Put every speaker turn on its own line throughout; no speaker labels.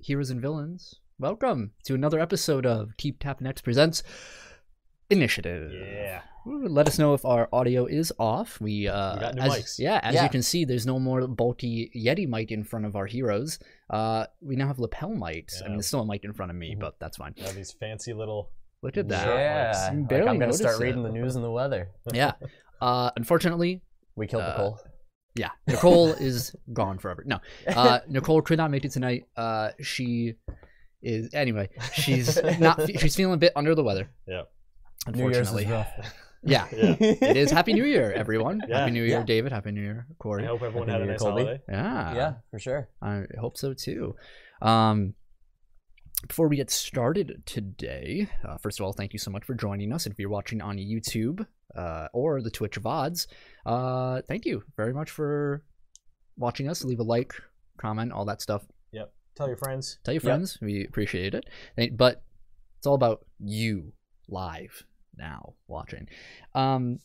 heroes and villains. Welcome to another episode of Keep Tap Next Presents Initiative.
Yeah.
Ooh, Let us know if our audio is off. We, uh,
We got new
as,
mics.
yeah, as
Yeah.
you can see, there's no more bulky Yeti mic in front of our heroes. Uh, we now have lapel mics. I
Yeah.
mean, there's still a mic in front of me,
Mhm.
but that's fine.
Now these fancy little.
Look at that.
Sure.
Mm-hmm. Yeah.
Alex.
You
Like,
barely
I'm gonna start
noticed
reading
it.
the news and the weather.
Yeah. Uh, unfortunately,
We killed
Uh,
Nicole.
yeah, Nicole is gone forever. No, uh, Nicole could not make it tonight. Uh, she is anyway. She's not. She's feeling a bit under the weather.
Yeah.
New Year's
Unfortunately.
is rough.
yeah.
Yeah.
It is Happy New Year, everyone.
Yeah.
Happy New Year,
Yeah.
David. Happy New Year,
I
Corey.
hope everyone
Happy
had a
New Year,
nice
Colby.
holiday.
Yeah.
yeah, for sure.
I hope so too. Um, before we get started today, uh, first of all, thank you so much for joining us. And if you're watching on YouTube uh, or the Twitch VODs, uh, thank you very much for watching us. Leave a like, comment, all that stuff.
Tell your friends.
Tell your
Yep.
friends. We appreciate it. Thank- But it's all about you live now watching. Um,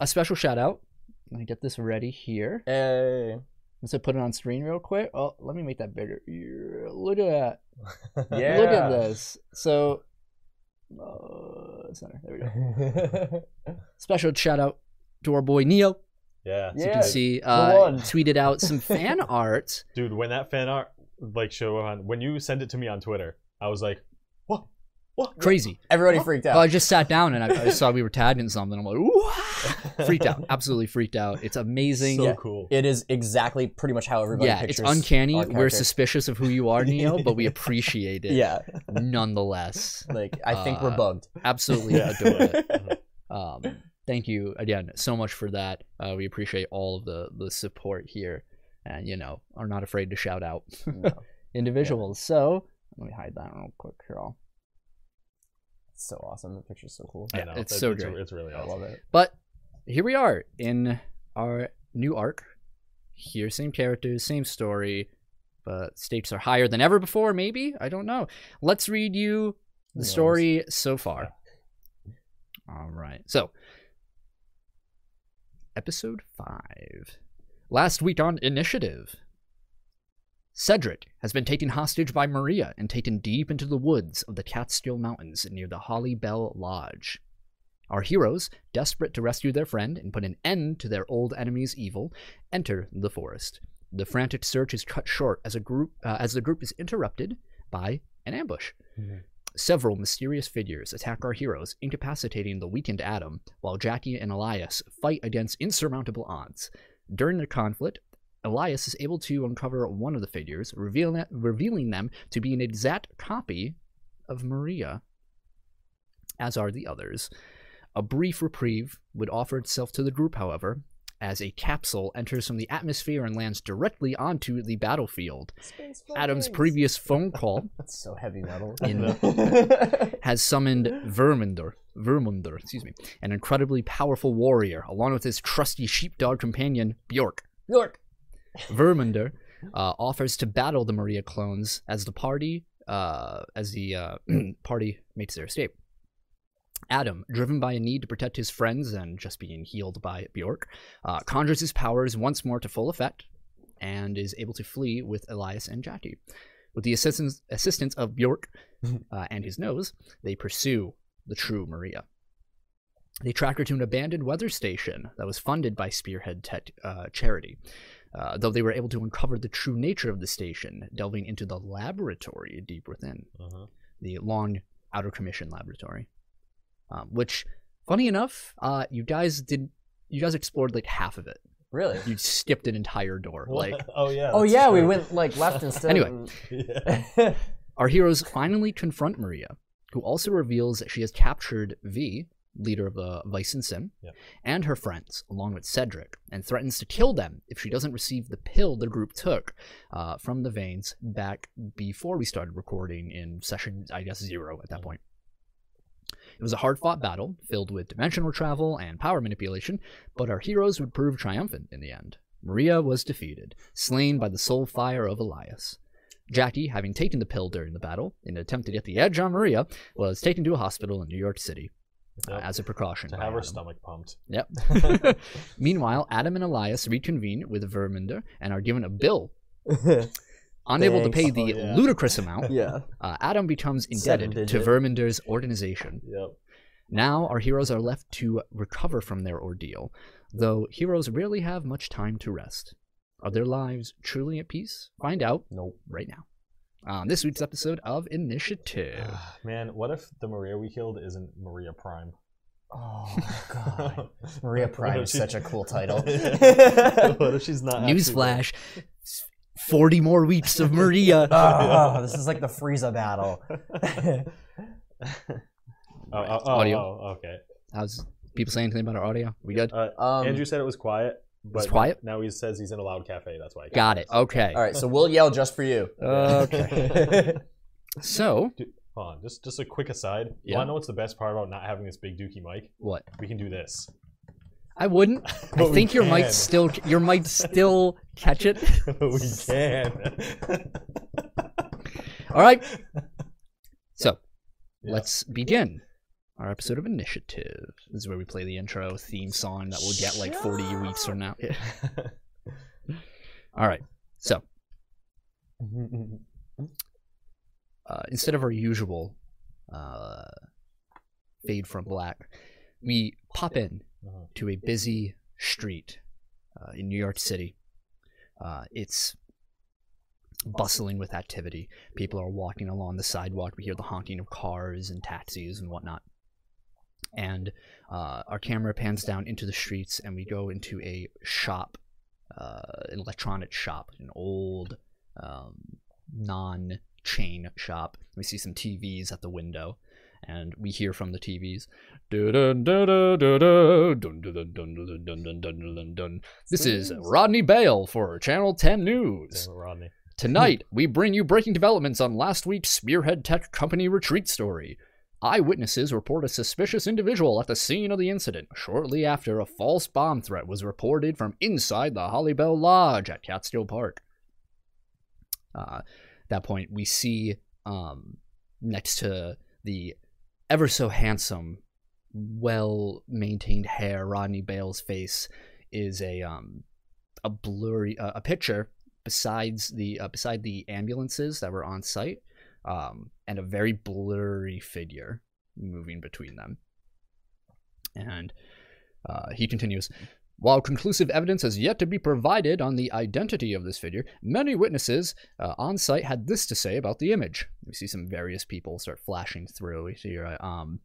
a special shout out. Let me get this ready here.
Hey.
Let's put it on screen real quick. Oh, let me make that bigger. Yeah, Look at that.
Yeah.
Look at this. So, uh, center. There we go. Special shout out to our boy Neo.
Yeah.
As you
Yeah,
can see,
one.
uh, tweeted out some fan art.
Dude, when that fan art like show on when you send it to me on Twitter, I was like, What? What?
Crazy.
Everybody freaked
Well, I
out.
just sat down and I, I saw we were tagged in something. I'm like, ooh, ah." freaked out. Absolutely freaked out. It's amazing.
So
yeah,
cool.
It is exactly pretty much how everybody
yeah, it's
pictures
uncanny.
our
We're
characters.
suspicious of who you are, Neo, but we appreciate it
Yeah.
nonetheless.
Like I think we're
Uh,
bugged.
Absolutely
Yeah.
adore it. um, thank you again so much for that. Uh, we appreciate all of the the support here, and you know are not afraid to shout out
No.
individuals. So let me hide that real quick here. all.
It's so awesome. The picture's so cool.
I
Yeah,
know.
it's so
it's,
great.
It's really
I
awesome.
love it.
But here we are in our new arc. Here, same characters, same story, but stakes are higher than ever before. Maybe I don't know. Let's read you the
Who knows?
story so far. All right. So, episode 5. Last week on Initiative. Cedric has been taken hostage by Maria and taken deep into the woods of the Catskill Mountains near the Holly Bell Lodge. Our heroes, desperate to rescue their friend and put an end to their old enemy's evil, enter the forest. The frantic search is cut short as a group uh, as the group is interrupted by an ambush. Several mysterious figures attack our heroes, incapacitating the weakened Adam, while Jackie and Elias fight against insurmountable odds. During the conflict, Elias is able to uncover one of the figures, revealing, revealing them to be an exact copy of Maria, as are the others. A brief reprieve would offer itself to the group, however, as a capsule enters from the atmosphere and lands directly onto the battlefield. Adam's previous phone call
It's so heavy metal.
In- has summoned Verminder, Vermunder, excuse me, an incredibly powerful warrior, along with his trusty sheepdog companion Bjork.
York.
Vermunder uh, offers to battle the Maria clones as the party uh, as the uh, party makes their escape. Adam, driven by a need to protect his friends and just being healed by Bjork, uh, conjures his powers once more to full effect and is able to flee with Elias and Jackie. With the assistance, assistance of Bjork uh, and his nose, they pursue the true Maria. They track her to an abandoned weather station that was funded by Spearhead Tet uh, Charity. Uh, though they were able to uncover the true nature of the station, delving into the laboratory deep within
Uh-huh.
the long out of commission laboratory. Um, which, funny enough, uh, you guys did. You guys explored like half of it.
Really?
You skipped an entire door. Like
oh yeah.
Oh
that's
yeah, we
true.
went like left instead.
Anyway.
Yeah.
our heroes finally confront Maria, who also reveals that she has captured V, leader of the Vice and Sim,
Yep.
and her friends, along with Cedric, and threatens to kill them if she doesn't receive the pill the group took uh, from the veins back before we started recording in session, I guess, zero at that point. It was a hard fought battle filled with dimensional travel and power manipulation, but our heroes would prove triumphant in the end. Maria was defeated, slain by the soul fire of Elias. Jackie, having taken the pill during the battle in an attempt to get the edge on Maria, was taken to a hospital in New York City uh,
Yep.
as a precaution.
to
by
have her
Adam.
stomach pumped.
Yep. Meanwhile, Adam and Elias reconvene with Verminder and are given a bill Unable to
Thanks.
pay the
Oh, yeah.
ludicrous amount,
Yeah.
uh, Adam becomes indebted to
digit.
Verminder's organization.
Yep.
Now, our heroes are left to recover from their ordeal, though heroes rarely have much time to rest. Are their lives truly at peace? Find out
Nope.
right now. On this week's episode of Initiative.
Ah, Man, what if the Maria we killed isn't Maria Prime?
Oh god. Maria
What
Prime
if
is
she-
such a cool title.
what if she's not? actually Maria?
Newsflash 40 more weeks of Maria.
Ah, this is like the Frieza battle.
Oh, oh,
Right.
oh,
Audio.
oh, okay.
How's people saying anything about our audio? We good?
Uh,
Um,
Andrew said it was quiet, but
quiet?
now he says he's in a loud cafe. That's why. I
Got it. Okay.
All right, so we'll yell just for you.
Okay. So,
Hold on, just just a quick aside.
Yeah.
Want to know what's the best part about not having this big dookie mic?
what?
We can do this.
I wouldn't. I
But we
think your mic
can.
still your mic still catch it.
we can.
All right. So,
Yeah.
let's begin our episode of Initiative. This is where we play the intro theme song that we'll get like 40 weeks from now. All right. So,
Uh-huh.
uh, instead of our usual uh, fade from black, we pop in
Uh-huh.
to a busy street uh, in New York City. Uh, it's bustling with activity. People are walking along the sidewalk. We hear the honking of cars and taxis and whatnot. And uh, our camera pans down into the streets, and we go into a shop, uh, an electronic shop, an old, um, non chain shop. We see some TVs at the window, and we hear from the TVs. "Dun, dun, dun, dun, dun, dun, dun, dun, dun, dun, dun, dun, dun, dun, dun, dun." This is Rodney Bale for Channel 10 News.
Damn it, Rodney.
Tonight, we bring you breaking developments on last week's Spearhead Tech Company retreat story. Eyewitnesses report a suspicious individual at the scene of the incident shortly after a false bomb threat was reported from inside the Hollybell Lodge at Catskill Park. Uh, at that point, we see um, next to the ever so handsome, well maintained hair Rodney Bale's face is a um, a blurry uh, a picture besides the uh, beside the ambulances that were on site um, and a very blurry figure moving between them and uh, he continues while conclusive evidence has yet to be provided on the identity of this figure, many witnesses uh, on site had this to say about the image. We see some various people start flashing through. We see, uh, um,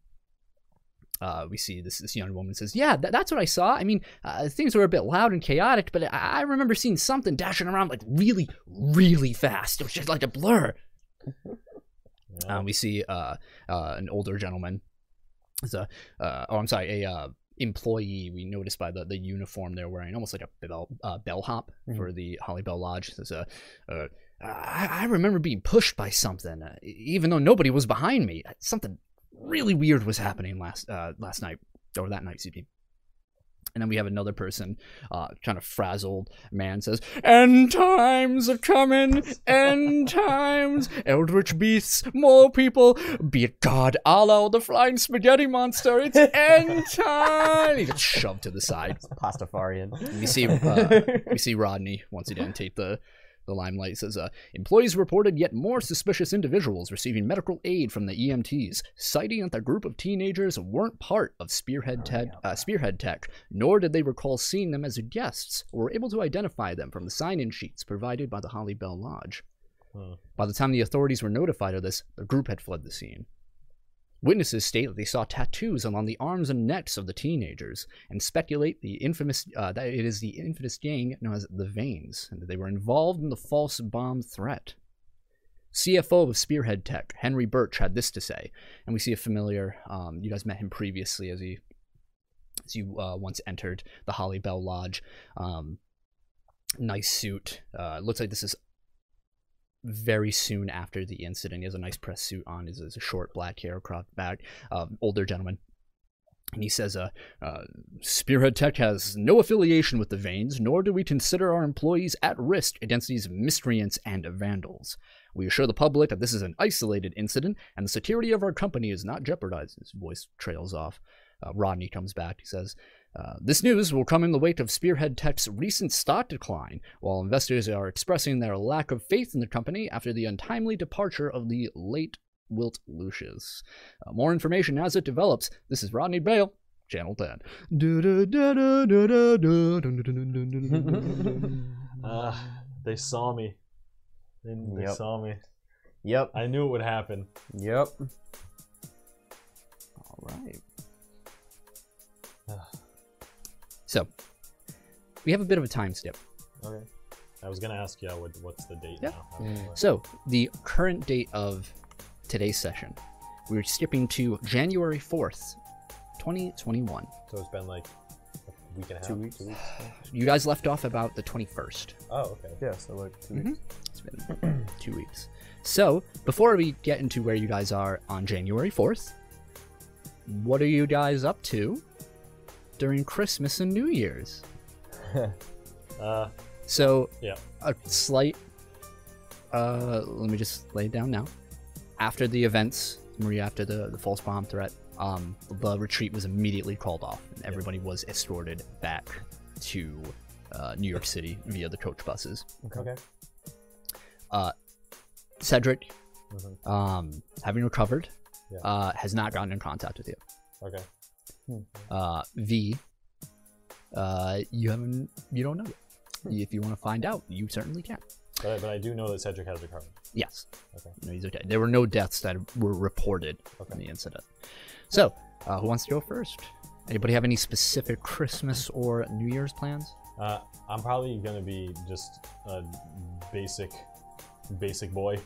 uh, we see this this young woman says, "Yeah, tha- that's what I saw. I mean, uh, things were a bit loud and chaotic, but I-, I remember seeing something dashing around like really, really fast. It was just like a blur."
Yeah.
Um, we see uh, uh, an older gentleman. It's a, uh, oh, I'm sorry, a uh, employee. We noticed by the, the uniform they're wearing, almost like a bell uh, bellhop for the Holly Bell Lodge. There's a, uh, I, I remember being pushed by something, uh, e- even though nobody was behind me. Something really weird was happening last uh, last night or that night, excuse me. And then we have another person, uh, kind of frazzled man says, End times are coming, end times, eldritch beasts, more people, be it God, Allah, or the flying spaghetti monster, it's end time! He gets shoved to the side.
Pastafarian.
We see, uh, we see Rodney once again take the, the limelight. He says, uh, Employees reported yet more suspicious individuals receiving medical aid from the EMTs, citing that the group of teenagers weren't part of Spearhead Tech, uh, Spearhead Tech, nor did they recall seeing them as guests or were able to identify them from the sign in sheets provided by the Holly Bell Lodge.
Hmm.
By the time the authorities were notified of this, the group had fled the scene. Witnesses state that they saw tattoos along the arms and necks of the teenagers and speculate the infamous uh, that it is the infamous gang known as the Veins and that they were involved in the false bomb threat. CFO of Spearhead Tech, Henry Birch, had this to say, and we see a familiar. Um, you guys met him previously as he as you uh, once entered the Holly Bell Lodge. Um, nice suit. Uh, looks like this is very soon after the incident. He has a nice press suit on. Is a short black hair cropped back. Um, older gentleman. And he says, uh, uh, Spearhead Tech has no affiliation with the Veins, nor do we consider our employees at risk against these miscreants and vandals. We assure the public that this is an isolated incident, and the security of our company is not jeopardized. His voice trails off. Uh, Rodney comes back. He says, Uh, this news will come in the wake of Spearhead Tech's recent stock decline, while investors are expressing their lack of faith in the company after the untimely departure of the late Wilt Lucius. Uh, more information as it develops. This is Rodney Bale, Channel 10.
Ah, they saw me. They, they
Yep.
saw me.
Yep.
I knew it would happen.
Yep.
All right.
Ugh.
So, we have a bit of a time skip.
Okay. I was gonna ask you what, what's the date
Yeah.
now.
So, the current date of today's session, we're skipping to January 4th, 2021.
So it's been like a week and a half.
Two weeks.
You guys left off about the 21st.
Oh, okay.
Yeah. So like two
Mhm. It's been two weeks. So, before we get into where you guys are on January 4th, what are you guys up to during Christmas and New Year's?
Uh,
So,
yeah.
a slight. Uh, let me just lay it down now. After the events, Maria, after the, the false bomb threat, um, the retreat was immediately called off, and everybody was escorted back to uh, New York City via the coach buses.
Okay.
Cedric,
Mhm.
um, having recovered,
Yeah.
uh, has not gotten in contact with you.
Okay.
Uh, v, uh, you haven't, you don't know yet.
Hmm.
If you want to find out, you certainly can.
But I, but I do know that Cedric has recovered.
Yes.
Okay.
No, he's okay. There were no deaths that were reported in
Okay.
the incident. So, uh, who wants to go first? Anybody have any specific Christmas or New Year's plans?
Uh, I'm probably gonna be just a basic, basic boy,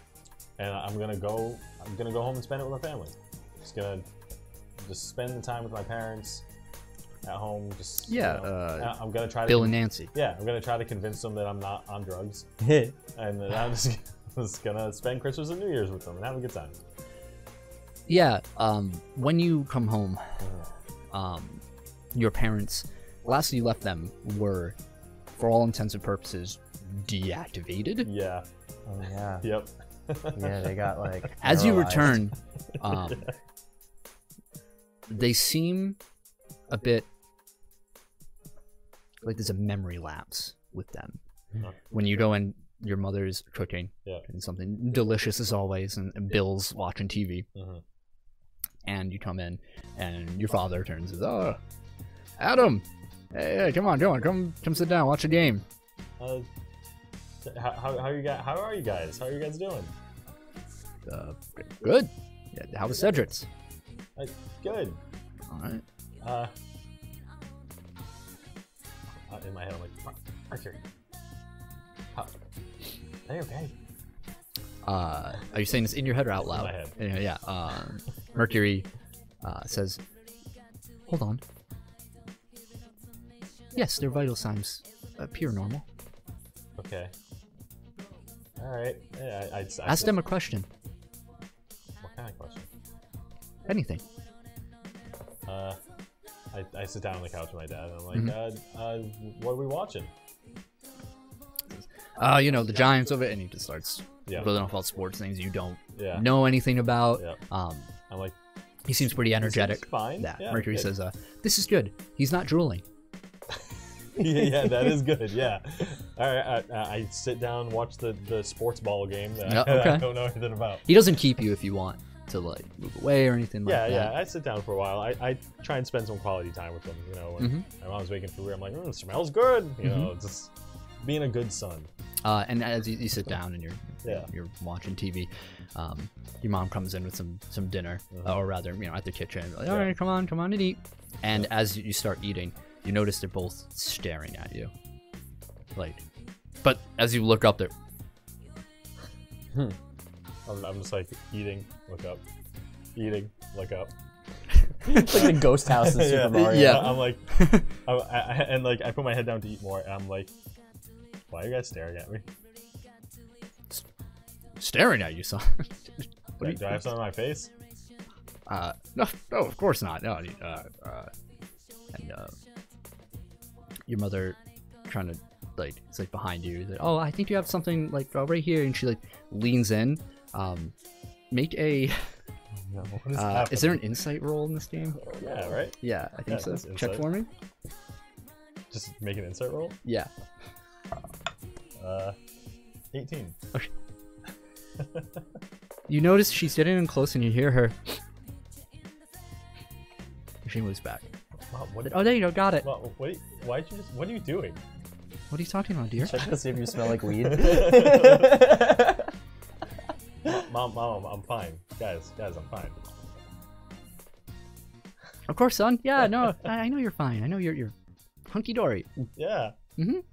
and I'm gonna go. I'm gonna go home and spend it with my family. Just gonna just spend the time with my parents at home. Just you
Yeah,
know.
uh,
I- I'm gonna try to.
Bill
con-
and Nancy.
yeah, I'm gonna try to convince them that I'm not on drugs,
weeks.
and that I'm just, just gonna spend Christmas and New Year's with them and have a good time.
Yeah. Um, when you come home,
Mhm.
um, your parents, last you left them, were, for all intents and purposes, deactivated.
Yeah.
oh yeah.
Yep.
Yeah. They got like.
As you
paralyzed.
return, um, they seem a bit like there's a memory lapse with them.
Okay.
When you go in, your mother's cooking
Yeah.
and something delicious as always, and, and Bill's watching TV,
Mhm.
and you come in, and your father turns and says, "Oh, Adam, hey, hey, come on, come on, come, come, sit down, watch a game."
Uh, th- how, how, how you guys? How are you guys? How are you guys doing?
Uh, good. Yeah, how was Cedric's?
Uh, good.
All right.
Uh, uh, in my head, I'm like, "Mar- Mercury. How? Are you okay?
Uh, are you saying this in your head or out loud?
my head.
Anyway, yeah. Uh, Mercury uh, says, "Hold on. Yes, their vital signs appear normal.
Okay. All right. Yeah, I, I, I
Ask them a question.
What kind of question?
Anything.
Uh, I, I sit down on the couch with my dad, and I'm like,
Mm-hmm.
uh, uh, what are we watching?
Uh, you know the giants of it, and he just starts
Yeah.
building off all sports things you don't
Yeah.
know anything about.
Yeah.
Um,
I'm like,
he seems pretty
"This
energetic.
is Fine.
That
Yeah,
Mercury
good."
says, uh, "This is good. He's not drooling."
yeah, yeah, that is good. Yeah. All right. I, I- I sit down, watch the, the sports ball game that
Yeah,
I, I
okay.
don't know anything about.
He doesn't keep you if you want to like move away or anything
yeah,
like that.
yeah. I sit down for a while. I, I try and spend some quality time with them. You know, when
Mm-hmm.
my mom's making food, I'm like, mm, smells good. You know, just being a good son.
Uh, and as you, you sit down and you're
Yeah.
you're watching TV, um, your mom comes in with some some dinner, uh, or rather, you know, at the kitchen. Like, All
Mm-hmm. Yeah.
right, come on, come on and eat. And as you start eating, you notice they're both staring at you, like. But as you look up, they're
I'm, I'm just like eating, look up, eating, look up.
It's like the ghost house in Super Mario.
Yeah.
I'm like, I, I, and like I put my head down to eat more, and I'm like, why are you guys staring at me?
staring at you, son. What
Do,
do
do I have something on my face?
Uh, no, no, of course not. No, you- uh, uh, and uh, your mother trying to like it's like behind you. That oh, I think you have something like uh, right here, and she like leans in. Um, make a
No.
Uh, is there an insight roll in this game?
Yeah, right.
Yeah, I think
Yeah,
so.
that's
Check
insight.
for me.
Just make an insert roll.
Yeah.
Uh, 18.
You notice she's getting in close and you hear her. She moves back.
Wow, what?
Oh, there you go. Got it.
Wow, what? are you- Why did you just? What are you doing?
What are you talking about, dear?
Check to see if you smell like weed.
Mom, mom, I'm fine. Guys, guys, I'm fine.
Of course, son. Yeah, no, I, I know you're fine. I know you're you're hunky dory.
Yeah.
And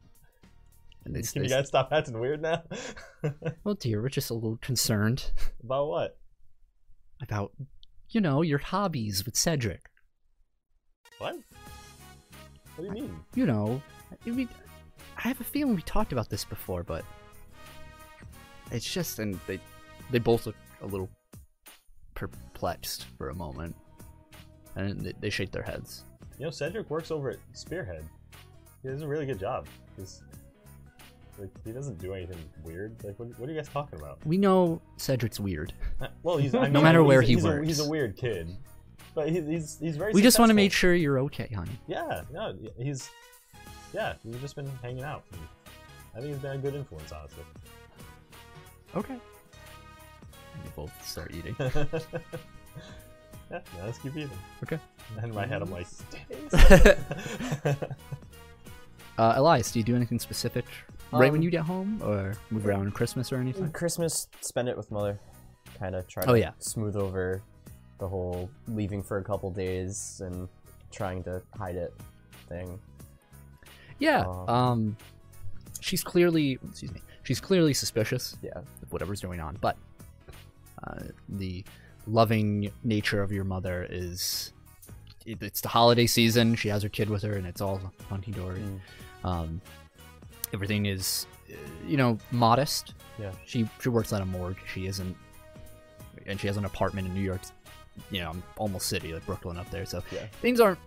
they,
Can
they-
you guys stop acting weird now?
well, dear, we're just a little concerned
About what?
about, you know, your hobbies with Cedric.
What? What do you mean?
You know, I mean, I have a feeling we talked about this before, but it's just, and they they both look a little perplexed for a moment, and they, they shake their heads.
You know, Cedric works over at Spearhead. He does a really good job. He's like he doesn't do anything weird. Like, what, what are you guys talking about?
We know Cedric's weird.
Well, he's I mean,
No matter
he's-
where he
he's a,
works.
he's a weird kid, but he's he's, he's very.
We just want to
successful.
make sure you're okay, honey.
Yeah, no, he's yeah, he's just been hanging out. I think he's been a good influence, honestly.
Okay. And they both start eating.
yeah, no, let's keep eating.
Okay.
And in my head, I'm like,
Uh, Elias, do you do anything specific right when you get home, or move around on Christmas or anything?
Christmas, spend it with mother. Kind of try
Oh,
to
yeah.
smooth over the whole leaving for a couple days and trying to hide it thing.
Yeah.
Um,
Um, she's clearly, excuse me, she's clearly suspicious
Yeah.
of whatever's going on, but uh, the loving nature of your mother is. it- It's the holiday season. She has her kid with her, and it's all hunky dory.
Mm.
Um, everything is, uh, you know, modest.
Yeah.
She she works at a morgue. She isn't, and she has an apartment in New York, you know, almost city, like Brooklyn up there. So
Yeah.
things aren't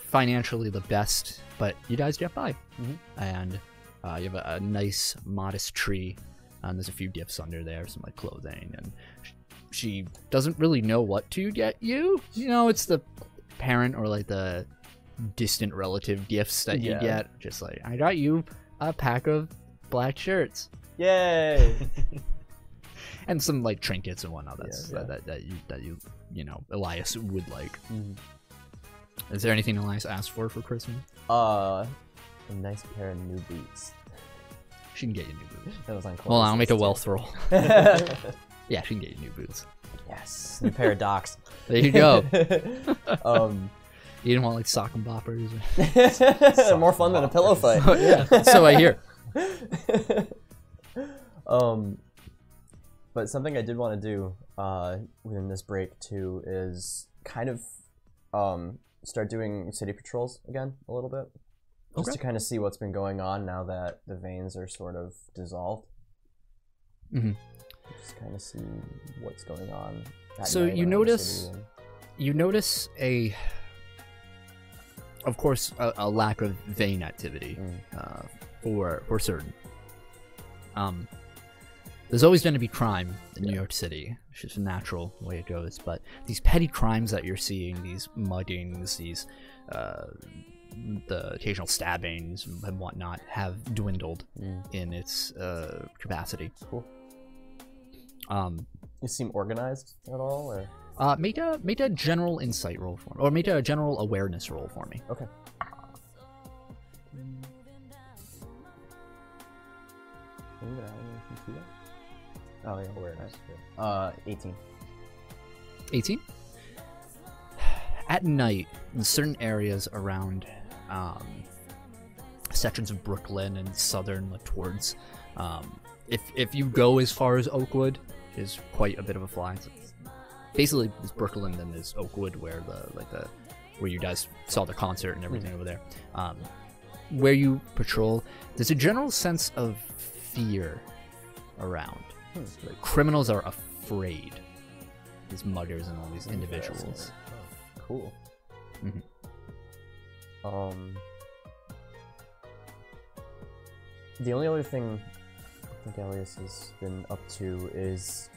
financially the best, but you guys get by,
Mhm.
and uh, you have a, a nice modest tree. And there's a few gifts under there, some like clothing, and sh- she doesn't really know what to get you. You know, it's the parent or like the distant relative gifts that you
Yeah.
get. Just like I got you a pack of black shirts
Yay!
and some like trinkets and whatnot. That's
Yeah, yeah.
That, that you that you you know Elias would like.
Mhm.
Is there anything Elias asked for for Christmas?
uh, a nice pair of new boots.
She can get you new boots.
That was on
Well, I'll make a wealth
Corvus's.
roll. Yeah, she can get you new boots.
yes, new pair of docs.
There you go.
um,
you didn't want like sock and boppers.
more fun than a pillow fight.
Oh, yeah, so I hear.
um, but something I did want to do uh, within this break too is kind of um, start doing city patrols again a little bit, just to kind of see what's been going on now that the veins are sort of dissolved.
Mhm.
Just kind of see what's going on. at
So
night
you
around the
notice-
city and-
you notice a of course a, a lack of vein activity
Mm.
uh, for for certain um there's always going to be crime in New York City. It's just a natural way it goes. But these petty crimes that you're seeing, these muggings, these uh, the occasional stabbings and whatnot, have dwindled
Mm.
in its uh, capacity.
Cool.
Um,
You seem organized at all, or
uh, make a make a general insight roll for me, or make a general awareness roll for me.
okay. Maybe that one, you can see that? Oh yeah, awareness. Uh, 18.
18. At night, in certain areas around um, sections of Brooklyn and southern, like towards, um, if if you go as far as Oakwood, which is quite a bit of a fly. so it's- basically, it's Brooklyn, then there's Oakwood, where the like the where you guys saw the concert and everything over there. Um, where you patrol, there's a general sense of fear around. Like, criminals are afraid. These muggers and all these individuals.
Cool.
Mhm.
Um, the only other thing I think Elias has been up to is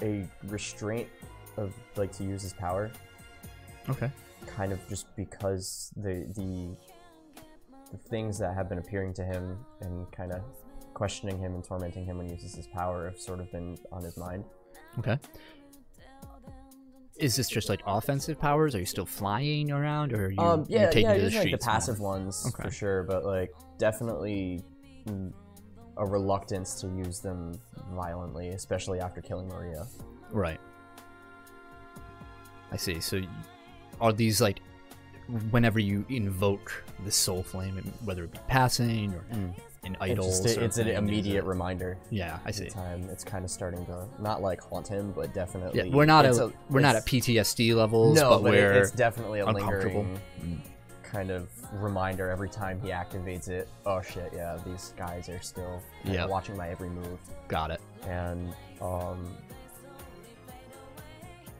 a restraint of like to use his power,
Okay.
kind of just because the the, the things that have been appearing to him and kind of questioning him and tormenting him when he uses his power have sort of been on his mind.
Okay. Is this just like offensive powers? Are you still flying around, or are you,
um,
you
yeah,
taking
yeah,
to the
just like the
streets more?
passive ones
Okay.
for sure, but like definitely mm, a reluctance to use them violently, especially after killing Maria.
Right. I see. So, y- are these like whenever you invoke the soul flame, it- whether it be passing or an idol?
Mm. it's just
sort
a,
of
it's an
thing, is it-
immediate reminder.
Yeah, I see.
Every time it's kind of starting to not like haunt him, but definitely.
Yeah, we're not at
it's a-
we're not at
it's-
PTSD levels,
No,
but,
it-
we're
it's definitely a
uncomfortable.
lingering kind of reminder every time he activates it. Oh shit! Yeah, these guys are still kind of
Yeah.
watching my every move.
got it.
and um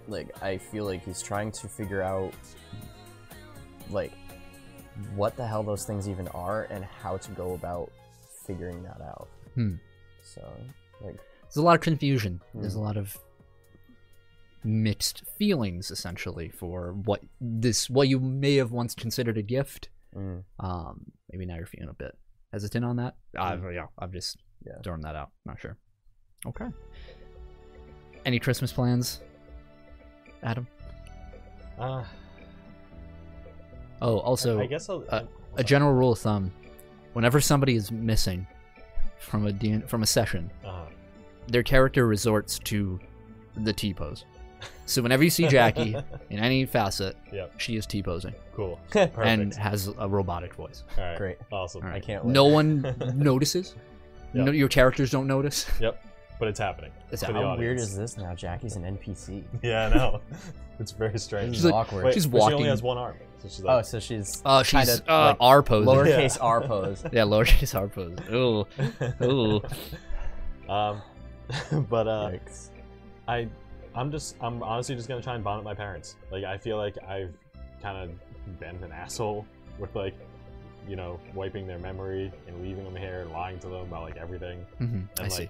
like I feel like he's trying to figure out like what the hell those things even are and how to go about figuring that out.
Hmm.
So like
There's a lot of confusion. There's
Mm.
Hmm.
a lot of mixed feelings, essentially, for what this what you may have once considered a gift.
mm,
Um, maybe now you're feeling a bit hesitant on that. I've
Hmm.
yeah, I've just
Yeah.
thrown that out. Not sure. Okay. Any Christmas plans, Adam?
Uh,
Oh, also
I guess I'll.
uh, a general rule of thumb: whenever somebody is missing from a DN- from a session,
uh,
their character resorts to the T pose. So whenever you see Jackie in any facet,
Yep.
she is T posing
cool.
And-
Perfect.
and has a robotic voice.
All right.
great.
Awesome.
All
I
right.
can't wait.
No one notices.
Yeah.
No, your characters don't notice.
Yep. But it's happening.
It's
For the
happening.
How
audience.
weird is this now? Jackie's an NPC.
Yeah, I know. it's very strange.
This
She's
is
like-
awkward.
Wait,
she's
but She
walking.
only has one arm. So she's
oh,
like,
so she's
Uh, she's
kinda,
uh,
like,
R pose.
lowercase
Yeah.
R pose.
Yeah, lowercase R pose. Ooh, ooh.
um, but uh,
Yikes.
I, I'm just, I'm honestly just gonna try and bond with my parents. Like, I feel like I've kind of been an asshole with like, you know, wiping their memory and leaving them here and lying to them about like everything.
hmm
And
I
like,
see.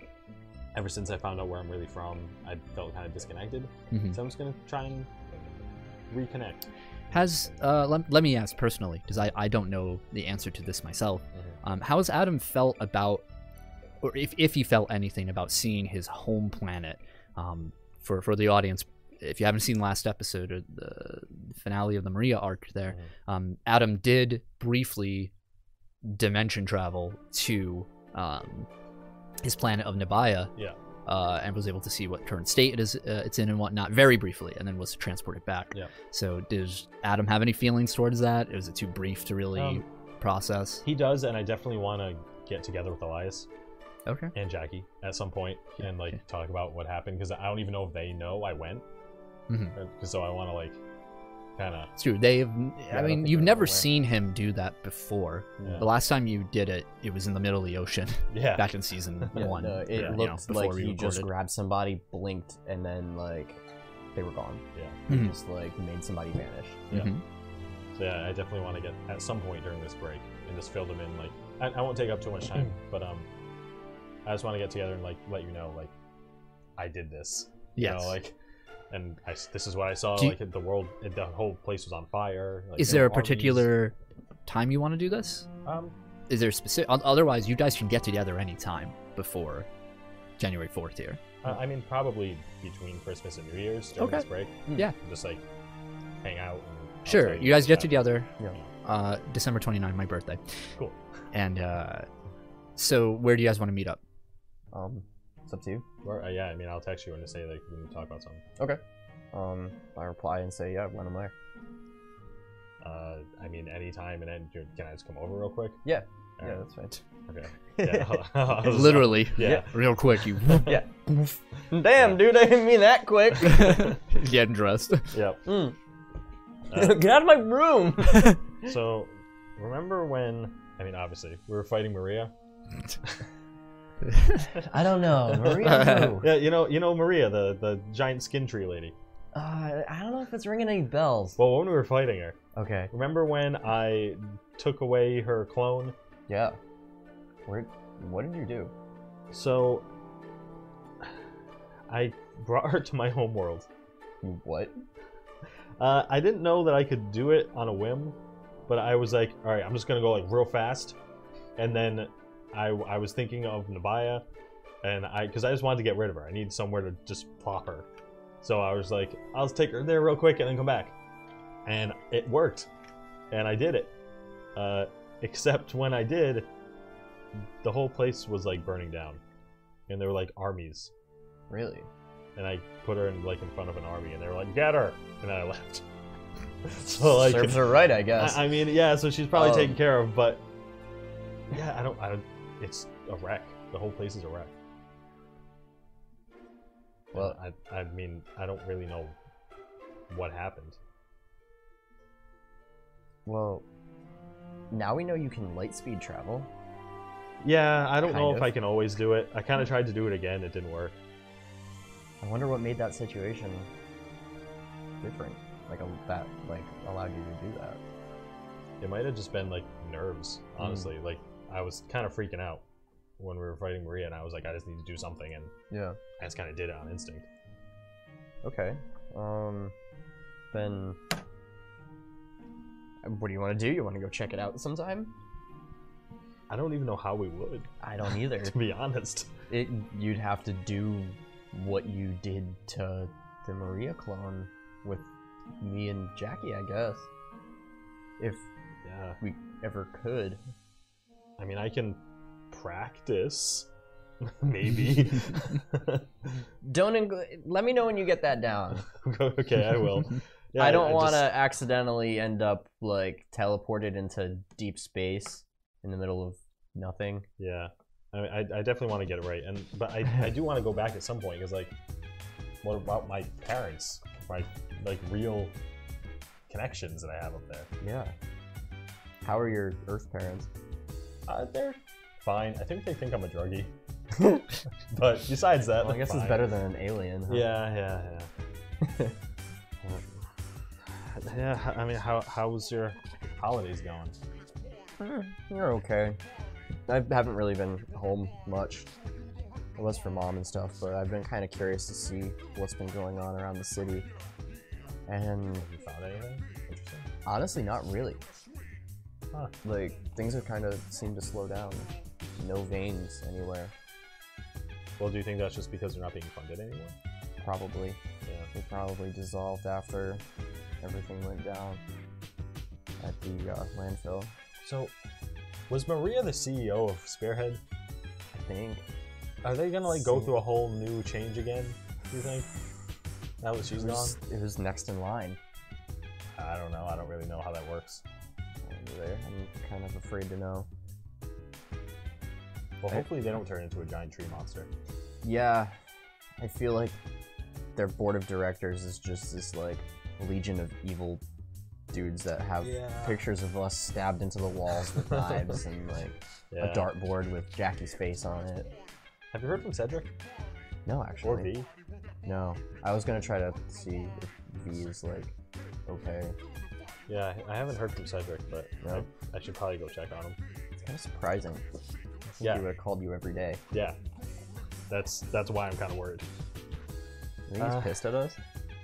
ever since I found out where I'm really from, I felt kind of disconnected.
Mhm.
So I'm just gonna try and reconnect.
Has uh, let, let me ask personally, because I, I don't know the answer to this myself. Um, how has Adam felt about, or if, if he felt anything about seeing his home planet? Um, for for the audience, if you haven't seen last episode or the finale of the Maria arc,
Mm-hmm.
there, um, Adam did briefly dimension travel to um, his planet of Nebaya.
Yeah.
Uh, and was able to see what current state it is uh, it's in and whatnot very briefly, and then was transported back.
Yeah.
So does Adam have any feelings towards that? Was it too brief to really
Um,
process?
He does, and I definitely want to get together with Elias
Okay.
and Jackie at some point and
Okay.
like talk about what happened because I don't even know if they know I went.
Mhm.
Uh, So I want to like kind of.
It's true. They've. I
don't
mean,
think
you've
they're
never
aware.
seen him do that before.
Yeah.
The last time you did it, it was in the middle of the ocean
uh, yeah.
back in season
Yeah,
one.
no, it
you know,
looked
before
like
we
he just
recorded.
grabbed somebody, blinked, and then like they were gone.
Yeah.
He
Mhm.
just like made somebody vanish.
yeah.
Mhm.
So yeah, I definitely want to get at some point during this break and just fill them in. Like, I, I won't take up too much time, but um, I just want to get together and like let you know like I did this. Yeah,
Yes.
like, and I s this is what I saw.
Do you-
like the world, the whole place was on fire. Like,
Is
there
there
were
a particular time you want to do this?
Arby's. Um,
Is there specific? Otherwise, you guys can get together anytime before January fourth here.
Uh, I, I mean, probably between Christmas and New Year's during
Okay.
this break.
Mm.
Yeah.
Just like hang out. And I'll
Sure,
tell
you guys get
yeah.
together.
Yeah.
Uh, December 29, my birthday,
Cool.
and uh, so where do you guys want to meet up?
Um, it's up to you.
Or, uh, yeah, I mean, I'll text you and just say like we can talk about something.
Um, I reply and say, yeah, when am I?
Uh, I mean, anytime and then you're- can I just come over real quick?
Yeah.
All
Yeah,
right,
that's fine.
Okay. Yeah. I'll- I'll just-
Literally,
Yeah.
real quick, you
yeah. Damn, dude, I didn't mean that quick.
getting dressed.
Yep.
Mm.
Uh,
Get out of my room.
so, remember when? I mean, obviously, we were fighting Maria.
I don't know, Maria. who?
Yeah, you know, you know Maria, the the giant skin tree lady.
Uh, I don't know if it's ringing any bells.
Well, when we were fighting her,
Okay.
remember when I took away her clone?
Yeah. Where? What did you do?
So I brought her to my homeworld
You what?
Uh, I didn't know that I could do it on a whim, but I was like, all right, I'm just gonna go like real fast, and then I I was thinking of Nabaya, and I because I just wanted to get rid of her. I need somewhere to just plop her, so I was like, I'll just take her there real quick and then come back, and it worked, and I did it. Uh, except when I did, the whole place was like burning down, and there were like armies
Really?
and I put her in like in front of an army, and they were like, "Get her!" and I left. so like,
Serves her right, I guess.
I, I mean, yeah. So she's probably
Um,
taken care of, but yeah, I don't. I don't. It's a wreck. The whole place is a wreck.
Well-
And I, I mean, I don't really know what happened.
well, now we know you can light speed travel.
Yeah, I don't
Kind
know if
of.
I can always do it. I kind of tried to do it again. It didn't work.
I wonder what made that situation different. Like a, that, like allowed you to do that.
It might have just been like nerves, honestly. Like I was kind of freaking out when we were fighting Maria, and I was like, I just need to do something, and
Yeah.
I just kind of did it on instinct.
Okay. Um. Then. What do you want to do? You want to go check it out sometime?
I don't even know how we would,
I don't either.
to be honest.
it. You'd have to do what you did to the Maria clone with me and Jackie, I guess. If
Yeah.
we ever could.
I mean, I can practice, maybe.
Don't ing- let me know when you get that down.
okay, I will. Yeah,
I don't
just-
want to accidentally end up like teleported into deep space in the middle of nothing.
Yeah, I, mean, I, I definitely want to get it right, and but I, I do want to go back at some point because like, what about my parents? My like real connections that I have up there.
Yeah. How are your Earth parents?
Uh, they're fine. I think they think I'm a druggie. but besides that,
Well, I
they're
guess it's
fine.
better than an alien. Huh?
Yeah, yeah, yeah. yeah, I mean, how how was your holidays going?
Eh, You're okay. I haven't really been home much. It was for mom and stuff, but I've been kind of curious to see what's been going on around the city. And
Have you found anything interesting?
honestly, not really.
Huh.
Like things have kind of seemed to slow down. No veins anywhere,
Well, do you think that's just because they're not being funded anymore?
probably.
Yeah.
They probably dissolved after everything went down at the uh, landfill.
So, was Maria the CEO of Spearhead?
I think.
Are they gonna like go
See.
through a whole new change again? Do you think? Now that she's
it
gone,
was, it was next in line.
I don't know. I don't really know how that works.
over there. I'm kind of afraid to know.
Well,
I-
hopefully they don't turn into a giant tree monster.
Yeah, I feel like their board of directors is just this like legion of evil dudes that have
Yeah.
pictures of us stabbed into the walls with knives and like
Yeah.
a dartboard with Jackie's face on it.
Have you heard from Cedric
No,
or
actually,
V?
no. I was gonna try to see if V is like okay.
Yeah, I haven't heard from Cedric, but
No.
I, I should probably go check on him.
It's kind of surprising. I think
Yeah.
he would have called you every day.
Yeah, that's that's why I'm kind of worried.
You think
Uh,
he's pissed at us.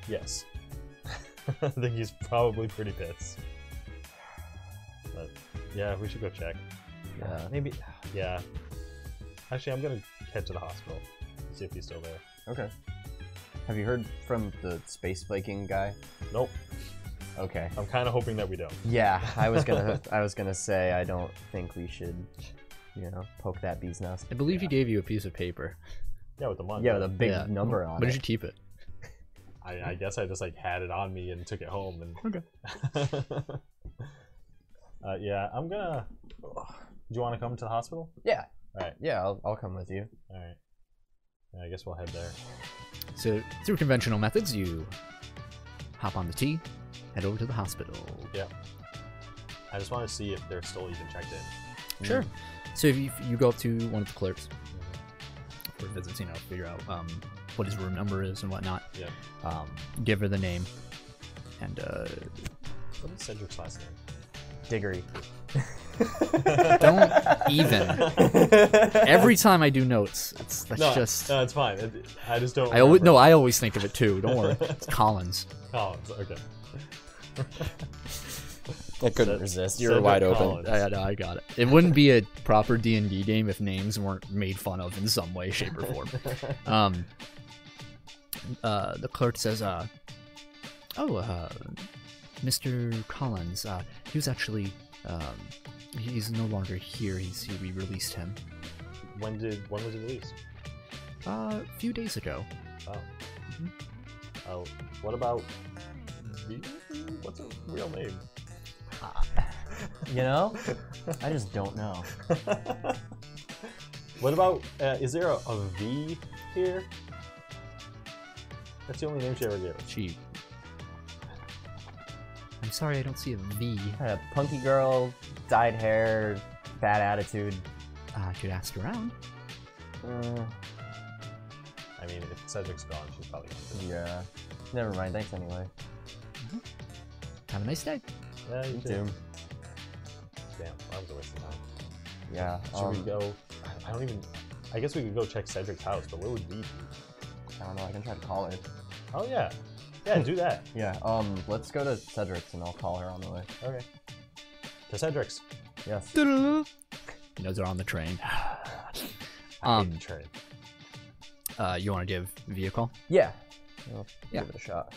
Yes. I think he's probably pretty pissed. But yeah, we should go check.
Yeah.
Maybe. Yeah. Actually, I'm gonna head to the hospital. See if he's still there.
Okay. Have you heard from the space Viking guy?
Nope.
Okay.
I'm kind of hoping that we don't.
Yeah, I was gonna I was gonna say I don't think we should, you know, poke that bee's nest.
I believe he gave you a piece of paper.
Yeah, with the month.
Yeah, with a big
Yeah.
number on
But did
it.
you keep it?
I, I guess I just like had it on me and took it home and. Okay. uh, yeah, I'm gonna. Do you want to come to the hospital?
Yeah.
Alright.
Yeah, I'll, I'll come with you.
All right. Yeah, I guess we'll head there.
So, through conventional methods, you hop on the T, head over to the hospital.
I just want to see if they're still even checked in.
Sure. So, if you, you go up to one of the clerks for visits, you know, figure out um, what his room number is and whatnot,
Yeah.
um, give her the name, and uh,
What is Cedric's last name?
Diggory.
Don't even. Every time I do notes, it's that's
No,
just.
no, it's fine. It, I just don't.
I always no.
remember.
I always think of it too. Don't worry. It's Collins.
Collins. Oh, Okay.
I couldn't resist.
You're
Cedric
wide
Collins.
open. I, I know, I got it. It wouldn't be a proper D and D game if names weren't made fun of in some way, shape, or form. Um, uh, the clerk says, uh, "Oh, uh, Mr. Collins, uh, he was actually um, he's no longer here. He's he, we released him
When did when was it released?
uh, a few days ago.
Oh.
Mm-hmm.
Oh. What about? the- What's her real name?
You know? I just don't know.
What about? Uh, is there a, a V here? That's the only name she ever gave us.
She. I'm sorry, I don't see a V.
Kind of punky girl, dyed hair, bad attitude.
Uh, I could ask around.
Mm,
I mean, if Cedric's gone, she's probably gone.
yeah. Never mind. Thanks anyway.
Have a nice day.
Yeah, you
You
too.
too.
Damn, that was a waste of time.
Yeah.
Should we
um,
go? I- I don't even. I guess we could go check Cedric's house, but where would we be?
I don't know. I can try to call her.
Oh yeah, yeah, do that.
Yeah. Um. Let's go to Cedric's and I'll call her on the way.
Okay. To Cedric's.
Yes.
You know they're on the train.
I hate
Um,
the train.
Uh, you want to give vehicle?
Yeah. We'll
Yeah.
Give it a shot.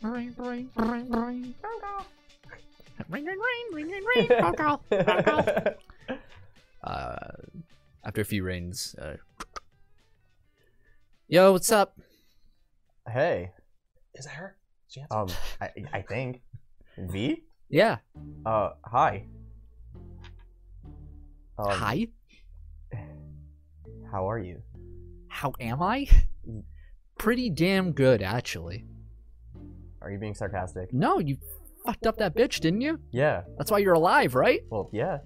Ring, ring, ring, ring, call, call. Ring, ring, ring, ring, ring, ring, call, call, call, call. Uh, after a few rings, uh, yo, what's up?
Hey.
Is that her? Is She answered.
Um. I, I think. V.
Yeah,
Uh. Hi. Um,
hi.
How are you?
How am I? Pretty damn good, actually.
Are you being sarcastic?
No, you fucked up that bitch, didn't you?
Yeah.
That's why you're alive, right?
Well. Yeah.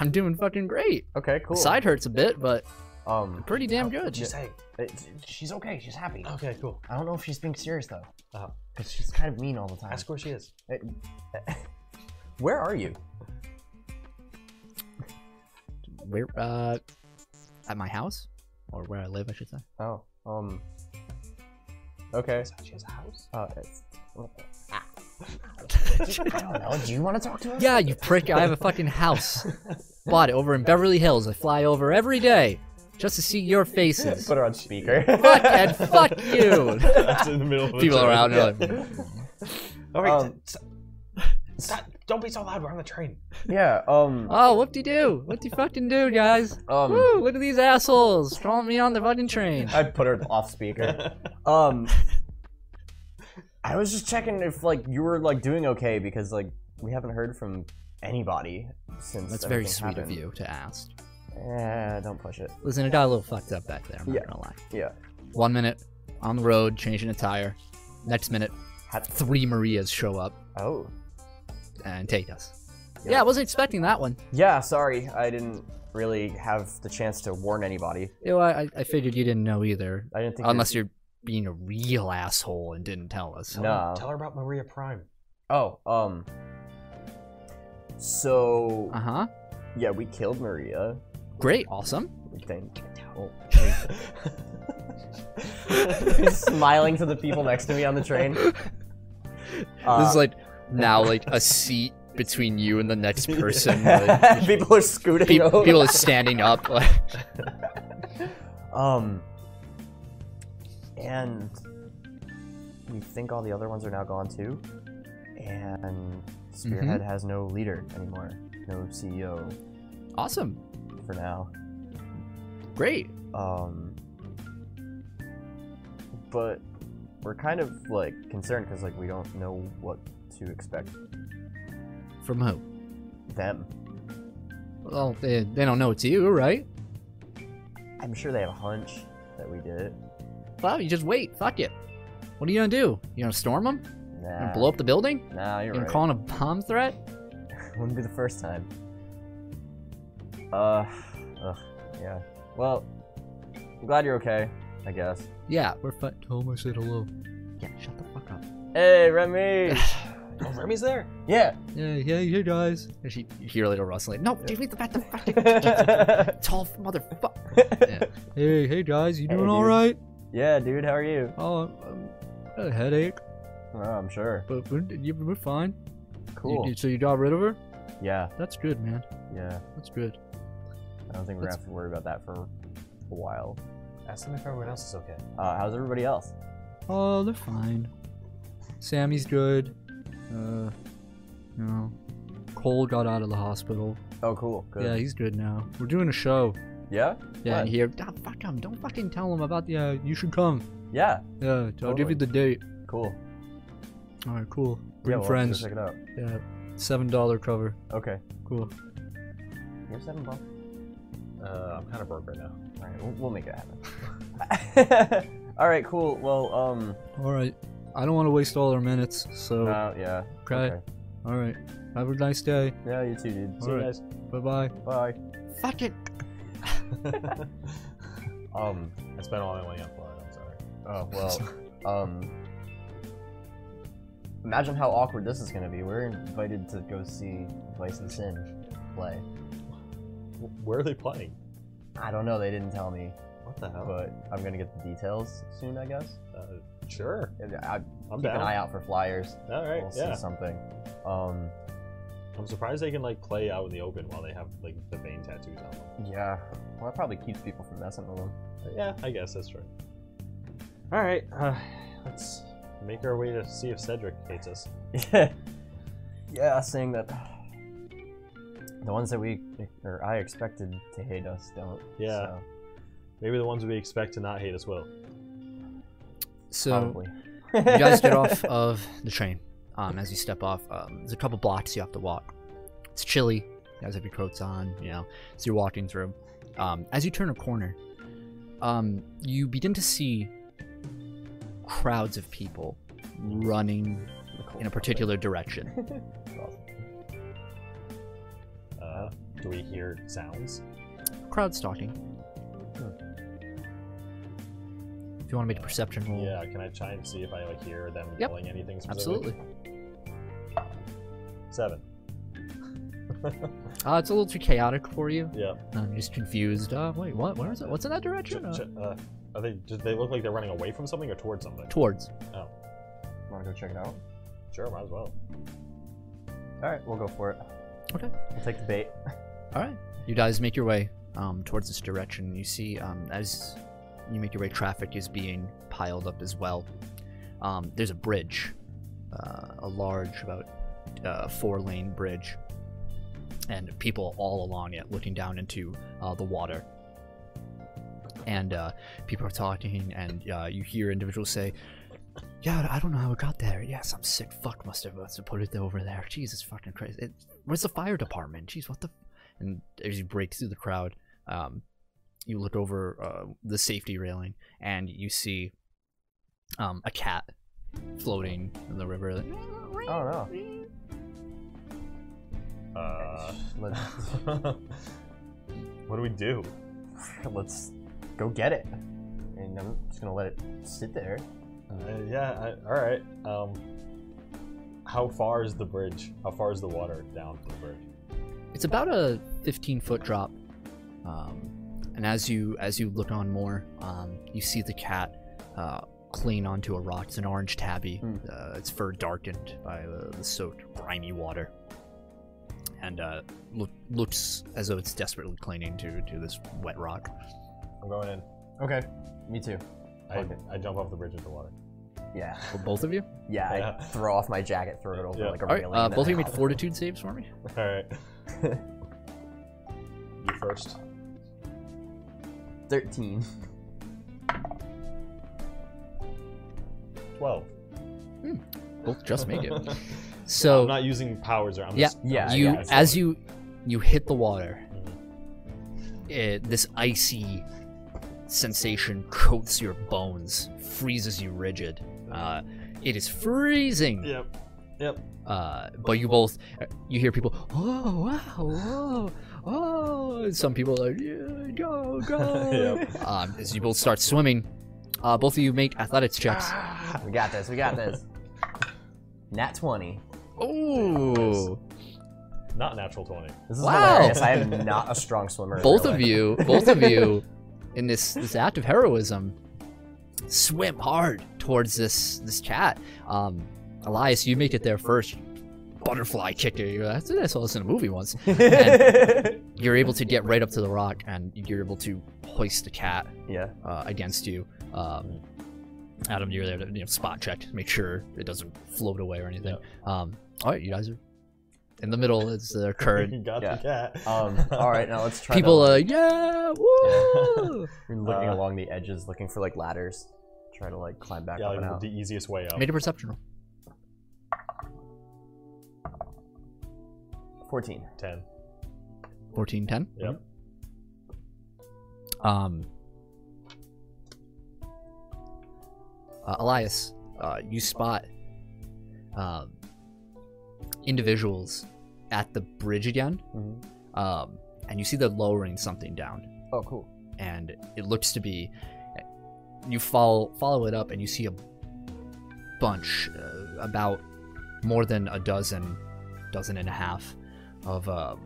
I'm doing fucking great.
Okay. Cool.
Side hurts a bit, but
Um.
pretty damn good.
What'd she say?
it- she's okay. She's happy.
Okay, cool.
I don't know if she's being serious though,
Uh,
because she's kind of mean all the time.
ask where she is.
Where are you?
Where? Uh, at my house, or where I live, I should say.
Oh. Um. Okay.
She has a house. Ah.
Uh, it's, I don't know. Do you want to talk to us?
yeah, you prick! I have a fucking house. Bought it over in Beverly Hills. I fly over every day just to see your faces.
Put her on speaker.
fuck and fuck you.
That's in the middle of the
People
train.
around are like,
All right,
Um,
s- stop, don't be so loud. We're on the train.
yeah. Um.
"Oh, what do you do? What do you fucking do, guys?
Um.
Woo! Look at these assholes throwing me on the fucking train."
I put her off speaker. Um. I was just checking if like you were like doing okay because like we haven't heard from anybody since.
That's very
everything
sweet
happened.
of you to ask.
Yeah, don't push it.
Listen, it got a little fucked up back there. I'm not
Yeah.
gonna lie.
Yeah.
One minute on the road, changing a tire. Next minute,
Had-
three Marias show up
Oh.
and take us.
Yeah.
Yeah, I wasn't expecting that one.
Yeah, sorry. I didn't really have the chance to warn anybody.
You know, I, I- I figured you didn't know either.
I didn't think.
Unless you're being a real asshole and didn't tell us.
No.
Tell her- Tell her about Maria Prime.
Oh, um. So
Uh huh.
yeah, we killed Maria.
Great. Awesome.
We think. Oh, he's smiling to the people next to me on the train.
this
Uh,
is like now like a seat between you and the next person. like,
Uh, people are scooting
pe-
over.
people are standing up. Like,
Um, and we think all the other ones are now gone too. And Spearhead
Mm-hmm.
has no leader anymore, no CEO
awesome.
for now.
Great.
Um, but we're kind of like concerned because like we don't know what to expect
From who?
them.
Well, they, they don't know it's you, right?
I'm sure they have a hunch that we did it.
Well, you just wait. Fuck it. What are you gonna do? You gonna storm them? You
Nah,
gonna blow up the building?
Nah,
You
you're
gonna
right.
call in a bomb threat?
Wouldn't be the first time. Uh, ugh, yeah. Well, I'm glad you're okay, I guess.
oh, Yeah, we're fine. Tell him I said hello. Yeah, shut the fuck up.
Hey, Remy!
Oh, Remy's there?
Yeah.
Yeah, yeah, yeah, guys. And she you hear a little rustling. No, give me the bat the fucking tall motherfucker. Yeah. Hey, hey, guys, you
Hey,
doing all
dude.
right?
yeah, dude. How are you?
Oh, um, a headache,
Oh, I'm sure.
but we're, you- we're fine. You-
Cool.
you- so you got rid of her?
Yeah.
That's good, man.
Yeah.
That's good.
I don't think we're gonna have to worry about that for a while.
Ask him if everyone else is okay.
Uh, how's everybody else?
Oh, they're fine. Sammy's good. Uh, you know, Cole got out of the hospital.
Oh, cool.
Yeah,
Good.
he's good now. We're doing a show.
Yeah.
Yeah,
Fun.
and here, ah, fuck him. Don't fucking tell him about the. Uh, you should come.
Yeah.
Yeah, I'll give
Totally.
you the date.
Cool.
All right, cool.
yeah,
Bring
we'll have to go
friends.
Check it out.
Yeah, seven dollar cover.
Okay.
Cool.
You have seven bucks.
Uh, I'm kind of broke right now.
All right. We'll, we'll make it happen. All right. Cool. Well. Um.
All right. I don't want to waste all our minutes,
Oh.
so
Uh, yeah.
cry.
Okay.
All right. Have a nice day.
Yeah. You too, dude.
See you
Alright.
guys.
Bye bye.
Bye.
Fuck it.
Um.
I spent all my money on Florida. I'm sorry.
Oh well. um. Imagine how awkward this is gonna be. We're invited to go see Vice and Sin play.
Wh- Where are they playing?
I don't know. They didn't tell me,
What the hell?
but I'm gonna get the details soon, I guess.
uh, sure.
And I,
I'm
keep an
down.
eye out for flyers.
All right.
we'll
yeah.
see something. Um.
I'm surprised they can like play out in the open while they have like the vein tattoos on them.
Yeah. Well, that probably keeps people from messing with them.
Yeah, I guess that's true. All right. Uh, let's make our way to see if Cedric hates us.
Yeah. yeah, saying that the ones that we or I expected to hate us don't.
Yeah.
so,
Maybe the ones we expect to not hate us will.
So
probably.
you guys get off uh, of the train. Um, as you step off, um, there's a couple blocks you have to walk. It's chilly. You guys have your coats on, you know. So you're walking through. Um, as you turn a corner, um, you begin to see crowds of people running in a particular direction.
Uh, do we hear sounds?
crowd stalking. If you want to make a perception roll,
Yeah. Can I try and see if I like hear them
Yep.
yelling anything?
absolutely.
Specific? Seven.
Uh, it's a little too chaotic for you.
Yeah.
I'm just confused. Uh, wait, what? Where is it? What's in that
Ch-
direction? Uh,
ch- uh, are they? Do they look like they're running away from something or towards something?
towards.
Want to go check it out?
Sure, might as well.
All right, we'll go for it.
Okay.
We'll take the bait.
All right. You guys make your way um, towards this direction. You see, um, as you make your way, traffic is being piled up as well. Um, there's a bridge, uh, a large, about uh, four-lane bridge, and people all along it, looking down into uh, the water. And uh, people are talking, and uh, you hear individuals say, "Yeah, I don't know how it got there. Yeah, some sick fuck must have must have put it over there. Jesus fucking Christ! It, where's the fire department? Jeez, what the and as you break through the crowd, um, you look over uh, the safety railing and you see um, a cat floating in the river.
I don't know.
Uh,
Let's
what do we do?
let's go get it. And I'm just gonna let it sit there.
Uh, yeah. I, all right. Um, how far is the bridge? How far is the water down from the bridge?
It's about a 15 foot drop, um, and as you as you look on more, um, you see the cat uh, cling onto a rock. It's an orange tabby.
Hmm.
Uh, its fur darkened by the, the soaked, grimy water, and uh, look, looks as though it's desperately clinging to to this wet rock.
I'm going in.
Okay. Me too.
I,
Okay.
I jump off the bridge into the water.
Yeah.
For both of you?
Yeah. I
Yeah.
throw off my jacket, throw it over
Yeah.
like a
All right,
railing.
uh,
and then
both of you
I
made
hop.
fortitude saves for me.
All right. you first.
Thirteen.
Twelve.
Both just make it.
I'm
So
not using powers. Or I'm
Yeah,
Just,
yeah,
you,
yeah,
as you, you hit the water, it, this icy sensation coats your bones, freezes you rigid. Uh, it is freezing.
Yep.
Uh, but you both, you hear people, oh wow, whoa, oh. and Some people are like, yeah, go, go.
Yep.
um, as you both start swimming, uh, both of you make athletics checks.
We got this. We got this. Nat twenty.
Ooh.
Not natural 20.
This is
Wow.
hilarious. I am not a strong swimmer. in
both
real
of
life.
you, both of you, in this this act of heroism, swim hard towards this this cat. Um, Elias, you make it there first. Butterfly kick it. You're like, That's what I saw this in a movie once. And you're able to get right up to the rock, and you're able to hoist the cat
Yeah.
uh, against you. Um, Adam, you're there to you know, spot check, to make sure it doesn't float away or anything. Um, all right, you guys are in the middle. It's the current.
You got
Yeah.
the cat.
Um. All right. Now let's try.
People uh, are
to,
like,
like,
yeah, woo!
we're looking
uh,
along the edges, looking for like ladders. Try to like climb back
yeah,
up
like,
and out.
the easiest way up.
Made a perception roll.
Fourteen.
10.
14, 10.
Yep.
Um, uh, Elias, uh, you spot um, individuals at the bridge again,
Mhm.
um, and you see they're lowering something down,
Oh, cool.
and it looks to be. You follow follow it up, and you see a bunch, uh, about more than a dozen, dozen and a half, of um,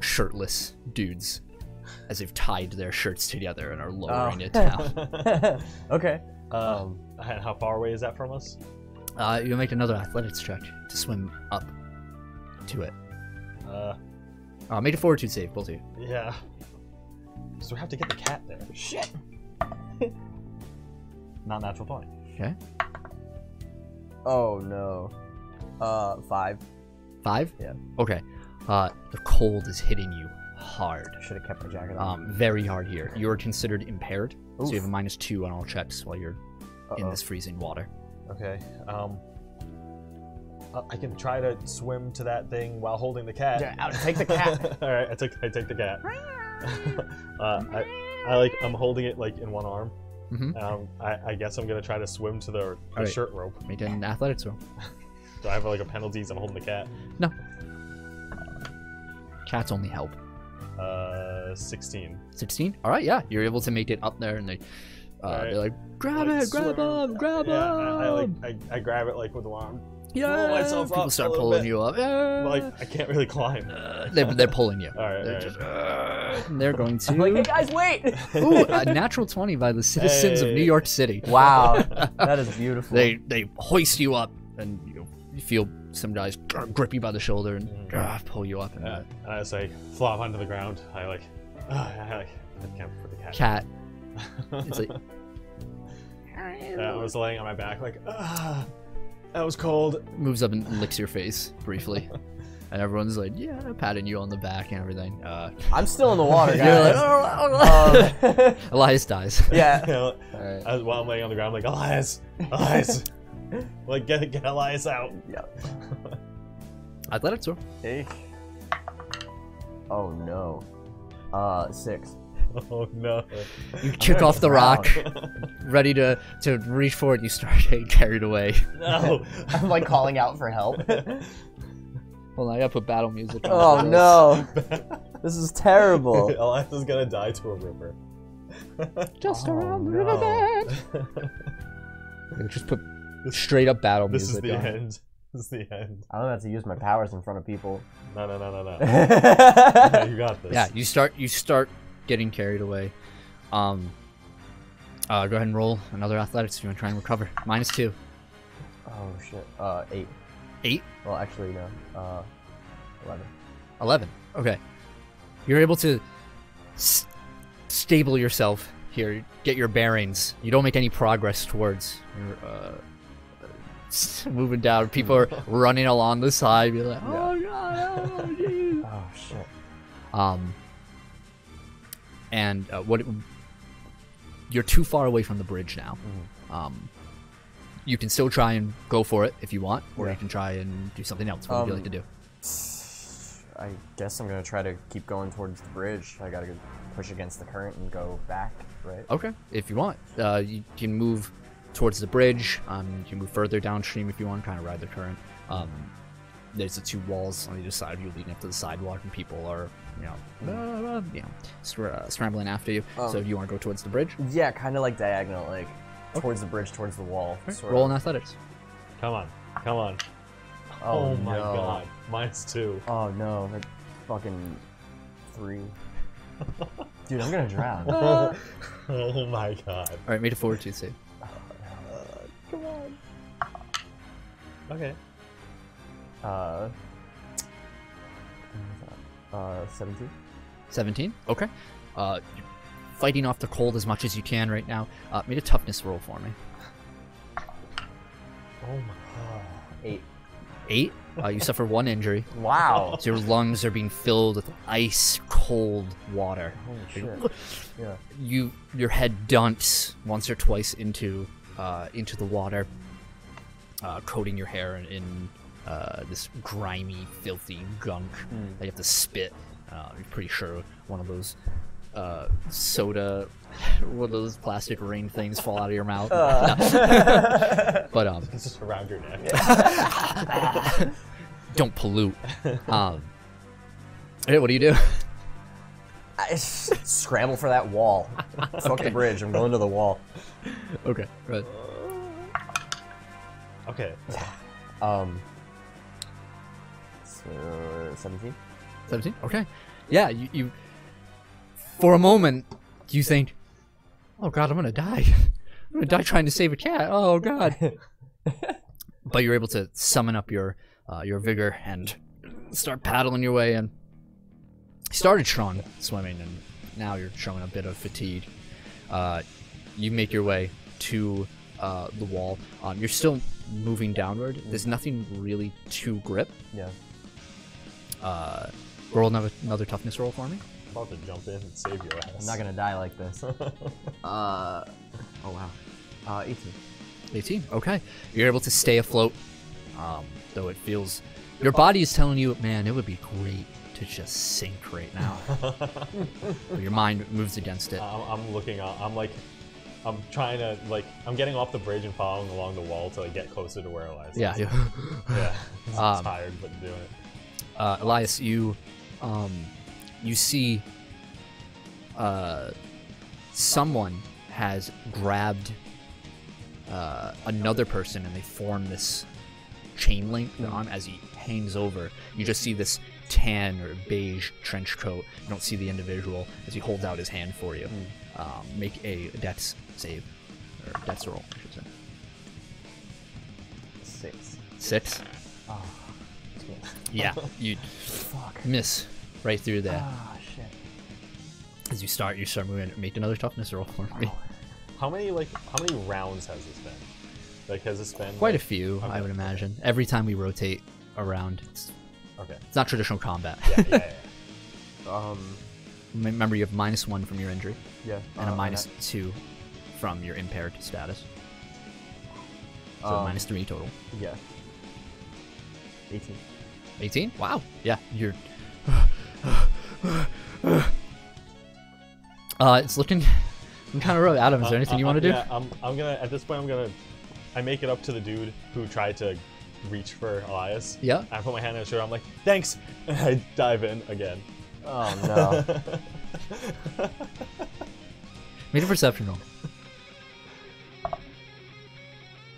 shirtless dudes, as they've tied their shirts together and are lowering it down.
Um, okay.
um, and how far away is that from us?
Uh, you'll make another athletics check to swim up to it.
Uh,
Uh, make a fortitude save, both of you.
yeah. So we have to get the cat there.
Shit.
Not natural 20.
Okay.
Oh no. Uh, five.
Five?
Yeah.
Okay. Uh, the cold is hitting you hard.
Should have kept my jacket on.
Um, very hard here. You're considered impaired, Um, so you
Oof.
have a minus two on all checks while you're in
Uh-oh.
this freezing water.
Okay. Um, I- I can try to swim to that thing while holding the cat.
Yeah, I'll take the cat.
All right, I took I take the cat. uh, I, I like I'm holding it like in one arm.
Mhm.
Um, I, I guess I'm gonna try to swim to the, the
right.
shirt rope.
Make an athletics roll.
Do I have like a penalty? 'cause I'm holding the cat.
Cats only help.
Uh, 16.
16? All right, yeah. You're able to make it up there, and they, uh,
All right.
they're like, grab
Like,
it, grab
swim.
him, grab
yeah, I, I, like
him.
I, I grab it like with one arm.
yeah.
myself
People
up a
start
little
pulling
bit.
you up. Yeah.
Like I can't really climb.
Uh, they're, they're pulling you.
All right,
They're
all
just, "Ugh," and they're going to.
like, hey guys, wait!
Ooh, a natural 20 by the citizens of New
Hey.
York City.
wow, that is beautiful.
They they hoist you up and you, you feel some guys grip you by the shoulder and uh, pull you up. And
Mm-hmm. Uh,
the
and I just like flop onto the ground. I like, uh, I like I can't put the cat.
cat, it's like,
And Uh, I was laying on my back like, ah, that was cold.
moves up and licks your face briefly. And everyone's like, yeah, patting you on the back and everything. Uh,
I'm still in the water,
you're like,
guys.
Um,
Um,
"Oh, oh, oh." Elias dies.
You
yeah.
know,
Alright.
I was, while I'm laying on the ground, I'm like Elias, Elias, like get get Elias out.
Athletics roll.
Eek. Oh no. Uh, six.
Oh no.
You kick off the rock, ready to, to reach for it, and you start getting carried away.
No.
I'm like calling out for help.
Hold on, I gotta put battle music on.
Oh no. This is terrible.
Elias is gonna die to a river.
Just
Oh,
around the
no.
riverbed. Just put straight up battle
This is
music on.
the end. This is the end.
I don't have to use my powers in front of people.
No, no, no, no, no. No,
Alright.
you got this.
Yeah, you start you start getting carried away. Um uh, go ahead and roll another athletics if you want to try and recover. Minus two.
Oh shit. Uh, eight.
Eight?
Well, actually, no. Uh, eleven.
Eleven. Okay. You're able to s- stable yourself here, get your bearings. You don't make any progress towards your uh, uh, moving down. People are running along the side. You're like, oh god, oh jeez.
Oh shit.
Um, and uh, what you're too far away from the bridge now.
Mm-hmm.
Um, you can still try and go for it if you want, or
Yeah.
you can try and do something else. What would you
Um,
like to do?
I guess I'm gonna try to keep going towards the bridge. I gotta go push against the current and go back, right?
Okay, if you want, uh, you can move towards the bridge. Um, you can move further downstream if you want, kind of ride the current. Um, there's the two walls on either side of you leading up to the sidewalk, and people are, you know, uh, you know, scr- uh, scrambling after you.
Oh.
so if you want to go towards the bridge,
Yeah, kind of like diagonal, like towards the bridge, towards the wall. Sort
roll
of.
in athletics.
Come on. Come on.
Oh,
my
no.
god. Mine's two.
Oh no, that fucking three. Dude, I'm gonna drown.
oh my god.
All right, made a fortitude save.
Come on. Okay.
Uh, uh, 17.
17. Okay. Uh, you're fighting off the cold as much as you can right now. Uh, made a toughness roll for me.
Oh my
Eight.
Eight. Uh, you suffer one injury.
Wow.
So your lungs are being filled with ice cold water.
Holy shit. Yeah.
You your head dunts once or twice into uh, into the water, uh, coating your hair in, in uh, this grimy, filthy gunk that you have to spit. Uh, I'm pretty sure one of those uh, soda, one of those plastic rain things fall out of your mouth. but um,
god. It's just around your neck.
don't pollute. Um, hey, what do you do?
I, scramble for that wall. Fuck the bridge. I'm going to the wall.
okay, right.
Okay.
Um. So, 17.
17 okay yeah you, you for a moment you think oh god i'm gonna die i'm gonna die trying to save a cat oh god but you're able to summon up your uh, your vigor and start paddling your way in you started strong swimming and now you're showing a bit of fatigue uh, you make your way to uh, the wall um, you're still moving downward there's nothing really to grip
Yeah.
uh, roll another, another toughness roll for me.
I'm about to jump in and save your ass.
I'm not gonna die like this. Uh. Oh wow. Uh, 18.
18. Okay. You're able to stay afloat, um, though it feels. Your body is telling you, man, it would be great to just sink right now. but your mind moves against it.
Uh, I'm, I'm looking out. I'm like, I'm trying to like, I'm getting off the bridge and following along the wall to like, get closer to where Elias. is.
Yeah. yeah.
Yeah. I'm
Um,
tired, but doing it.
uh, Elias, you um, you see uh, someone has grabbed uh, another person and they form this chain link on as he hangs over. You just see this tan or beige trench coat. You don't see the individual as he holds out his hand for you. Um, make a death save or death roll. I should say.
Six.
Six. Yeah, you
Fuck.
miss right through there.
Ah shit.
As you start, you start moving. Make another toughness roll for
Oh.
me.
How many like, how many rounds has this been? Like, has this been
Quite a
like-
few, I
Okay.
would imagine. Every time we rotate around, it's,
Okay.
it's not traditional combat.
Yeah, yeah, yeah.
Um.
M- Remember, you have minus one from your injury
Yeah.
and
Oh,
uh,
a minus two from your impaired status. So
Um,
minus three total.
Yeah. 18.
18? Wow. Yeah, you're. Uh, it's looking. I'm kind of rough. Adam, is there anything you
Uh, uh,
want to do?
Yeah, I'm, I'm gonna. At this point, I'm gonna. I make it up to the dude who tried to reach for Elias.
Yeah.
I put my hand on his shoulder. I'm like, thanks. And I dive in again.
Oh no.
Make a perception roll.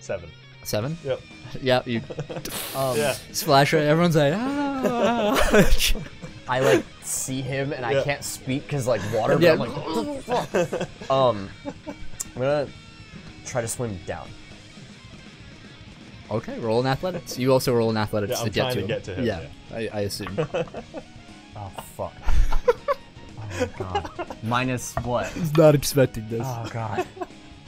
Seven.
Seven?
Yep.
Yeah, you
um,
Yeah.
splash right. Everyone's like, ah.
I like see him and
Yeah.
I can't speak because like water. But
Yeah.
I'm like, what the fuck? um, I'm gonna try to swim down.
Okay, roll in athletics. You also roll in athletics
Yeah,
to,
I'm
get to,
trying to
him.
get to him,
Yeah, I, I assume.
Oh fuck. oh my god. Minus what?
Not expecting this.
Oh god.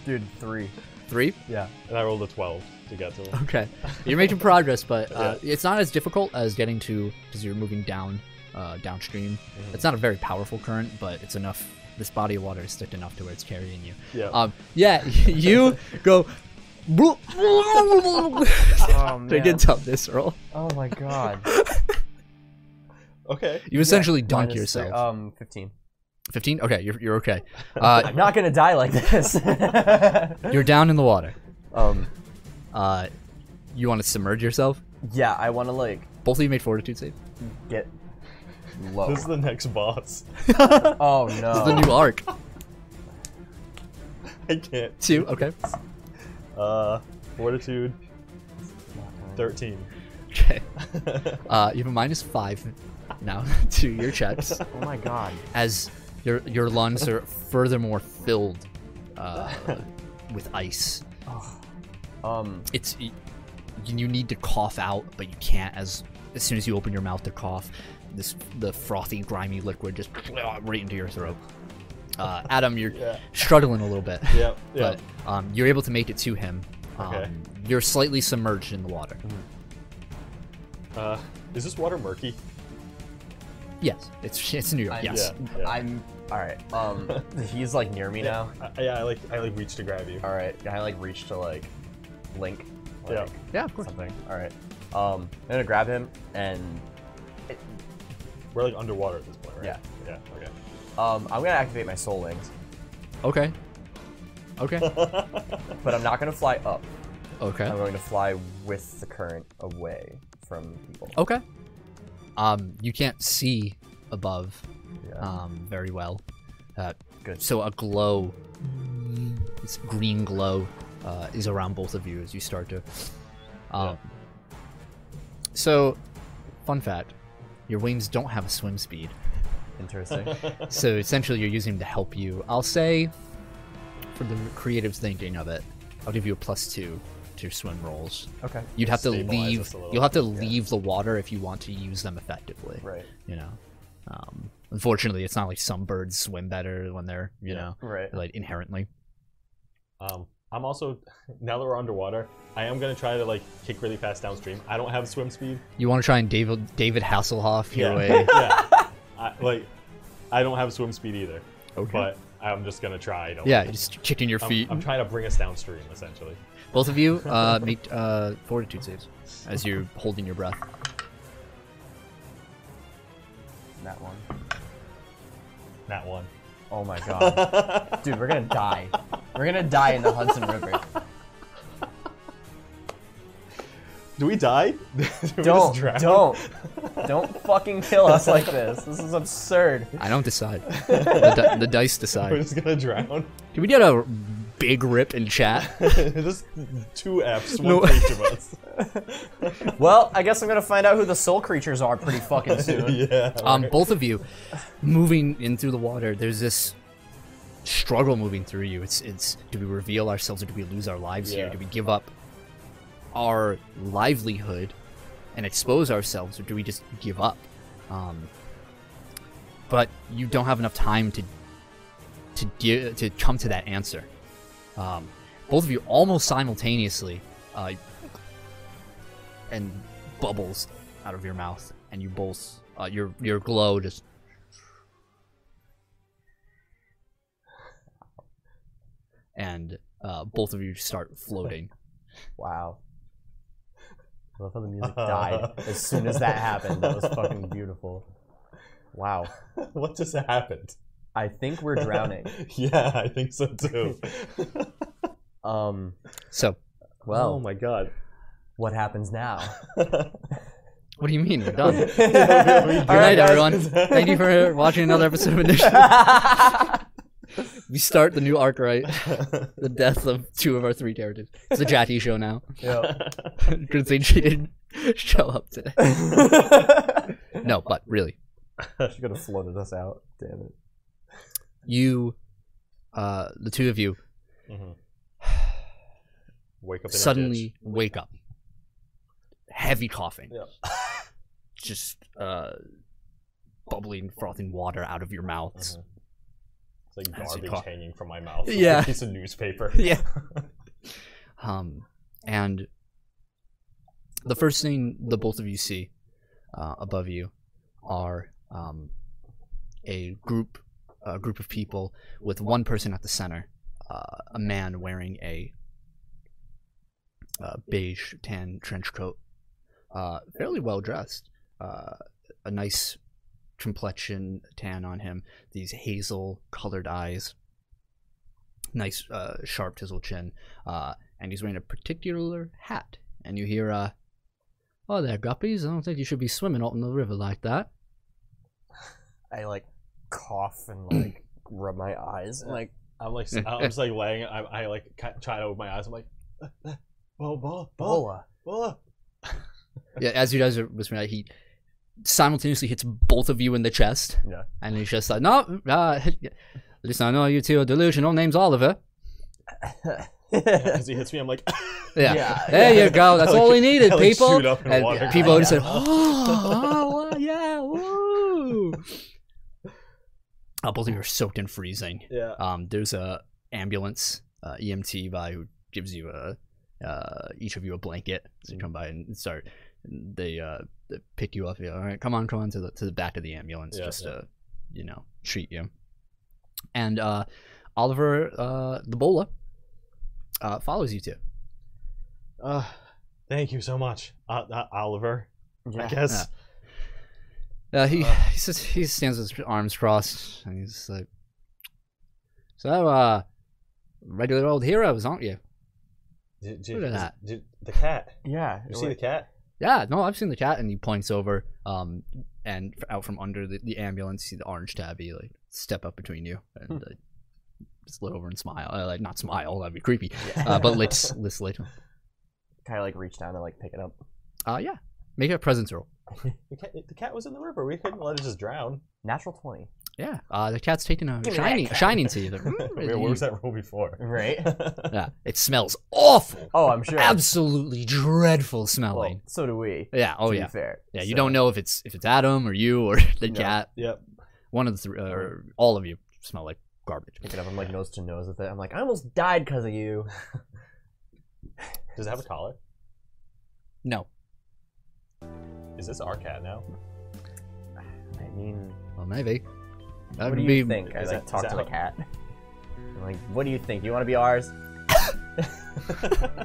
Dude, three.
Ah. Three.
Yeah.
And I rolled a twelve to get to him.
Okay, you're making progress, but uh, it's not as difficult as getting to because you're moving down, uh, downstream.
Mm-hmm.
It's not a very powerful current, but it's enough. This body of water is thick enough to where it's carrying you.
Yeah.
Um. Yeah. You go.
Oh man.
they did top this roll.
Oh my god.
Okay.
You essentially dunk
Minus three-
yourself.
Oh.
um, fifteen.
Fifteen. Okay, you're you're okay. Uh,
I'm not gonna die like this.
you're down in the water.
um,
Uh, you want to submerge yourself?
yeah, I want to like
Both of you made fortitude save.
get low.
This is the next boss.
Oh
The
no.
new arc.
I can't.
Two. Okay.
Uh, fortitude. Thirteen.
Okay. Uh, you have a minus five now to your checks
Oh my god.
as your your lungs are furthermore filled uh, with ice.
Um,
It's y- you need to cough out, but you can't. As as soon as you open your mouth to cough, this the frothy, grimy liquid just right into your throat. Uh, Adam, you're
Yeah.
struggling a little bit,
Yep. Yep.
but um, you're able to make it to him. Um,
Okay. Mm-hmm.
You're slightly submerged in the water.
Uh, is this water murky?
Yes, it's it's New York.
I-
yes.
Yeah. yeah.
I'm all right. Um, he's like near me now.
I, yeah, I like I like reach to grab you.
All right. Can I like reach to like link?
Yeah.
Like,
Yeah, of course.
Something. All right. Um, I'm gonna grab him and
We're like underwater at this point, right?
Yeah.
Yeah. Okay.
um, I'm gonna activate my soul wings,
Okay. Okay.
but I'm not gonna fly up.
Okay.
I'm going to fly with the current away from people.
Okay. Um, you can't see above
Yeah.
um, very well. Uh,
Good.
So a glow, this green glow, uh, is around both of you as you start to. Um, So, fun fact: your wings don't have a swim speed,
Interesting.
so essentially you're using them to help you. I'll say, for the creative thinking of it, I'll give you a plus two to your swim rolls.
okay.
You'd have to
Stabilize
leave.
us a little.
You'll have to leave the water if you want to use them effectively.
Right.
You know. Um, unfortunately, it's not like some birds swim better when they're you
Yeah.
know
Right.
like inherently.
Um, I'm also now that we're underwater, I am gonna try to like kick really fast downstream. I don't have swim speed.
You want to try and David David Hasselhoff your
yeah.
way.
yeah. I, like, I don't have swim speed either.
Okay.
But I'm just gonna try. To,
Yeah, just kicking your
I'm,
feet.
I'm trying to bring us downstream essentially.
Both of you uh, make uh, fortitude saves as you're holding your breath.
That one.
Not one.
Oh my god. Dude, we're gonna die. We're gonna die in the Hudson River.
Do we die? Do we just
Don't,
drown?
don't, don't fucking kill us like this. This is absurd.
I don't decide. the, di- the dice
We're
decide.
just gonna drown.
Did we get a big rip in chat?
just two F's, one
No.
for each of us.
Well, I guess I'm gonna find out who the soul creatures are pretty fucking soon.
yeah.
um,
right.
both of you moving in through the water there's this struggle moving through you it's it's do we reveal ourselves or do we lose our lives here
Yeah.
do we give up our livelihood and expose ourselves or do we just give up um, but you don't have enough time to to give, to come to that answer um, both of you almost simultaneously uh, and bubbles out of your mouth, and you both, uh, your your glow just. And uh, both of you start floating.
Wow. I love how the music died as soon as that happened. That was fucking beautiful. Wow.
what just happened?
I think we're drowning.
Yeah, I think so too.
Um.
So,
Well,
oh my god.
what happens now?
what do you mean? We're done.
All
Good night, everyone. Thank you for watching another episode of Initiative. We start the new arc, right? The death of two of our three characters. It's a Jackie show now. Good thing she didn't show up today. No, but really,
She could have floated us out. Damn it.
you, uh, the two of you,
Mhm. Wake up in a ditch.
suddenly wake up. Heavy coughing.
Yeah.
Just uh, bubbling, frothing water out of your mouths.
Mhm. It's like
As you
garbage
cough.
hanging from my mouth. Like
Yeah.
a piece of newspaper.
Yeah. um, and the first thing the both of you see uh, above you are um, a group, a group of people with one person at the center, uh, a man wearing a uh, beige tan trench coat, uh, fairly well dressed, uh, a nice complexion tan on him, these hazel colored eyes, nice uh, sharp chisel chin, uh, and he's wearing a particular hat. And you hear, uh, "Oh there, guppies! I don't think you should be swimming out in the river like that."
I like cough and like rub my eyes and like
I'm like, I'm just like laying. I, I
Oh.
like ca- try to open my eyes. I'm like, "Uh, uh, bo bo bo
Bola.
bola.
yeah, as you guys are whispering, he simultaneously hits both of you in the chest.
Yeah.
And he's just like, no, uh, listen, I know you two are delusional. Name's Oliver.
As he hits me, I'm like,
Yeah.
Yeah.
There you go. That's
I like-
all we needed,
I like
people.
shoot up in
and
water.
people
Yeah.
just said, oh, oh, yeah, woo. Uh, both of you are soaked in freezing.
yeah.
Um, there's a ambulance uh, EMT by who gives you a uh, each of you a blanket. So
Mm.
you come by and start. They uh, they pick you up. Yeah, all right, come on, come on to the to the back of the ambulance
Yeah,
just
yeah.
to you know treat you. And uh, Oliver uh, the Bola uh, follows you two.
Uh, thank you so much, uh, uh, Oliver. I
Yeah.
guess.
Uh, he
Uh.
he says he stands with his arms crossed and he's like, "So, uh, regular old heroes, aren't you?"
Did,
Look at that.
did- the cat.
Yeah.
You see the cat?
Yeah, no, I've seen the cat, and he points over, um, and f- out from under the, the ambulance, you see the orange tabby like step up between you and
Hmm.
like, just look over and smile. Uh, like not smile, that'd be creepy. Uh, but let's let's later.
kind of like reach down and like pick it up.
Uh, yeah, make a presence roll.
The cat. The cat was in the river. We couldn't let it just drown.
Natural twenty.
Yeah, uh, the cat's taking a
Give me that
shiny
cat.
shining to you. Like, "Mm,
Wait, what was that roll before?
Right.
Yeah, it smells awful,
oh, I'm sure.
absolutely dreadful
Well,
smelling.
so do we.
yeah, oh
to
yeah,
Be fair.
yeah. You
So-
don't know if it's if it's Adam or you or the
No.
cat.
yep.
One of the three, or all of you smell like garbage.
Pick it up. I'm like nose to nose with it. I'm like, I almost died because of you.
Does it have a collar?
No,
Is this our cat now?
I mean,
well maybe. That
what do
would
you
be
think? I
is that-
like talk
is
to the
that
cat. I'm like, what do you think? You want to be ours?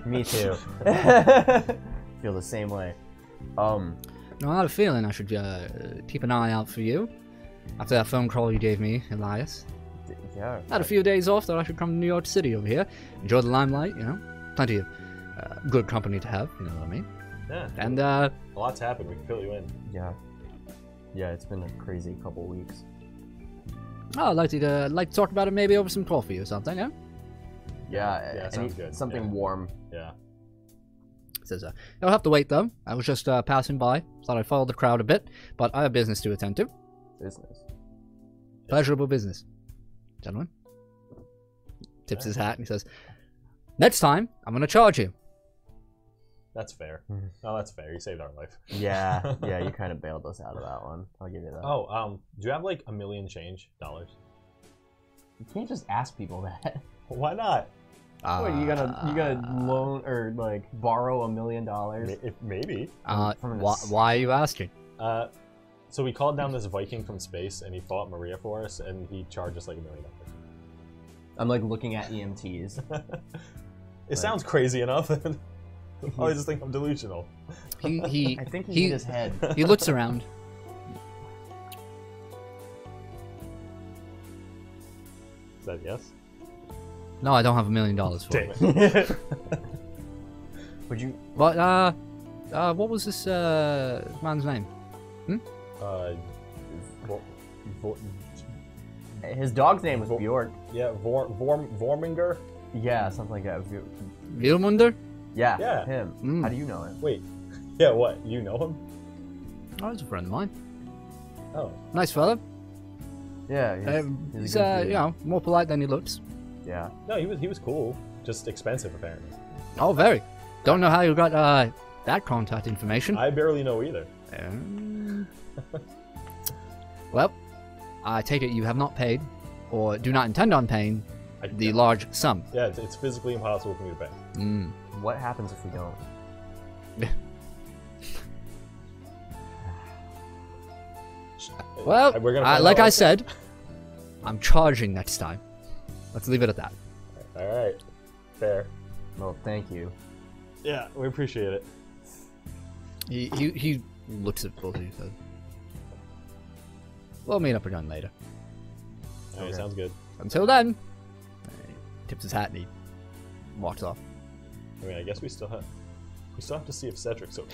Me too. Feel the same way. Um,
No, I had a feeling I should uh, keep an eye out for you. After that phone call you gave me, Elias.
d- yeah.
I had a few days off, thought I should come to New York City over here. Enjoy the limelight, you know. Plenty of uh, good company to have, you know what I mean.
yeah.
And, uh,
A lot's happened. We can fill you in.
Yeah. Yeah, it's been a crazy couple weeks.
oh, I'd like to, uh, like to talk about it maybe over some coffee or something, yeah?
Yeah,
Yeah,
Uh, any-
sounds good,
Something
yeah.
warm.
Yeah.
Says, uh, you'll have to wait, though. I was just uh, passing by. Thought I'd follow the crowd a bit, but I have business to attend to.
Business.
Pleasurable business. Gentlemen. Tips his hat and he says, Next time, I'm going to charge you.
That's fair.
Mhm.
No, that's fair. You saved our life.
Yeah, yeah, you kind of bailed us out of that one. I'll give you that.
Oh, um, do you have like a million change dollars?
You can't just ask people that.
Why not?
What, you gonna you
Uh,
gonna loan or like borrow a million dollars?
May- If, maybe.
Uh,
from
why,
this-
why are you asking?
Uh, so we called down this Viking from space, and he fought Maria for us, and he charged us like a million dollars.
I'm like looking at E EMTs.
It sounds crazy enough. I always just think I'm delusional.
He he
I think he,
he,
hit his head.
he looks around.
Is that yes?
No, I don't have a million dollars for it.
it.
Would you?
But uh, uh, what was this uh man's name?
uh, Vor- Vor-
His dog's name was
Vor-
Bjork.
yeah, Vor- Vorm- Vorminger.
Yeah, something like that. Bjor-
Vilmunder?
Yeah,
Yeah.
him.
Mm.
How do you know him?
Wait, yeah, what? You know him?
Oh, he's a friend of mine.
Oh,
Nice fella.
Yeah, he's,
Uh,
he's a
he's
good
uh,
dude.
you know, more polite than he looks.
yeah.
no, he was he was cool, just expensive apparently.
Oh, very. Don't know how you got uh that contact information.
I barely know either.
Um, well, I take it you have not paid, or do not intend on paying,
I,
the large sum.
yeah, it's, it's physically impossible for me to pay.
Mm.
What happens if we don't?
Well,
We're gonna
I,
find
like
out.
I said, I'm charging next time. Let's leave it at that.
All right, fair.
Well, thank you.
Yeah, we appreciate it.
He he, he looks at both of you and says, We'll meet up again later.
All right,
Okay.
sounds good.
Until then, and he tips his hat and he walks off.
I mean, I guess we still have. We still have to see if Cedric's okay.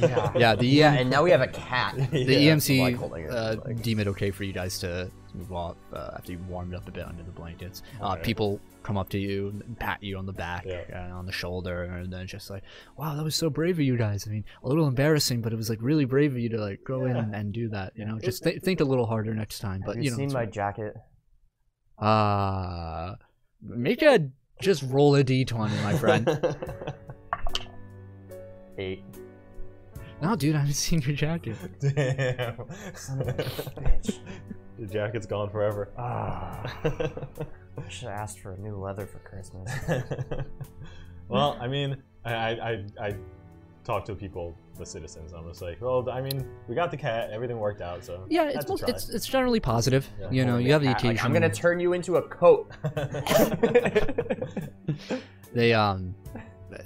Yeah.
Yeah, the
uh,
Yeah,
EM
and now we have a cat.
the
Yeah, that's why I'm holding
EMC
it,
uh,
like-
deem it okay for you guys to move off uh, after you warmed up a bit under the blankets. Uh,
Okay.
People come up to you, and pat you on the back
Yeah.
and on the shoulder, and then just like, "Wow, that was so brave of you guys." I mean, a little embarrassing, but it was like really brave of you to like go in
Yeah.
and, and do that. You know,
It-
just th- think a little harder next time. But
have
you
you
know,
seen
it's
my
fine.
jacket?
uh, make a just roll a d20, my friend.
Eight.
no, dude, I haven't seen your jacket.
Damn.
Son of a bitch.
Your jacket's gone forever.
Ah, I should have asked for a new leather for Christmas.
well, I mean, I, I, I, I talk to people, the citizens. I'm just like, well, I mean, we got the cat. Everything worked out, so.
Yeah,
Had
it's
to
most,
try.
it's it's generally positive.
Yeah.
you know,
Holding
you have the
cat,
occasion.
like, I'm gonna turn you into a coat.
they um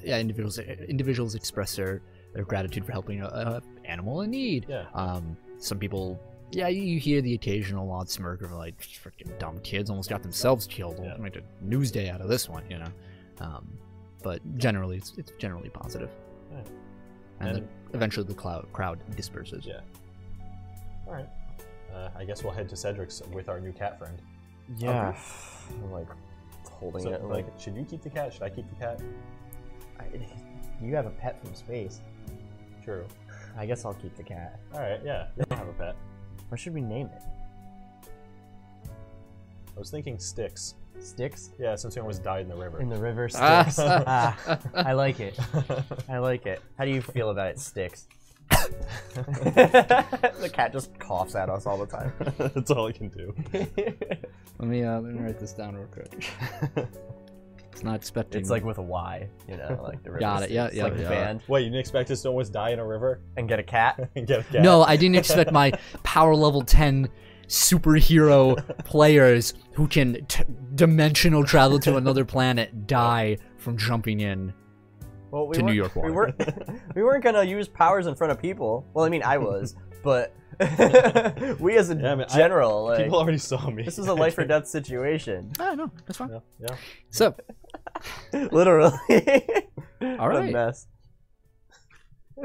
yeah individuals individuals express their their gratitude for helping a, a animal in need
yeah.
um some people yeah you, you hear the occasional odd smirk of like freaking dumb kids almost got themselves killed
Yeah.
We'll make a news day out of this one you know um but generally it's, it's generally positive
Alright.
and,
And-
then eventually the cloud, crowd disperses
Yeah. All right. Uh, I guess we'll head to Cedric's with our new cat friend.
Yeah. I'm like holding
So,
it. I'm
like,
like,
should you keep the cat? Should I keep the cat?
I, you have a pet from space.
True.
I guess I'll keep the cat.
All right. Yeah. You don't have a pet.
What should we name it?
I was thinking sticks.
Sticks
Yeah, since he almost died in the river.
in the river.
Ah.
Sticks. ah, I like it. I like it. How do you feel about it? Sticks. the cat just coughs at us all the time.
That's all I can do.
let me uh let me write this down real quick it's not expecting
it's like with a Y, you know, like the river.
Got it, yeah,
Styx,
yeah,
Like the
yeah.
band
Wait, you didn't expect us to almost die in a river
and get a cat.
and get a cat?
No, I didn't expect my power level 10 superhero players who can t- dimensional travel to another planet die from jumping in.
Well, we
To New
weren't-
York
We
water.
weren't. we weren't gonna use powers in front of people. Well, I mean, I was, but we as a
Yeah, I mean, I-
general, like,
People already saw me.
this is a life or death situation,
Oh, no, that's fine.
Yeah, yeah.
So,
literally. All
right.
mess.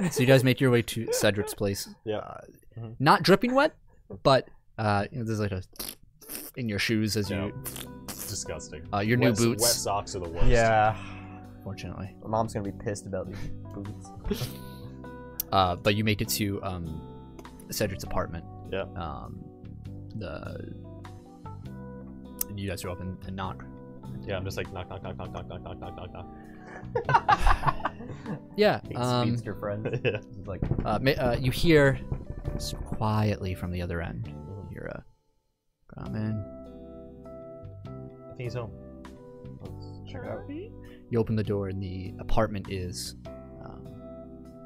so you guys make your way to Cedric's place.
Yeah.
Uh,
Mhm.
Not dripping wet, but uh, you know, there's like a in your shoes as you
It's disgusting.
uh, your new
Wet-
boots.
Wet socks are the worst.
Yeah.
Fortunately,
My mom's gonna be pissed about these boots.
uh, but you make it to um, Cedric's apartment.
Yeah.
Um, the you guys go up and, and knock.
Yeah, I'm just like knock, knock, knock, knock, knock, knock, knock, knock, knock, knock.
Yeah.
Big
Um,
speedster friend.
yeah.
She's like,
uh, ma- uh, you hear s- quietly from the other end. You hear a come in.
I think he's home.
let's check out.
You open the door, and the apartment is um,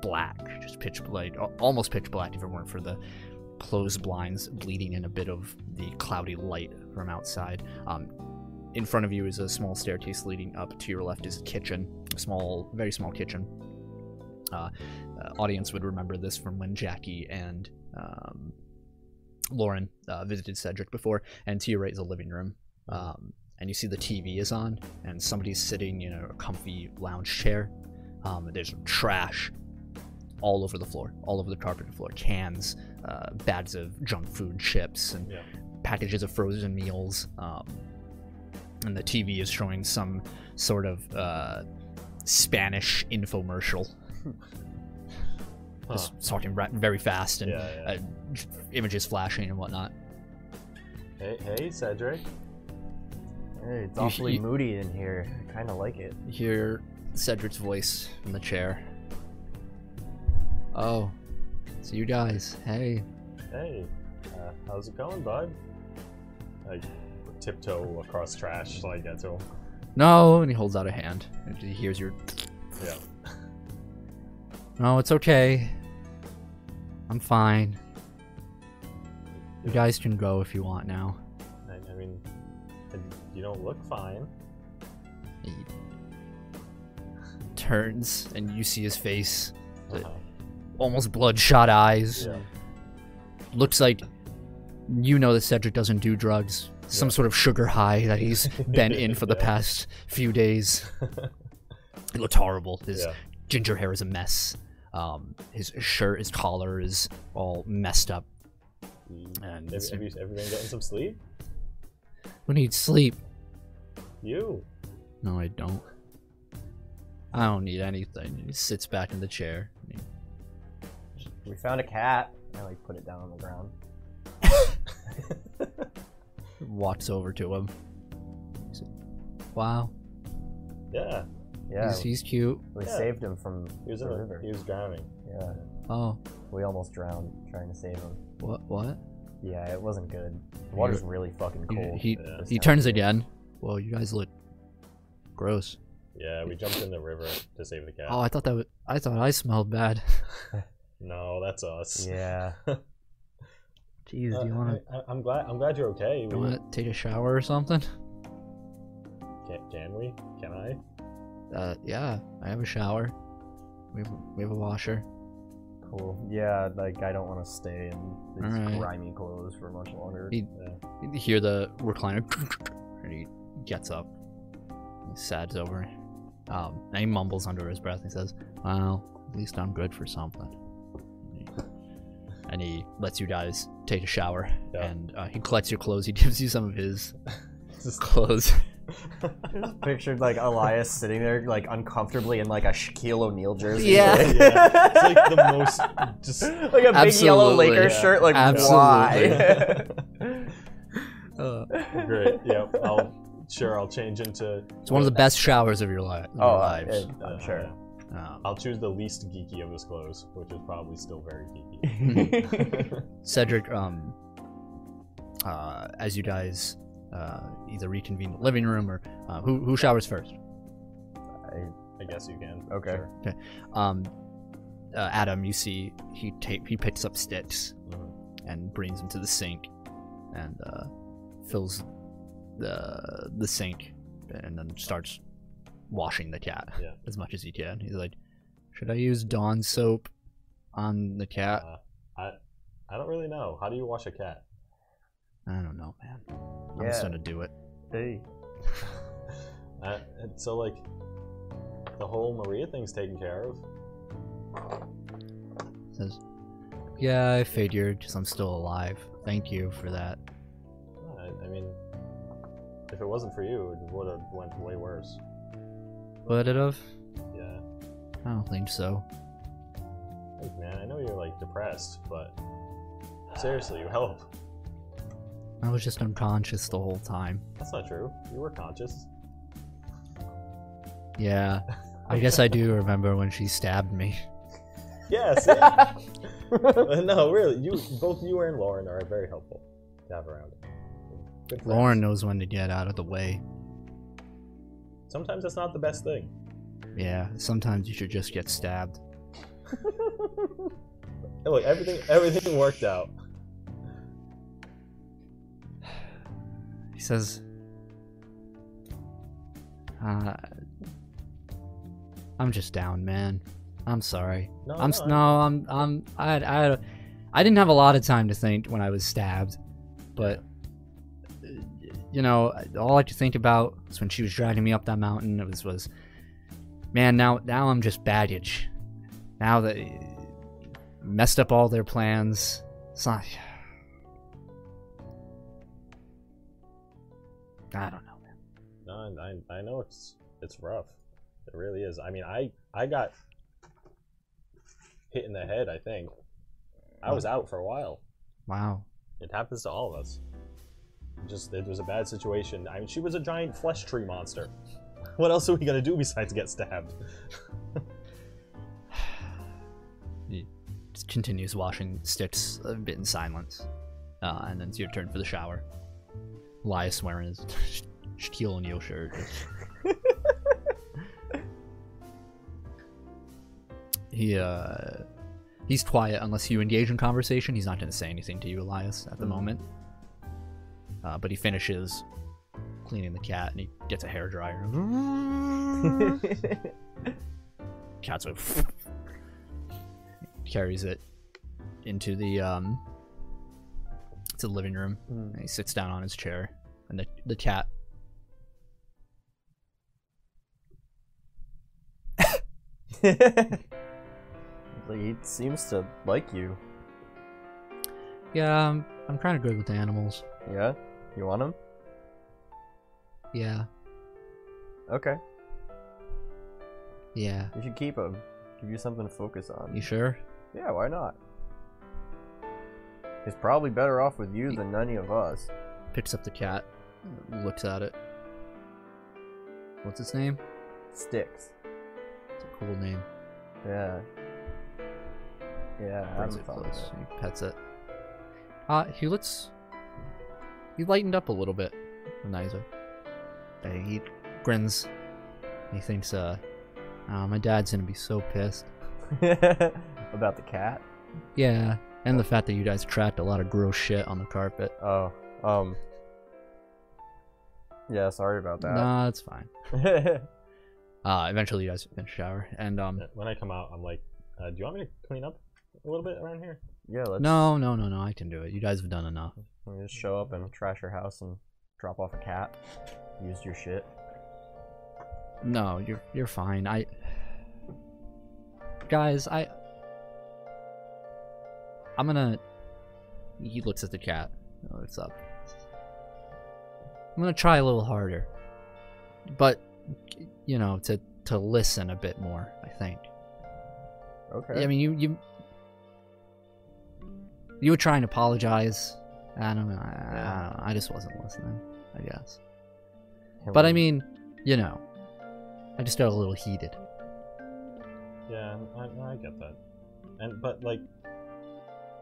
black, just pitch like al- almost pitch black if it weren't for the closed blinds bleeding in a bit of the cloudy light from outside. Um, in front of you is a small staircase leading up. To your left is a kitchen, a small, very small kitchen. Uh, uh, audience would remember this from when Jackie and um, Lauren uh, visited Cedric before. And to your right is a living room. Um, and you see the TV is on, and somebody's sitting in a comfy lounge chair. Um, there's trash all over the floor, all over the carpeted floor. Cans, uh, bags of junk food, chips, and
Yeah.
packages of frozen meals. Um, and the TV is showing some sort of uh, Spanish infomercial.
Huh.
Just talking ra- very fast and
Yeah, yeah.
Uh, j- images flashing and whatnot.
Hey, hey, Cedric.
Hey, it's
You-
awfully
you-
moody in here. I kind of like it.
You hear Cedric's voice from the chair. Oh, it's you guys. Hey.
Hey, uh, how's it going, bud? I tiptoe across trash till I get to him.
No, and he holds out a hand. And he hears your.
Yeah.
No, it's okay. I'm fine. You guys can go if you want now.
I, I mean, you don't look fine.
He turns, and you see his face. The-
Uh-huh.
Almost bloodshot eyes.
Yeah.
looks like you know that Cedric doesn't do drugs. Some
Yeah.
sort of sugar high that he's been in for the
Yeah.
past few days. It looked horrible. His
Yeah.
ginger hair is a mess. Um, his shirt, his collar is all messed up. And
Have, have you, have you been getting some sleep?
we need sleep.
You.
No, I don't. I don't need anything. He sits back in the chair.
We found a cat. I like put it down on the ground.
He walks over to him. He's like, Wow,
Yeah.
Yeah,
he's, he's cute.
we
yeah.
saved him from
He was
the
in a,
river.
He was drowning.
Yeah,
Oh,
we almost drowned trying to save him.
what? What?
Yeah, it wasn't good. The water's really fucking
He-
cold.
he-
Yeah.
this
He
time of
turns
year.
again. Well, you guys look gross.
Yeah. We jumped in the river to save the cat.
Oh, I thought that was, I thought I smelled bad.
no, that's us.
Yeah.
Jeez,
Uh,
do you want to
I, I, I'm glad. I'm glad you're okay.
do you
We-
want to take a shower or something?
can, can we? Can I?
Uh, yeah, I have a shower. We have, we have a washer.
Cool. Yeah, like I don't want to stay in these
Alright.
grimy clothes for much longer.
He- You hear the recliner, and he gets up. He sags over. Um, and he mumbles under his breath. He says, "Well, at least I'm good for something." And he, and he lets you guys take a shower,
Yeah.
and uh, he collects your clothes. He gives you some of his
Just-
clothes.
Pictured like Elias sitting there like uncomfortably in like a Shaquille O'Neal jersey.
Yeah.
Like,
Yeah, it's like the most just
like a big yellow
Absolutely.
Lakers
Yeah.
shirt. Like why?
Uh,
great. Yeah, I'll sure I'll change into. uh,
it's one of the best showers of your life. Of
oh,
your
uh,
lives.
yeah, I'm sure.
Um,
I'll choose the least geeky of his clothes, which is probably still very geeky.
yeah,
Cedric, um, uh, as you guys uh, either reconvene the living room or uh, who, who showers first?
I guess you can.
Okay.
Sure.
Um, uh, Adam, you see, he ta- he picks up sticks
Mhm.
and brings them to the sink and uh, fills the the sink and then starts washing the cat
Yeah.
as much as he can. He's like, should I use Dawn soap on the cat?
Uh, I I don't really know. How do you wash a cat?
I don't know, man. I'm just gonna do it.
Hey.
I, and so like, the whole Maria thing's taken care of.
Says, "Yeah, I figured, 'cause I'm still alive. Thank you for that."
I, I mean, if it wasn't for you, it would have went way worse.
Would it have?
Yeah.
I don't think so.
Like, man, I know you're like depressed, but seriously, you help.
I was just unconscious the whole time.
That's not true. You were conscious.
Yeah, I guess I do remember when she stabbed me.
Yes. yeah. Uh, no, really. You both you and Lauren are very helpful to have around. Good friends.
Lauren knows when to get out of the way.
Sometimes that's not the best thing.
Yeah, sometimes you should just get stabbed.
Hey, Look, everything everything worked out.
He says, uh, "I'm just down, man. I'm sorry."
No,
I'm s
no,
no, I'm I'm I I I didn't have a lot of time to think when I was stabbed, but uh, you know all I could think about was when she was dragging me up that mountain. It was was man now now I'm just baggage. Now that messed up all their plans. It's not. I don't know.
No, I, I know it's it's rough. It really is. I mean, I I got hit in the head. I think I was out for a while.
Wow.
It happens to all of us. Just it was a bad situation. I mean, she was a giant flesh tree monster. What else are we gonna do besides get stabbed?
Just continues washing sticks a bit in silence. Uh, and then it's your turn for the shower. Elias wearing his Shaquille O'Neal shirt. he, uh, he's quiet unless you engage in conversation. He's not going to say anything to you, Elias, at the moment. Uh, but he finishes cleaning the cat and he gets a hairdryer. Cat's like, carries it into the um to the living room and he sits down on his chair and the the cat
like he seems to like you.
Yeah, I'm, I'm kind of good with animals.
Yeah? You want him?
Yeah,
Okay.
yeah.
You should keep him. Give you something to focus on.
You sure?
Yeah, why not? He's probably better off with you than any of us.
Picks up the cat, looks at it. What's its name?
Sticks.
It's a cool name.
Yeah. Yeah,
Brings
I'm
it
fine with
close.
it.
He pets it. Uh, he looks. He lightened up a little bit. And now he's like, and he grins. He thinks, uh, "Ah, my dad's gonna be so pissed.
About the cat?
Yeah, and the fact that you guys trapped a lot of gross shit on the carpet.
Oh, um. Yeah, sorry about that.
Nah, it's fine. Uh, eventually you guys finish shower, and um,
When I come out, I'm like, uh, do you want me to clean up a little bit around here?
yeah, let's
no, no, no, no, I can do it. You guys have done enough.
we just show up and trash your house and drop off a cat. Use your shit.
No, you're you're fine. I guys, I I'm gonna. He looks at the cat. He Looks up. I'm gonna try a little harder, but you know, to to listen a bit more. I think.
Okay.
I mean, you you you were trying to apologize. I don't know. I, I, don't know. I just wasn't listening. I guess. But I mean, you know, I just got a little heated.
Yeah, I, I get that. And but like,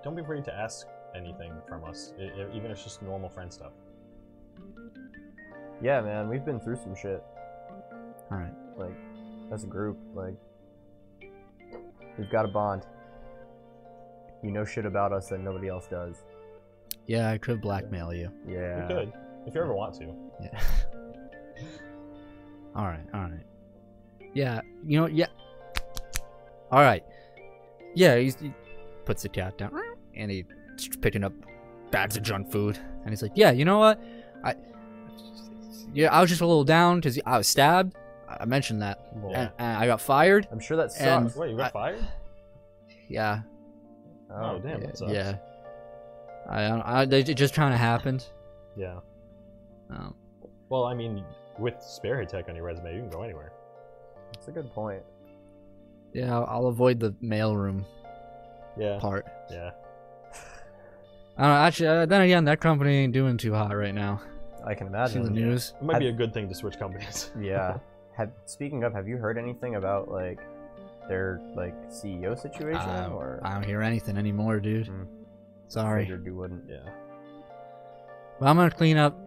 don't be afraid to ask anything from us, i i even if it's just normal friend stuff.
yeah, man, we've been through some shit.
All right.
Like, as a group, like, we've got a bond. You know shit about us that nobody else does.
Yeah, I could blackmail you.
Yeah.
You could, if you ever want to.
Yeah. all right. All right. Yeah. You know. Yeah. All right. Yeah. He's, he puts the cat down, and he's picking up bags of junk food, and he's like, "Yeah, you know what? I, yeah, I was just a little down because I was stabbed. I I mentioned that,
Yeah.
and, and I got fired.
I'm sure that
And-
sucks.
Wait, you got
I-
fired?
Yeah.
Oh, damn,
yeah.
that sucks.
yeah. I, don't- I, they- it just kind of happened.
Yeah.
Um,
Well, I mean, with Spearhead Tech on your resume, you can go anywhere.
That's a good point.
yeah, I'll, I'll avoid the mailroom
Yeah.
part.
Yeah.
I don't know, actually, uh, then again, that company ain't doing too hot right now.
I can
I've seen the
imagine.
news.
It might
I-
be a good thing to switch companies.
Yeah. Have speaking of, have you heard anything about like their like CEO situation
Uh,
or
I don't hear anything anymore, dude.
Hmm.
Mm.
Sorry.
figured you wouldn't.
yeah.
But I'm gonna clean up.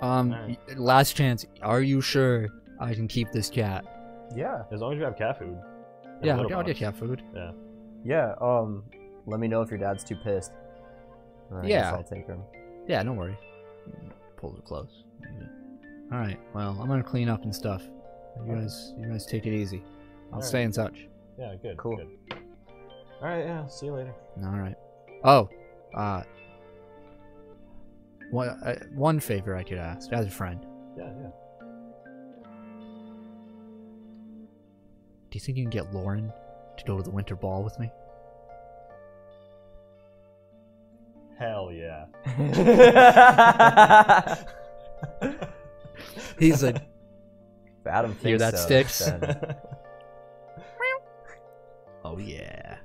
Um,
Alright.
y- last chance. Are you sure I can keep this cat?
Yeah.
As long as you have cat food. and a
yeah,
litter
I'll, I'll
box.
get cat food.
Yeah. Um, let me know if your dad's too pissed. And I guess
Yeah.
I'll take him.
Yeah, don't worry. Pulls it close. All right. Well, I'm gonna clean up and stuff. You guys, you guys take it easy. I'll
Alright.
stay in touch.
Yeah, good.
Cool.
Good. All right. Yeah. See you later.
All right. Oh, uh, one uh, one favor I could ask as a friend.
Yeah. Yeah.
Do you think you can get Lauren to go to the winter ball with me?
Hell yeah.
He's like,
Adam thinks
that
so,
sticks?
then-
oh yeah.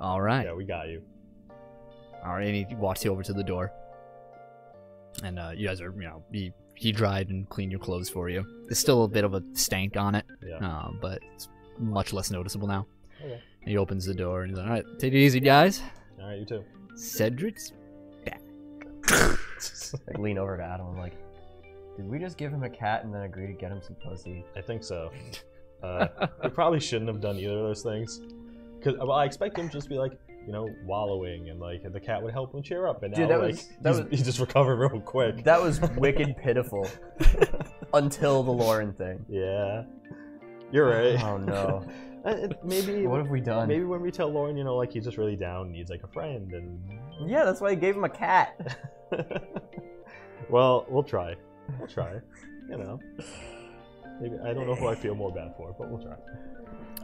All right.
yeah, we got you.
All right. And he walks you over to the door. And uh, you guys are, you know, he, he dried and cleaned your clothes for you. There's still a bit of a stank on it,
Yeah.
uh, but it's much less noticeable now.
Okay.
And he opens the door and he's like, all right, take it easy, guys.
All right. You too.
Cedric's
like lean over to Adam. I'm like, did we just give him a cat and then agree to get him some pussy?
I think so. Uh, we probably shouldn't have done either of those things. Cause well, I expect him to just be like, you know, wallowing and like the cat would help him cheer up, and now
Dude, that
like
was- that
he's-
was-
he just recovered real quick.
That was wicked pitiful. Until the Lauren thing.
yeah, you're right.
Oh no.
Uh, it- maybe
What have we done?
maybe when we tell Lauren, you know, like he's just really down, needs like a friend, and
Yeah, that's why I gave him a cat.
well, we'll try. We'll try. You know. Maybe I don't know who I feel more bad for, but we'll try.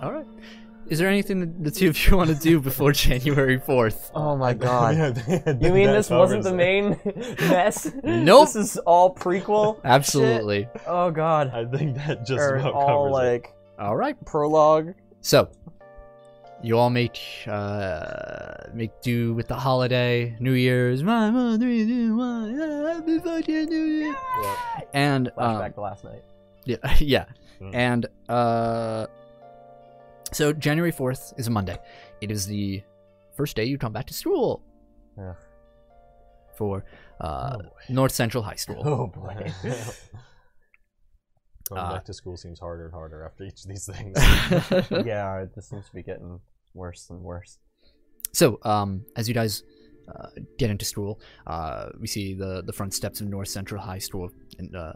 All right. Is there anything that the two of you want to do before January 4th?
Oh my
Yeah,
god.
they-
You mean
that
this wasn't
covers
the
it.
main mess?
Nope.
This is all prequel. shit?
Absolutely.
Oh god.
I think that just
Or
about
all
covers it.
like
All right.
prologue.
So, you all make uh, make do with the holiday, New Year's, one, one, three, two, one, yeah, happy fucking New Year.
Yep.
And
Flashback
um,
to last night.
yeah, yeah.
Mm.
and uh, so January fourth is a Monday. It is the first day you come back to school
Ugh.
for uh,
Oh, boy.
North Central High School.
Oh boy.
Going
Uh,
back to school seems harder and harder after each of these things.
yeah, this seems to be getting worse and worse.
So, um, as you guys uh, get into school, uh, we see the the front steps of North Central High School, and, uh,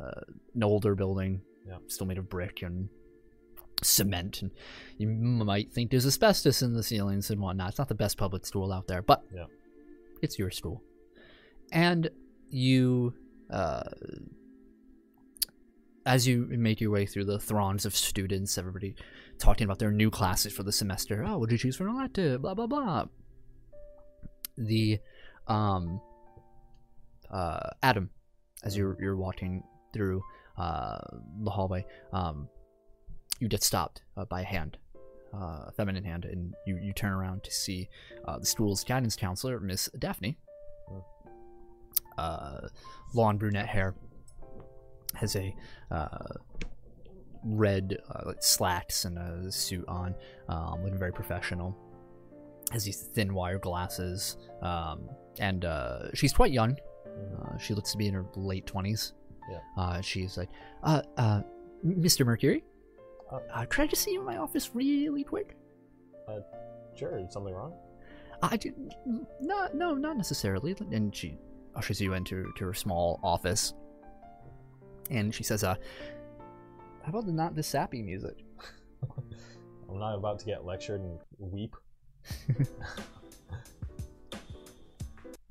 an older building,
Yep.
still made of brick and cement, and you might think there's asbestos in the ceilings and whatnot. It's not the best public school out there, but
Yep.
it's your school, and you. Uh, as you make your way through the throngs of students, everybody talking about their new classes for the semester. Oh, what did you choose for an elective? Blah blah blah. The um uh Adam, as you're you're walking through uh the hallway, um you get stopped uh, by a hand, uh, a feminine hand, and you you turn around to see uh, the school's guidance counselor, Miss Daphne. Uh, blonde brunette hair has a uh, red uh, like slacks and a suit on, um, looking very professional. Has these thin wire glasses, um, and uh, she's quite young. Uh, she looks to be in her late twenties.
Yeah.
Uh, she's like, uh, uh, Mr. Mercury,
Oh.
uh, could I just see you in my office really quick?
sure, is something wrong?
I do, no, no, not necessarily. And she ushers you into to her small office, and she says, "Uh, how about the not the sappy music?"
I'm not about to get lectured and weep.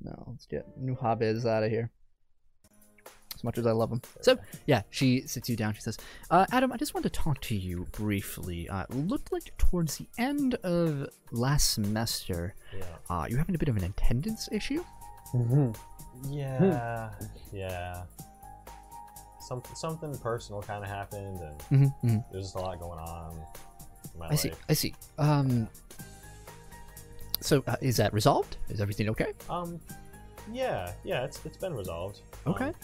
No, let's get new hobbies out of here. As much as I love them. So, yeah, she sits you down. She says, uh, Adam, I just want to talk to you briefly. Uh, looked like towards the end of last semester,
Yeah.
uh, you having a bit of an attendance issue? Mm-hmm.
Yeah.
Hmm.
yeah. Some, something personal kind of happened, and
Mm-hmm.
there's just a lot going on in my
I
life.
see. I see. Um, so, uh, is that resolved? Is everything okay?
Um, yeah, yeah, it's, it's been resolved.
Okay.
Um,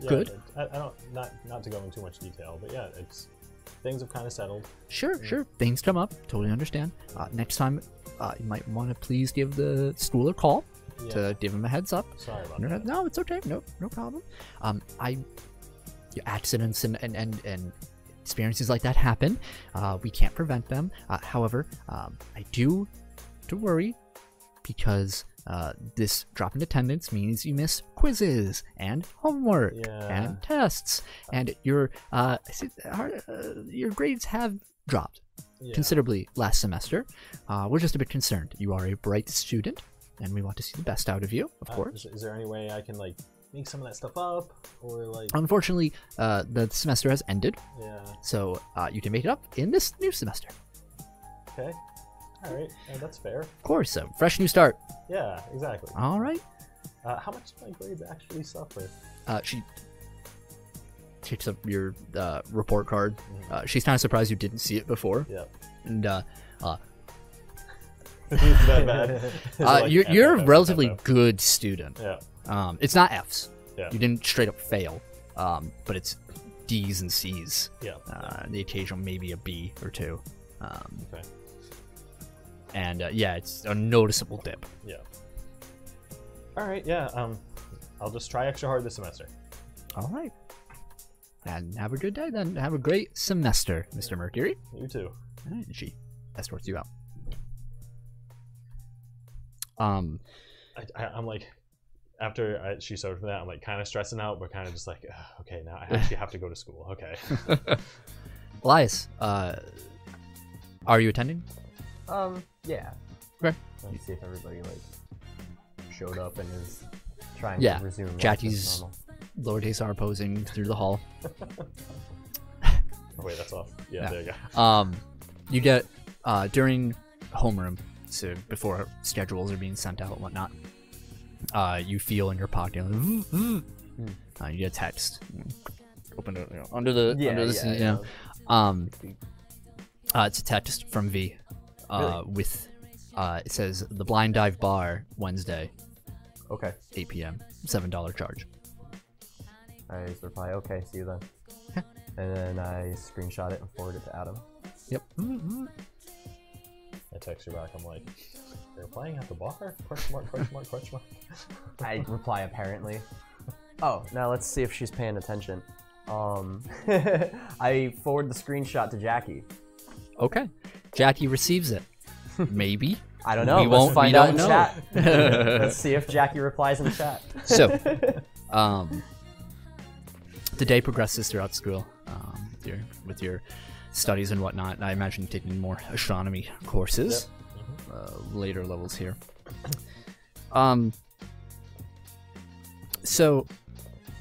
yeah,
Good.
it- I, I don't not not to go into too much detail, but yeah, it's things have kind of settled.
Sure, sure. Things come up. Totally understand. Uh, next time, uh, you might want to please give the school a call
Yeah.
to give them a heads up.
Sorry about
No, no,
that.
no, it's okay. No, no problem. Um, I, yeah, accidents and and and, and experiences like that happen. Uh, we can't prevent them. Uh, however, um, I do to worry because uh, this drop in attendance means you miss quizzes and homework
Yeah.
and tests, and your uh, is it hard- uh, your grades have dropped
yeah.
considerably last semester. Uh, we're just a bit concerned. You are a bright student. And we want to see the best out of you, of
Uh,
course.
Is, is there any way I can like make some of that stuff up, or like
Um, Unfortunately, uh, the semester has ended,
yeah?
so uh, you can make it up in this new semester.
Okay, all right, uh, that's fair.
Of course, so fresh new start.
Yeah, exactly.
All right.
Uh, how much do my grades actually suffer?
Uh, she takes up your uh, report card. Uh, she's kind of surprised you didn't see it before,
Yeah,
and uh, uh,
Is that bad? Is it
uh,
like
you're
F,
you're
F,
a
F,
relatively
F, F?
good student.
Yeah,
Um, it's not Fs.
Yeah.
You didn't straight up fail, um, but it's D's and C's.
yeah.
Uh, the occasional maybe a B or two. Um,
Okay.
and uh, yeah, it's a noticeable dip.
Yeah. All right. Yeah. Um, I'll just try extra hard this semester.
All right. And have a good day then. Have a great semester, Mr. Mercury.
You too.
And she escorts you out. Um,
I, I, I'm like, after I, she showed me that, I'm like kind of stressing out, but kind of just like, "Ugh, okay, now I actually have to go to school. Okay.
Elias, uh, are you attending?
Um, yeah.
Okay.
Let's see if everybody like showed up and is trying
Yeah,
to resume. life as
Jackie's-
normal.
Lowercase r posing through the hall.
Oh, wait, that's off. Yeah,
Yeah.
there you go.
Um, you get uh, during homeroom, so before schedules are being sent out and whatnot. Uh, you feel in your pocket, uh, you get a text. Open it you know, under the
Yeah,
under this,
yeah,
you know. Um, uh, it's a text from V, uh, with uh, it says the blind dive bar Wednesday,
Okay.
8 p.m. Seven dollar charge.
I just reply, okay, see you then. and then I screenshot it and forward it to Adam.
Yep.
I text you back. I'm like, you're playing at the bar? Question mark, question mark, question mark.
I reply apparently. Oh, now let's see if she's paying attention. Um, I forward the screenshot to Jackie.
Okay. Jackie receives it. Maybe.
I don't know.
We
let's
won't
find
we
out in
don't
chat. let's see if Jackie replies in chat.
So, um, the day progresses throughout school um, with, your, with your studies and whatnot. I imagine taking more astronomy courses, uh, later levels here. Um, so,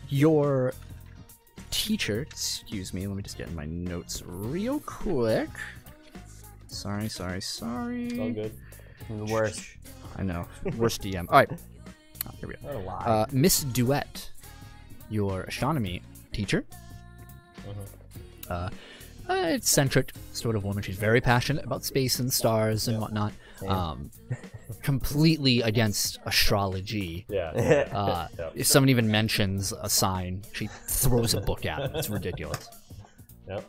your teacher, excuse me, let me just get in my notes real quick. Sorry, sorry, sorry.
It's all good.
The worst.
I know. Worst DM. All right. Oh, here we go.
What a lie.
Uh, Miss Duet, your astronomy teacher. Uh, uh, eccentric sort of woman. She's very passionate about space and stars and whatnot. Um, completely against astrology.
Yeah. yeah.
Uh,
Yep.
If someone even mentions a sign, she throws a book at them. It's ridiculous.
Yep.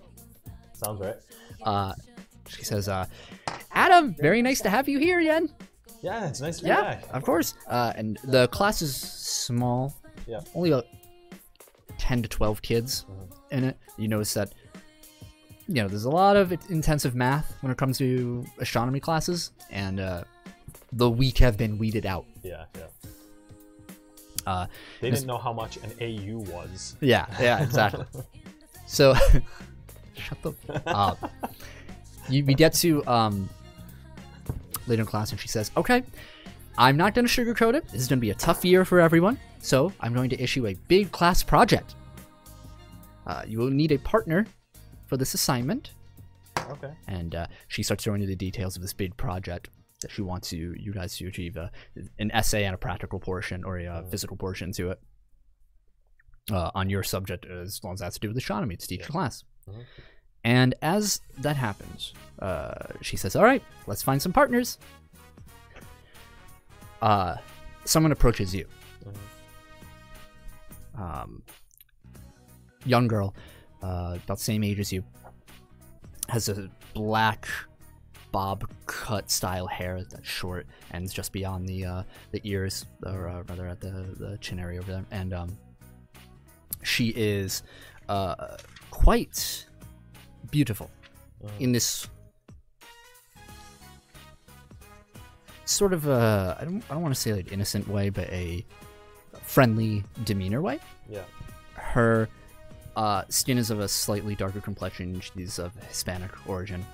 Sounds right.
Uh, she says, uh, Adam, very nice to have you here again.
Yeah, it's nice to be
Yeah,
back.
of course. Uh, and the class is small.
Yeah.
Only about ten to twelve kids in it. You notice that. You know, there's a lot of intensive math when it comes to astronomy classes, and uh, the weak have been weeded out.
Yeah, yeah.
Uh,
They didn't know how much an AU was.
Yeah, yeah, exactly. so, shut the up. You, we get to um, later in class, and she says, "Okay, I'm not going to sugarcoat it. This is going to be a tough year for everyone. So I'm going to issue a big class project. Uh, you will need a partner for this assignment."
Okay.
and uh, she starts throwing you the details of this big project that she wants you you guys to achieve uh, an essay and a practical portion or a uh, physical portion to it uh, on your subject as long as that's to do with astronomy to teach your class and as that happens uh, she says all right let's find some partners uh, someone approaches you um, young girl uh, about the same age as you has a black bob cut style hair that's short and it's just beyond the uh, the ears or uh, rather at the, the chin area over there and um, she is uh, quite beautiful in this sort of a I don't, I don't want to say like innocent way but a friendly demeanor way
Yeah.
her uh, skin is of a slightly darker complexion. She's of Hispanic origin,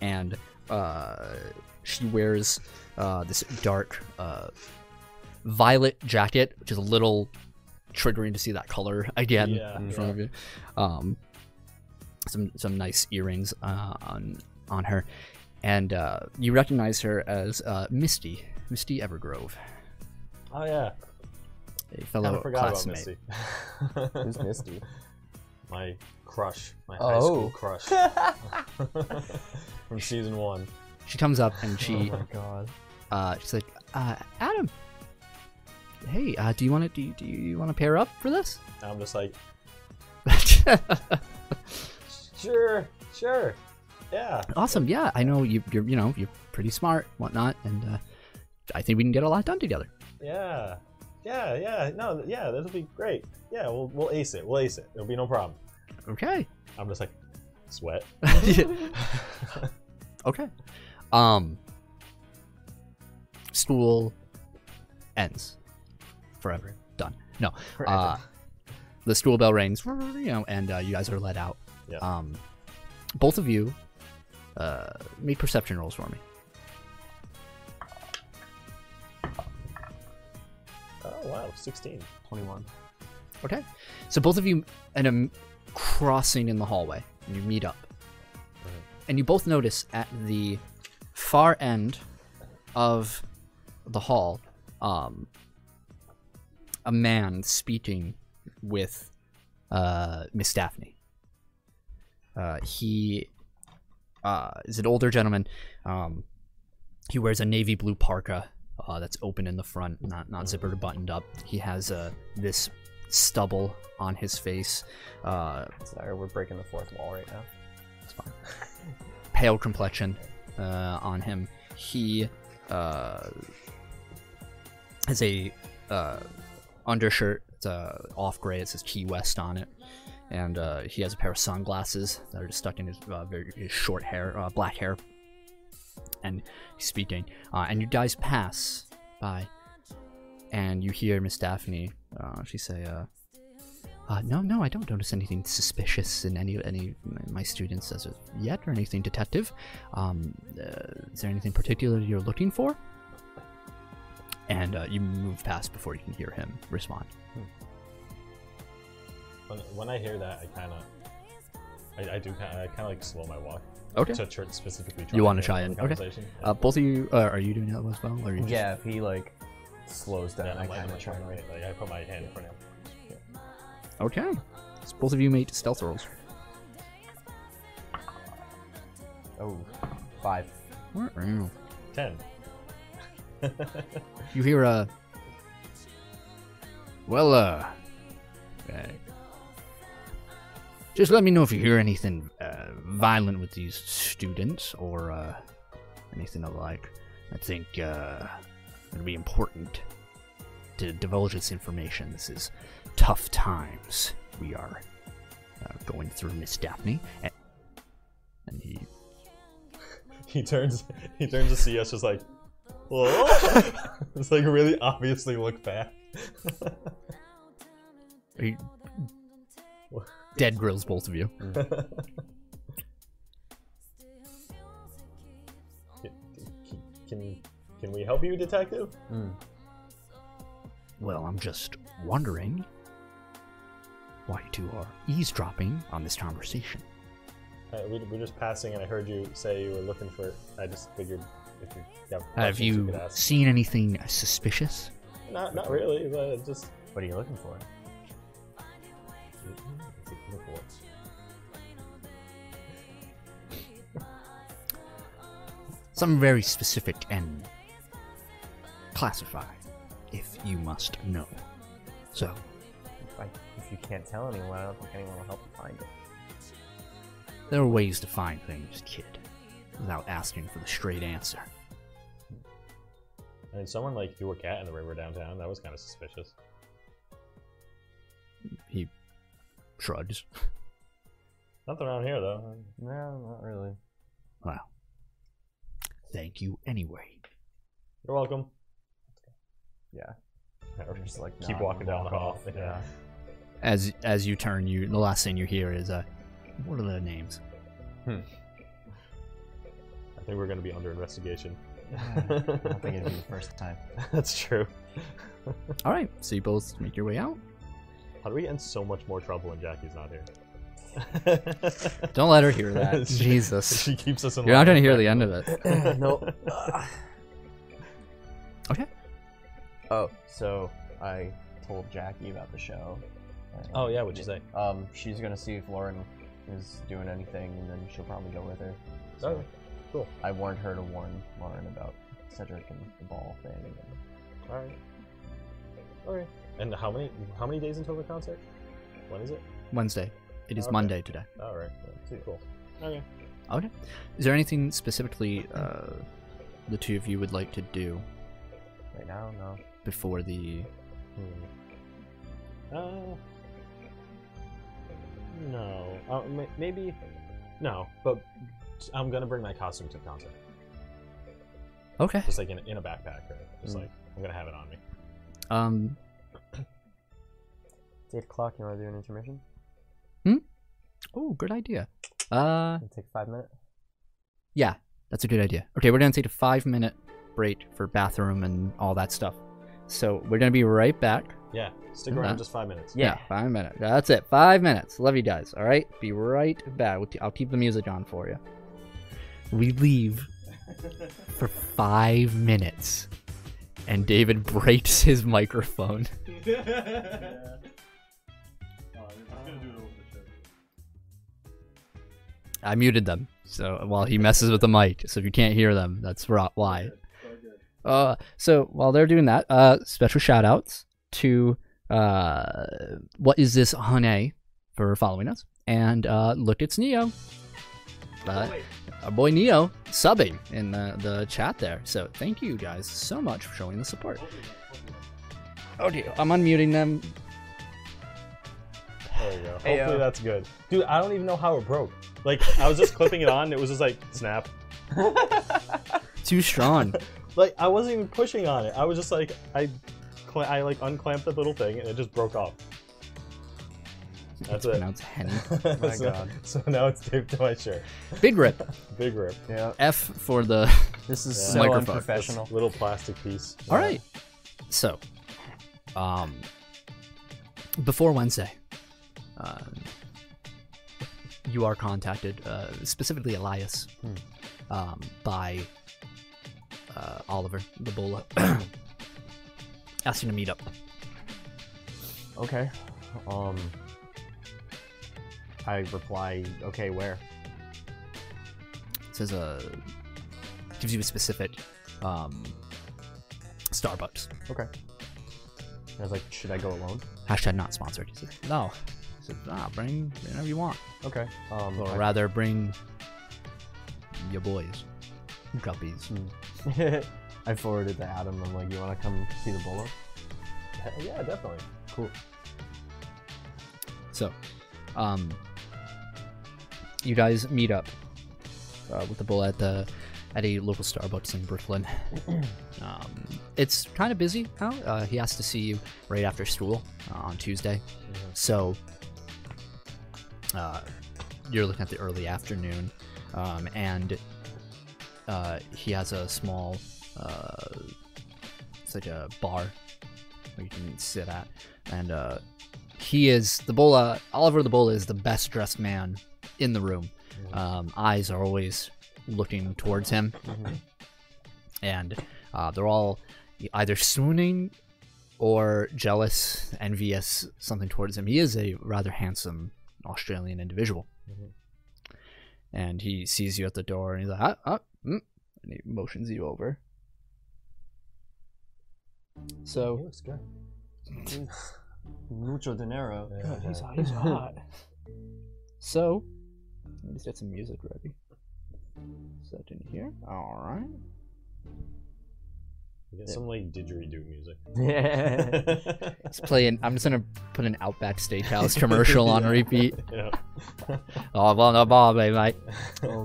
and uh, she wears uh, this dark uh, violet jacket, which is a little triggering to see that color again
Yeah,
in front of you. Um, some some nice earrings uh, on on her, and uh, you recognize her as uh, Misty Misty Evergrove,
Oh yeah.
a
Kind
fellow
of forgot about
classmate.
Misty.
Who's Misty?
my crush, my high school
Oh.
crush from season one.
She comes up and she.
Oh my god.
uh, she's like, uh, Adam, hey, uh, do you want to do, you- do you want to pair up for this?
And I'm just like, sure, sure, yeah,
awesome, yeah, I know you, you're you know you're pretty smart, whatnot, and uh, I think we can get a lot done together.
yeah, yeah, yeah. No, yeah, that'll be great. Yeah, we'll we'll ace it. We'll ace it. It'll be no problem.
Okay,
I'm just like, sweat.
okay. Um, school ends forever. Done. No, uh, the school bell rings, you know, and uh, you guys are let out.
Yeah.
Um, both of you, uh, make perception rolls for me.
oh wow, 16.
21.
Okay. So both of you and um crossing in the hallway and you meet up. and you both notice at the far end of the hall um, a man speaking with uh, Miss Daphne. Uh, he uh, is an older gentleman. Um, he wears a navy blue parka uh, that's open in the front, not not zippered or buttoned up. He has uh, this stubble on his face. Uh,
Sorry, we're breaking the fourth wall right now.
pale complexion uh, on him. He uh, has a uh, undershirt. It's uh, off gray. It says Key West on it, and uh, he has a pair of sunglasses that are just stuck in his uh, very his short hair, uh, black hair. And he's speaking, uh, and you guys pass by, and you hear Miss Daphne. Uh, she say, uh, uh, no, no, I don't notice anything suspicious in any any of my students as of yet, or anything detective. Um, uh, is there anything particular you're looking for? And uh, you move past before you can hear him respond.
When, when I hear that, I kind of, I, I do kind of, I kind of like slow my walk.
Okay.
To church specifically.
You want
to
to
hear
try
the
and okay?
conversation.
Uh, both of you uh, are you doing that as well, or are you just
Yeah, if he like slows down,
Yeah,
I
I'm like, I'm
kind of
like,
try
trying
and like.
like, I put my hand in front of him.
okay? So both of you made stealth rolls.
Oh, five.
Ten.
You hear a. Well, uh. uh, Just let me know if you hear anything uh, violent with these students or uh, anything of the like. I think uh, it'd be important to divulge this information. This is tough times we are uh, going through, Miss Daphne. And, and he
He turns. He turns to see us, just like, whoa. it's like really obviously look back.
He dead grills both of you.
Can- Can can we help you, detective?
Well, I'm just wondering why you two are eavesdropping on this conversation.
Uh, we, we're just passing, and I heard you say you were looking for. I just figured if you have,
Have
questions, you
you
could ask.
seen anything suspicious?
Not not really, but it just
What are you looking for?
Something very specific and classified, if you must know. So,
If, I, if you can't tell anyone, I don't think anyone will help you find it.
there are ways to find things, kid, without asking for the straight answer.
I mean, someone like threw a cat in the river downtown. That was kind of suspicious.
He shrugs.
Nothing around here though.
No, not really.
Well, thank you anyway.
You're welcome.
Yeah.
Yeah, we're
Just like
keep
nod
walking
and
down
walk
the hall.
off,
Yeah.
As as you turn, you the last thing you hear is uh, what are their names?
I think we're gonna be under investigation.
I don't think it'd be the first time.
That's true.
All right, so you both make your way out.
How do we get in so much more trouble when Jackie's not here?
Don't let her hear that.
She-
Jesus,
She keeps us in.
you're not
line.
gonna hear the end of it.
no.
Okay.
Oh, so I told Jackie about the show. and-
Oh yeah, what'd you say?
Um, she's gonna see if Lauren is doing anything, and then she'll probably go with her. So
Oh, cool.
I warned her to warn Lauren about Cedric and the ball thing.
All right. Okay. Oh, And how many how many days until the concert? When is it?
Wednesday. It is
Okay.
Monday today.
All right. Too cool. Okay.
Okay. Is there anything specifically uh, the two of you would like to do
Right now, no.
before the?
Hmm. Uh, no. Uh, ma- maybe. No, but I'm gonna bring my costume to the concert,
Okay.
just like in, in a backpack, or just
Mm.
like I'm gonna have it on me.
Um.
It's eight o'clock. You want to do an intermission?
Oh, good idea. Uh,
It'll take five minutes.
yeah, that's a good idea. Okay, we're gonna take a five-minute break for bathroom and all that stuff. So we're gonna be right back.
Yeah, stick around
Okay.
just five minutes.
Uh-huh. Yeah.
five minutes. That's it. Five minutes. Love you guys. All right. Be right back. We'll t- I'll keep the music on for you. We leave for five minutes, and David breaks his microphone. I muted them, so while he messes with the mic, so if you can't hear them, that's ro- why. Uh, so while they're doing that, uh, special shout outs to uh, what is this Hane for following us, and uh, look, it's Neo. Uh, our boy Neo subbing in the, the chat there. So thank you guys so much for showing the support. Oh dear, I'm unmuting them.
There you go. Hopefully
Ayo.
that's good. Dude, I don't even know how it broke. Like I was just clipping it on, and it was just like snap.
Too strong.
Like I wasn't even pushing on it. I was just like I, cl- I like unclamped the little thing, and it just broke off.
it's
That's it.
pronounced Henny.
My
so,
God.
so now it's taped to my shirt.
Big rip.
Big rip.
Yeah.
F for the.
This is
Yeah.
so
Microphone.
unprofessional.
Little plastic piece.
All right. So, um, before Wednesday, um, you are contacted, uh, specifically Elias, um, by uh, Oliver the Bull, asking to meet up.
Okay. Um. I reply, okay, where?
says a gives you a specific um, Starbucks
Okay. I was like, should I go alone?
hashtag not sponsored. He says, no, he says, nah, bring whatever you want,
Okay. Um,
or
I-
rather, bring your boys, guppies.
I forwarded to Adam. I'm like, you want to come see the bolo?
Yeah, definitely.
Cool.
So, um, you guys meet up uh, with the bull at the at a local Starbucks in Brooklyn. um, it's kind of busy now. Uh, he has to see you right after school uh, on Tuesday, so uh, you're looking at the early afternoon, um, and uh, he has a small. Uh, it's like a bar where you can sit at, and uh, he is the Bola. Oliver the Bola is the best dressed man in the room. Um, eyes are always looking towards him,
Mm-hmm.
and uh, they're all either swooning or jealous, envious, something towards him. He is a rather handsome Australian individual, and he sees you at the door, and he's like, ah, ah, mm, and he motions you over. So.
He looks good.
Mucho dinero.
Yeah.
He's hot. He's hot. so, let me just get some music ready. Set in here. All right.
You Get some like didgeridoo music.
Yeah.
Let's play an. I'm just gonna put an Outback Steakhouse commercial on
Yeah.
repeat.
yeah.
Oh, well, no, Bobby, mate.
oh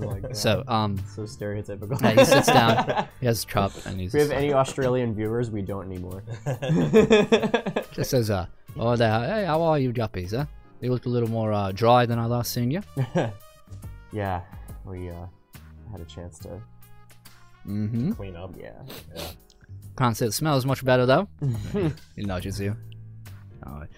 my god.
So, um,
so stereotypical.
yeah, he sits down. He has a chop, and he's
If we have
just like-
any Australian viewers, we don't anymore.
just says, uh, oh, there, hey, how are you, guppies? Huh? You look a little more uh, dry than I last seen you.
yeah, we uh, had a chance to.
Mm-hmm.
Clean up.
Yeah.
Yeah.
Can't say it smells much better though. he nudges you. All right.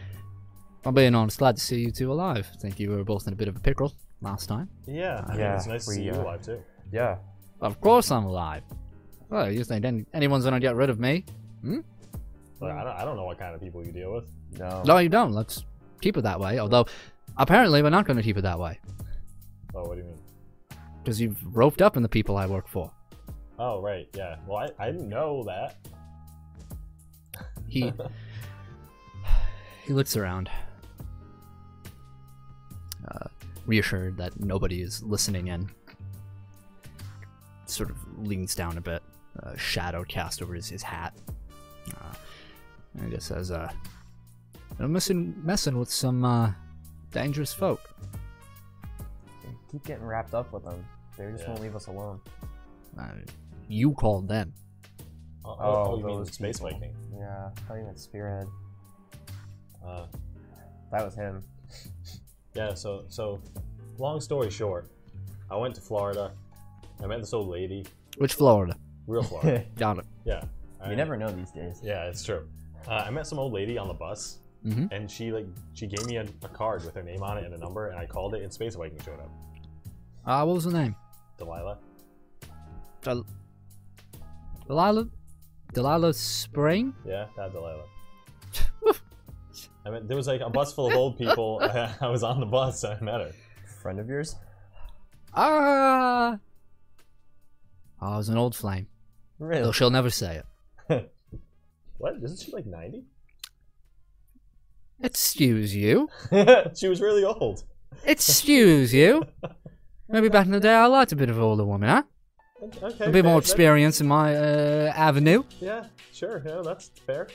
I'm being honest, glad to see you two alive. Think you were both in a bit of a pickle last time.
Yeah. I mean,
Yeah,
It's nice to
we,
see you
uh,
alive too.
Yeah.
Of course I'm alive. Well, you think any- anyone's gonna get rid of me?
Like, I, don't, I don't know what kind of people you deal with.
No.
No, you don't. Let's keep it that way. Although, apparently, we're not gonna keep it that way
Oh, what do you mean?
because you've roped up in the people I work for.
Oh, right. Yeah. Well, I, I didn't know that.
He he looks around, uh, reassured that nobody is listening in. Sort of leans down a bit, uh, shadow cast over his, his hat, uh, and just says, uh, "I'm messing messing with some uh, dangerous folk."
Keep getting wrapped up with them. They just
Yeah.
won't leave us alone.
Uh, you called them.
Oh, oh,
Oh,
oh, you mean
those
space
people.
Viking?
Yeah. I thought you meant Spearhead.
Uh,
That was him.
yeah. So so, long story short, I went to Florida. I met this old lady.
Which Florida?
Real Florida.
Got it.
yeah. I-
You never know these days.
Yeah, it's true. Uh, I met some old lady on the bus,
Mhm.
and she like she gave me a, a card with her name on it and a number, and I called it, and Space Viking showed up.
Uh, what was the name?
Delilah.
Del- Delilah, Delilah Spring.
Yeah, that Delilah. I mean, there was like a bus full of old people. I was on the bus and I met her.
Friend of yours?
Ah. Oh, I was an old flame. Though
Really?
she'll never say it.
What? Isn't she like 90?
Excuse you.
she was really old.
Excuse you. Maybe back in the day I liked a bit of older woman, huh?
Okay.
A bit
fair,
more
that-
experience in my uh, avenue.
Yeah, sure. Yeah, that's fair.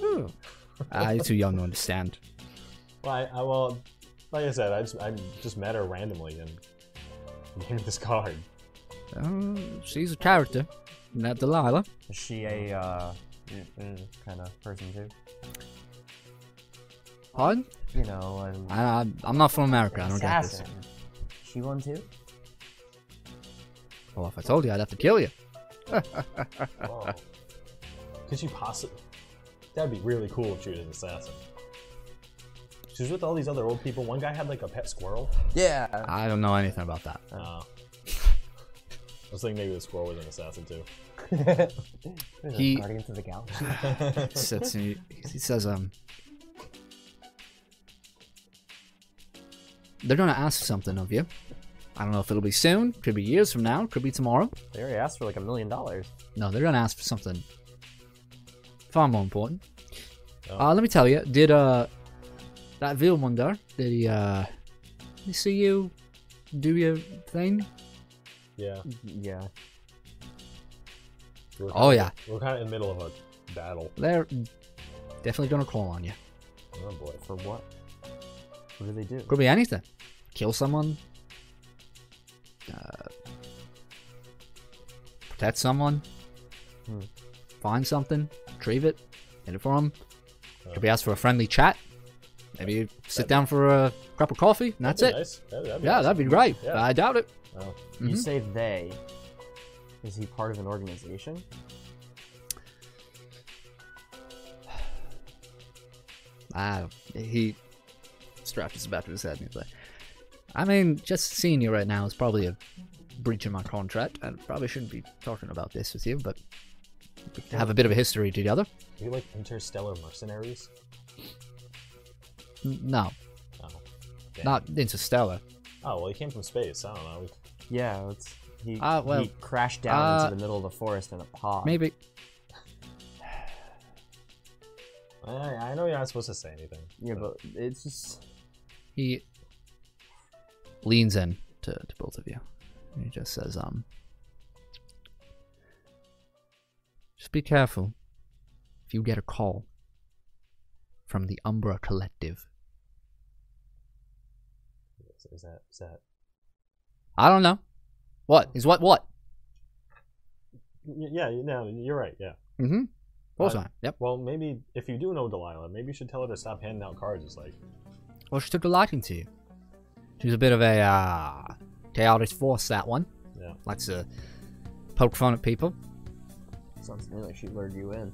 Ooh. Ah, you're too young to understand.
Well, I, I well, like I said, I just I just met her randomly and gave her this card.
Uh, she's a character. Isn't that Delilah?
Is she a uh, mm, kind of person too?
Pardon?
You know, and
I, I, I'm not from America. I don't get this.
assassin. She won too.
Well, if I told you, I'd have to kill you.
Whoa. Could she possibly? That'd be really cool if she was an assassin. She was with all these other old people. One guy had like a pet squirrel.
Yeah.
I don't know anything about that.
Uh, I was thinking maybe the squirrel was an assassin too.
He-
Guardians of the Galaxy.
Sits and he, he says, um, they're gonna ask something of you. I don't know if it'll be soon. Could be years from now. Could be tomorrow.
They already asked for like a million dollars.
No, they're gonna ask for something far more important.
Oh.
Uh, let me tell you, did uh that Vilmunder did he uh did he see you do your thing?
Yeah.
Yeah.
we were
Oh
kinda-
yeah,
we We're kind of in the middle of a battle.
they're definitely gonna call on you.
Oh boy.
For what? What do they do?
Could be anything. Kill someone. Uh, protect someone.
Hmm.
Find something. Retrieve it. Get it for them.
Uh.
Could be asked for a friendly chat. Maybe you sit down for a cup of coffee, and that's
That'd
it.
be Nice. That'd, that'd be
Yeah,
awesome.
that'd be great.
Yeah.
I doubt it.
Oh.
Mhm.
You say they. Is he part of an organization?
I, he strapped his back to his head and he's like, I mean, just seeing you right now is probably a breach of my contract. I probably shouldn't be talking about this with you, but we have a bit of a history together.
Are you like interstellar mercenaries?
N- No,
Oh. Yeah.
not Interstellar.
Oh well, he came from space. I don't know.
Yeah, it's, he,
Ah, well,
he crashed down
uh,
into the middle of the forest in a pod.
Maybe.
I, I know you're not supposed to say anything.
Yeah, but it's just.
He leans in to, to both of you. And he just says, um, just be careful. If you get a call from the Umbra Collective,
Is, is that is that?
I don't know. What is what what?
Y- Yeah, you- no, you're right. Yeah.
Mm-hmm. Full
Uh,
time. Yep.
Well, maybe if you do know Delilah, maybe you should tell her to stop handing out cards. It's like,
Well, she took a liking to you. She's a bit of a uh, chaotic force. That one
yeah,
likes to poke fun at people.
Sounds to me like she lured you in.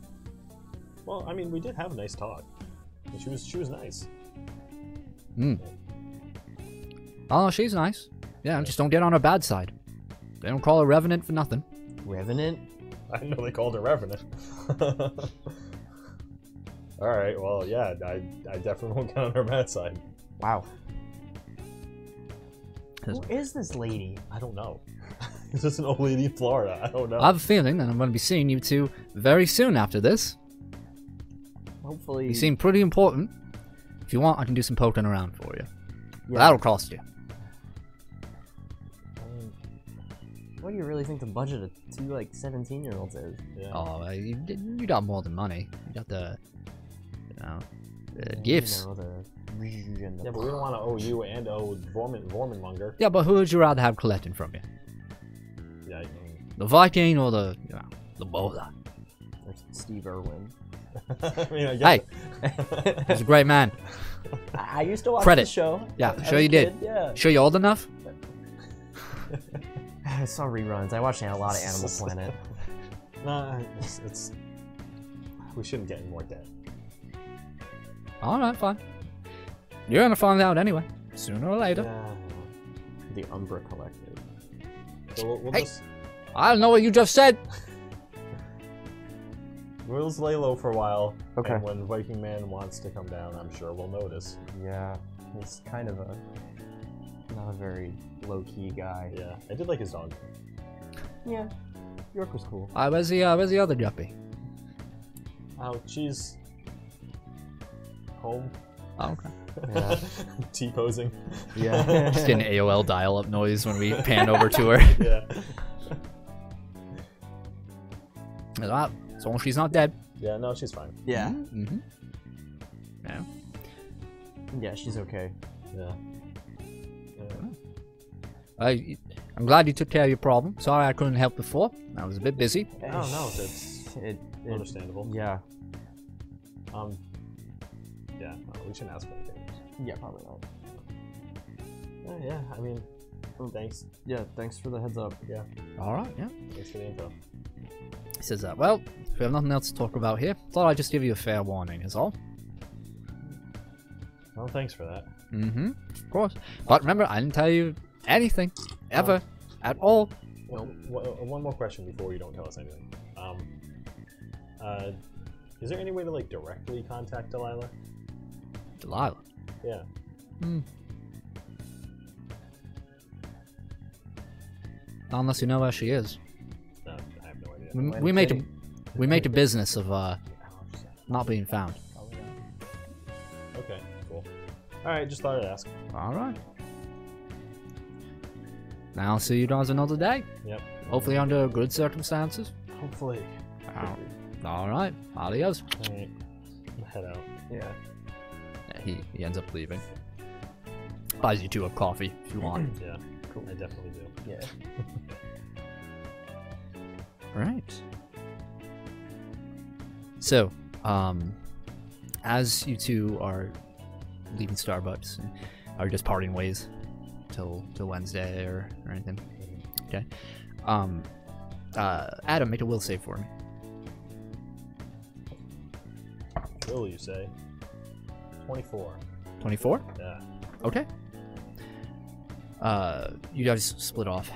well, I mean, we did have a nice talk. And she was she was nice.
Mm. Oh, she's nice. Yeah, just don't get on her bad side. They don't call her revenant for nothing.
Revenant?
I know they called her Revenant. All right. Well, yeah, I, I definitely won't get on her bad side.
Wow.
Yes.
Who is this lady?
I don't know. Is this an old lady in Florida? I don't know.
I have a feeling that I'm going to be seeing you two very soon after this.
Hopefully.
You seem pretty important. If you want, I can do some poking around for you. But
Yeah.
that'll cost you.
What do you really think the budget of two like seventeen year olds is?
Yeah.
Oh, uh, you, you got more than money. You got the, you know, the
You
gifts.
know, the and the-
Yeah, but we don't want to owe you and owe Vorman Vormanmonger.
Yeah, but who would you rather have collecting from you?
Yeah, I mean,
The Viking or the, you know, the bowler?
Like Steve Irwin.
I mean, I
Hey,
guess.
he's a great man.
I, I used to watch
Credit.
the show.
Yeah,
as
sure
a
you did.
kid, Yeah.
Sure you're old enough?
I saw reruns. I watched a lot of Animal Planet.
Nah, it's, it's. We shouldn't get any more debt.
Alright, fine. You're gonna find out anyway. Sooner or later.
Yeah.
The Umbra Collective.
So we'll, we'll
Hey.
just.
I don't know what you just said.
We'll just lay low for a while.
Okay.
And when Viking Man wants to come down, I'm sure we'll notice.
Yeah, he's kind of a not a very low key guy.
Yeah. I did like his dog.
Yeah, York was cool.
Uh, where's the uh, where's the other guppy?
Oh, she's home.
Oh, okay.
Yeah.
T posing.
Yeah.
Just an AOL dial-up noise when we pan over to her.
yeah.
Ah, As long as she's not dead.
Yeah, no, she's fine.
Yeah.
Mm-hmm. Yeah.
Yeah, she's okay.
Yeah. yeah.
Uh, I'm glad you took care of your problem. Sorry I couldn't help before. I was a bit busy.
I don't know, that's
Oh, it. it-
Understandable.
Hmm. yeah.
Um Yeah, no, we shouldn't ask for anything.
Yeah, probably not.
Yeah, yeah, I mean thanks.
Yeah, thanks for the heads up.
Yeah.
All right. Yeah.
Thanks for the info.
He says that. Well, if we have nothing else to talk about here, thought I'd just give you a fair warning. Is all.
Well, thanks for that.
Mm-hmm. Of course. But remember, I didn't tell you anything, ever, at all.
Well, w- one more question before you don't tell us anything. Um, uh, is there any way to like directly contact Delilah?
Delilah.
Yeah.
Hmm. Not Unless you know where she is,
No, I have no idea.
we,
When
we make a
Kitty-
we make a business of uh, not being found.
Okay, cool. All right, just thought I'd ask.
All right. Now I'll see you guys another day.
Yep.
Hopefully under good circumstances.
Hopefully.
All- All right. Adios.
All right. Head out.
Yeah.
Yeah, He, he ends up leaving. Buys you two a coffee if you want.
Yeah. Cool. I definitely do.
Yeah.
Right. So, um, as you two are leaving Starbucks and are just parting ways till till Wednesday or, or anything, okay? Um, uh, Adam, make a will save for me.
Will you say? Twenty-four.
Twenty-four.
Yeah.
Okay. Uh, you guys split off,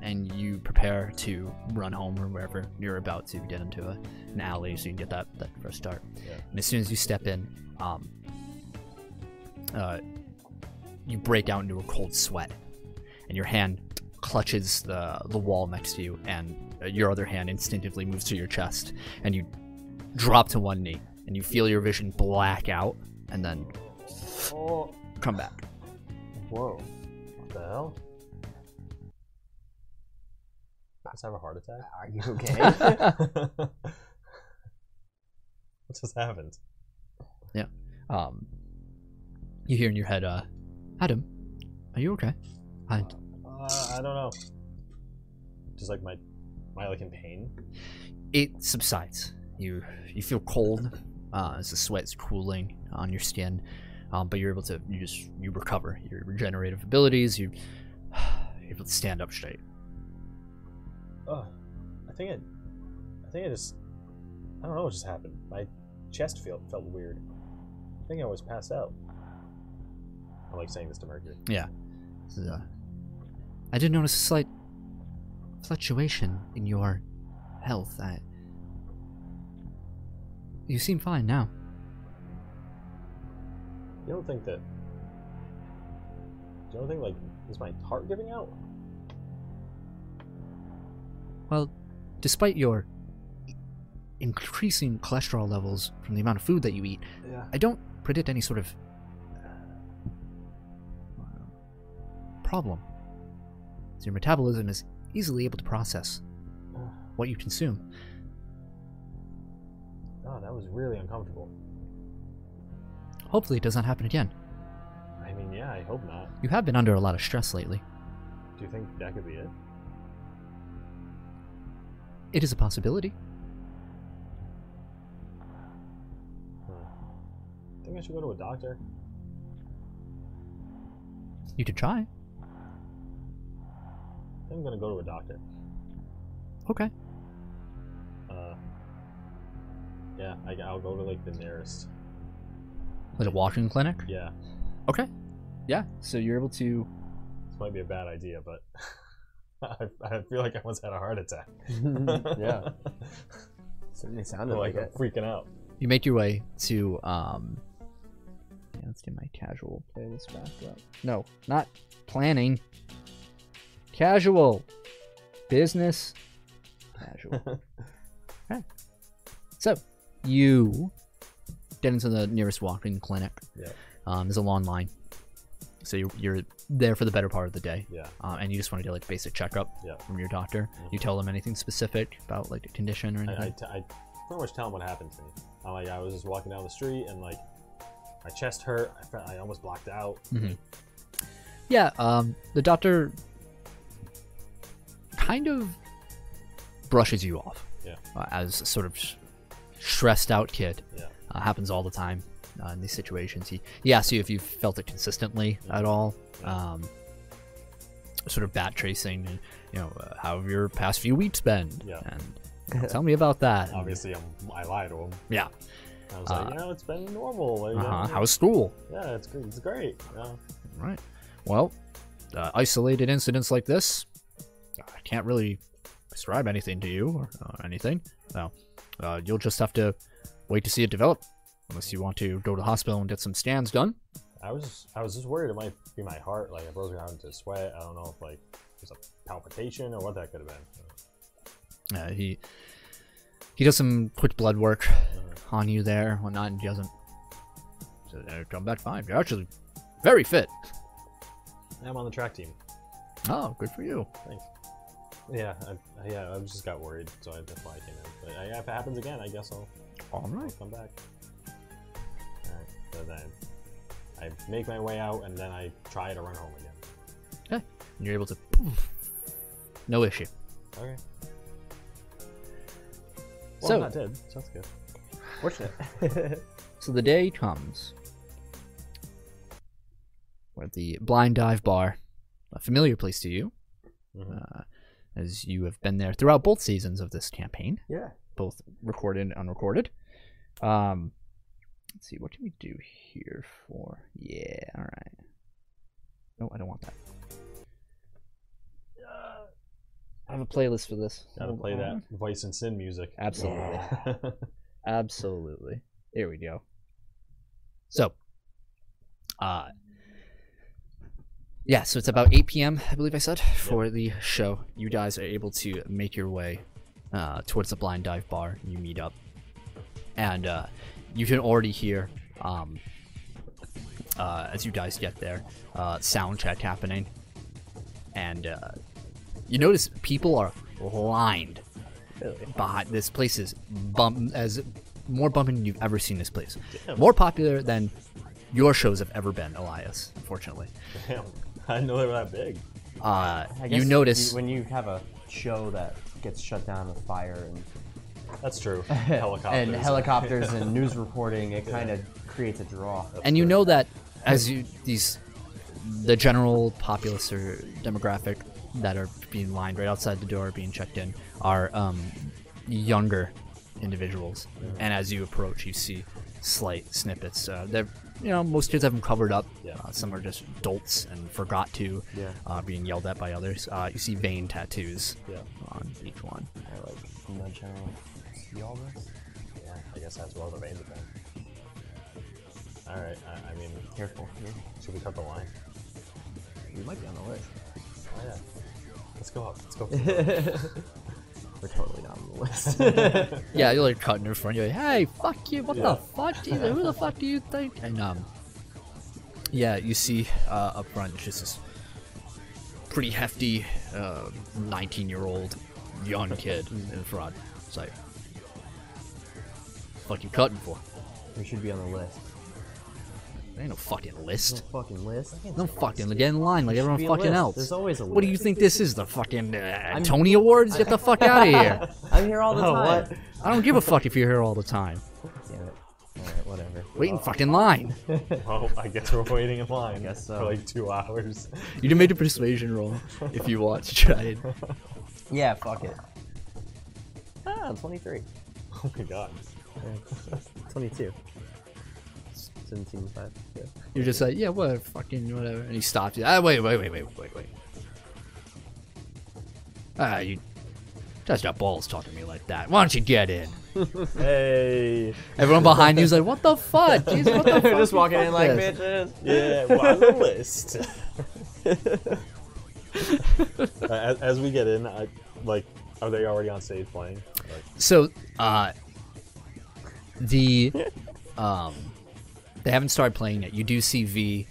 and you prepare to run home or wherever you're about to get into a, an alley so you can get that, that first start.
Yeah.
And as soon as you step in, um, uh, you break out into a cold sweat, and your hand clutches the the wall next to you, and uh, your other hand instinctively moves to your chest, and you drop to one knee, and you feel your vision black out, and then
Oh.
come back.
Whoa.
What the hell? Let's have a heart attack.
Are you okay?
what just happened?
Um, you hear in your head, uh, Adam, are you okay? I,
Uh, I don't know. Just like my, am I like in pain?
it subsides. You you feel cold uh, as the sweat's cooling on your skin, um, but you're able to you just you recover your regenerative abilities. You you're able to stand up straight.
Oh, I think I, I think I just, I don't know what just happened. My chest felt felt weird. I think I was passed out. I'm like saying this to Mercury.
This is, uh, I did notice a slight fluctuation in your health. I, you seem fine now.
You don't think that? You don't think like is my heart giving out?
Well, despite your i- increasing cholesterol levels from the amount of food that you eat,
Yeah.
I don't predict any sort of uh, problem. So your metabolism is easily able to process what you consume.
Oh, that was really uncomfortable.
Hopefully, it does not happen again.
I mean, yeah, I hope not.
You have been under a lot of stress lately.
Do you think that could be it?
It is a possibility.
Hmm. I think I should go to a doctor.
You could try.
I think I'm gonna go to a doctor.
Okay.
Uh, yeah, I, I'll go to like the nearest.
Like a walking clinic?
Yeah,
Okay. Yeah, so you're able to
this might be a bad idea, but I, I feel like I once had a heart attack.
yeah, certainly sounded
like
like
I'm
it.
freaking out.
You make your way to um. Yeah, let's get my casual playlist back up. No, not planning. Casual, business, casual. okay. So you get into the nearest walking clinic.
Yeah.
Um, there's a long line, so you're, you're there for the better part of the day,
Yeah.
um, and you just want to get like basic checkup
Yeah. Mm-hmm.
from your doctor. You tell them anything specific about like the condition or
I,
anything.
I, t- I pretty much tell him what happened to me. I'm like, I was just walking down the street and like my chest hurt. I felt I almost blacked out.
Mm-hmm. Yeah, um, the doctor kind of brushes you off.
Yeah.
Uh, as a sort of s- stressed out kid.
Yeah.
Uh, happens all the time uh, in these situations. He, he asks you if you've felt it consistently at all.
Yeah.
Um, sort of bat tracing, and, you know, uh, how have your past few weeks been?
Yeah.
And you know, tell me about that. And,
Obviously, I'm, I lied to him.
Yeah.
I was
Uh,
like, you know, it's been normal. Like,
Uh-huh.
uh,
How's school?
yeah, it's great. It's great. Yeah.
Right. Well, uh, isolated incidents like this, I can't really prescribe anything to you or uh, anything. So, uh, you'll just have to wait to see it develop, unless you want to go to the hospital and get some scans done.
I was just, I was just worried it might be my heart. Like I broke out into sweat. I don't know if like it was a palpitation or what that could have been.
Uh, he he does some quick blood work
Uh,
on you there, whatnot, and he doesn't. So there, come back fine. You're actually very fit.
I'm on the track team.
Oh, good for you.
Thanks. Yeah, I, yeah. I just got worried, so I, that's why I came in. But I, if it happens again, I guess I'll
All
I'll
right.
come back. Alright, so then I make my way out and then I try to run home again.
And you're able to. No issue.
Okay. Well,
So-
I'm not dead, so that's good.
Fortunate.
So the day comes where the blind dive bar, a familiar place to you,
Mhm.
uh, as you have been there throughout both seasons of this campaign,
yeah.
both recorded and unrecorded. Um, let's see, what can we do here for? Yeah, all right. No, I don't want that. Uh, I have a playlist for this.
Gotta
Hold
play that
on.
Vice and Sin music.
Absolutely.
Yeah.
Absolutely. Here we go. So, uh, yeah, so it's about 8 p.m., I believe I said, for the show. You guys are able to make your way uh, towards the blind dive bar. You meet up. And uh, you can already hear, um, uh, as you guys get there, uh, sound check happening. And uh, you notice people are lined behind this place is bum as more bumping than you've ever seen this place. More popular than your shows have ever been, Elias, unfortunately.
Damn, I didn't know they were that big.
Uh,
I
you
guess
notice
when you have a show that gets shut down with fire and
That's true. Helicopters.
and helicopters and news reporting, it kind of creates a draw.
and you know that as you these the general populace or demographic that are being lined right outside the door being checked in are um, younger individuals and as you approach you see slight snippets uh, they're you know most kids have them covered up
Yeah.
uh, some are just dolts and forgot to
Yeah.
uh, being yelled at by others uh, you see vein tattoos
Yeah.
on each one
I like nudge him. See all this?
Yeah, I guess that's well the veins have been. Alright, I, I mean,
Careful.
should we cut the line?
You might be on the list.
Oh, yeah. Let's go up. Let's go. for it.
We're totally not on the list.
Yeah, you're like cutting in front. You're like, hey, fuck you. What
Yeah.
the fuck? Do you, who the fuck do you think? And um, yeah, you see uh, up front, it's just this pretty hefty 19 year old young kid in front. It's like, fuck you cutting for?
we should be on the list.
There ain't no fucking list.
Fucking list.
No fucking get in line like everyone
be a
fucking
list.
else.
There's always a
What do you
list.
think this is? The fucking uh, Tony Awards? Get the fuck out of here!
I'm here
Oh,
all the time.
I don't give a fuck if you're here all the time.
Damn it. Alright, whatever.
Wait in fucking line.
well, I guess we're waiting in line
guess
for
so.
like two hours.
You can make a persuasion roll if you want to try it.
Yeah, fuck it. Ah, 23.
Oh my god.
22. 17, 5. Yeah.
You're just like, yeah, what, fucking whatever. And he stops you. Ah, wait, wait, wait, wait, wait, wait. Ah, you just got balls talking to me like that. Why don't you get in?
Hey.
Everyone behind you's like, what the fuck? Jeez, what the fuck?
just walking in like
this.
bitches.
Yeah, well, on the list. Uh, as, as we get in, I, like, are they already on stage playing? Like,
So, uh, the, um, they haven't started playing yet. You do see V,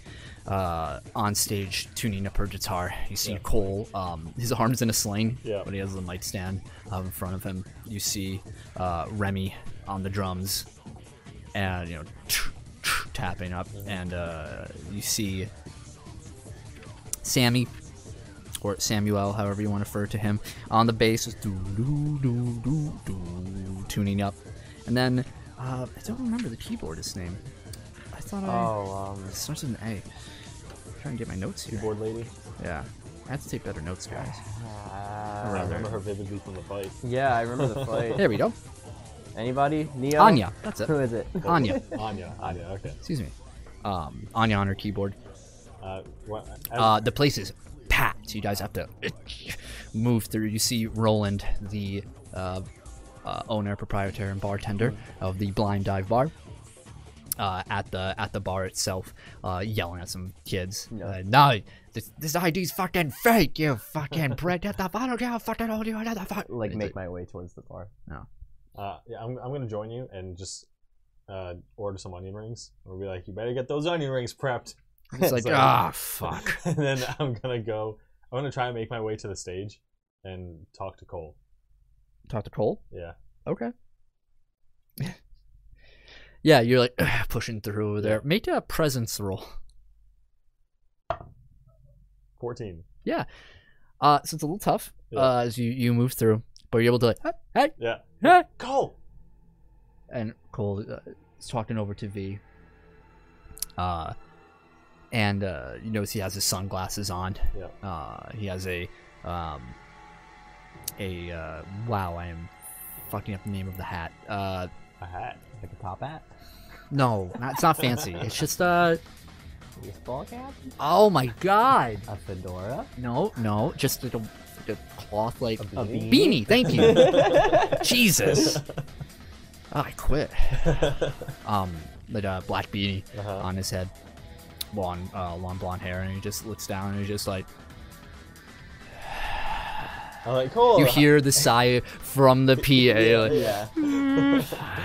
uh, on stage tuning up her guitar. You see
Yeah.
Cole, um, his arm's in a sling,
Yeah.
but he has the mic stand um, in front of him. You see, uh, Remy on the drums, and you know, tapping up,
Mm-hmm.
and uh, you see Sammy or Samuel, however you want to refer to him, on the bass, just doo, doo, doo, doo, doo, tuning up, and then uh, I don't remember the keyboardist's name. I thought I
Oh, um,
it starts with an A. I'm trying to get my notes here.
board lady.
Yeah, I have to take better notes, guys.
I
uh,
remember her vividly from the fight.
yeah, I remember the fight.
There we go.
Anybody? Neo?
Anya, that's
Who
it.
is it?
Anya,
Anya, Anya, okay.
excuse me. Um, Anya on her keyboard.
Uh, what, as,
Uh, the place is packed. You guys have to move through. You see Roland, the uh, uh, owner, proprietor, and bartender of the Blind Dive Bar, uh, at the at the bar itself, uh, yelling at some kids.
Yeah.
Uh, no, this, this ID's fucking fake. You fucking prick. Get the fuck out of here. Fucking hold you. Get the fuck.
Like,
It's
make my way towards the bar.
uh, yeah, I'm, I'm gonna join you and just uh, order some onion rings. We'll be like, you better get those onion rings prepped.
It's like,
Sorry.
ah, fuck.
and then I'm gonna go. I'm gonna try and make my way to the stage and talk to Cole.
Talk to Cole.
Yeah.
Okay. yeah, you're like pushing through over there. Make a presence roll.
14.
Uh, so it's a little tough
Yeah.
uh, as you, you move through, but you're able to like, "Hey, hey,
Yeah.
hey,"
Cole!
and Cole uh, is talking over to V. Uh, and uh, you notice he has his sunglasses on.
Yeah.
Uh, he has a um, a uh, wow. I am fucking up the name of the hat. Uh,
A hat.
Like a top hat?
no, not, it's not fancy. It's just uh,
Baseball cap?
oh my god.
A fedora?
No, no, just like a, a cloth like a
beanie?
beanie. Thank you, Jesus. Oh, I quit. Um, like a black beanie
Uh-huh.
on his head, long, uh, long blonde hair, and he just looks down and he's just like,
I'm like, Cole!
you hear the sigh from the PA, like,
Yeah.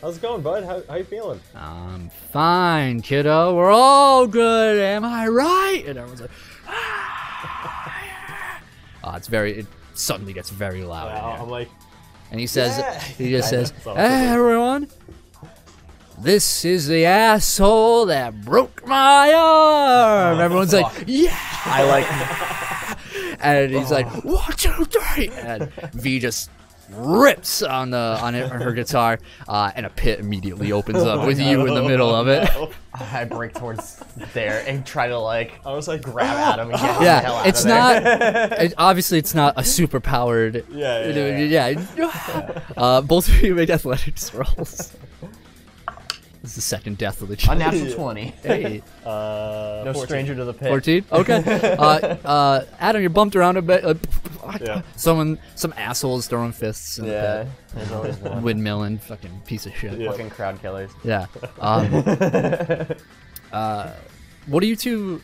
How's it going, bud? How, how you feeling?
I'm fine, kiddo. We're all good. Am I right? And everyone's like, Ah, it's very. It suddenly gets very loud. in
Uh,
here.
I'm like,
And he says,
Yeah.
he just
I know.
says,
It's all good.
hey, everyone, this is the asshole that broke my arm. Everyone's like, yeah.
Oh, I like. Oh.
And he's like, one, two, three. And V just rips on the on her, her guitar, uh, and a pit immediately opens up with you in the middle of it.
I break towards there and try to like
I was like,
grab at him and get him the hell
Yeah,
out
it's
of there.
not. It, obviously, it's not a super powered.
Yeah, yeah,
you know,
yeah,
yeah. Uh, both of you make athletics rolls. This is the second death of the game.
Unnatural 20.
Hey,
uh,
No
14.
stranger to the pit.
14? Okay. Uh, uh, Adam, you're bumped around a bit. Uh,
Yeah.
Someone, some assholes throwing fists in
Yeah.
the
There's always
pit.
one.
Windmilling, fucking piece of shit.
Yeah.
Fucking crowd killers.
Yeah. Um, uh, what do you two?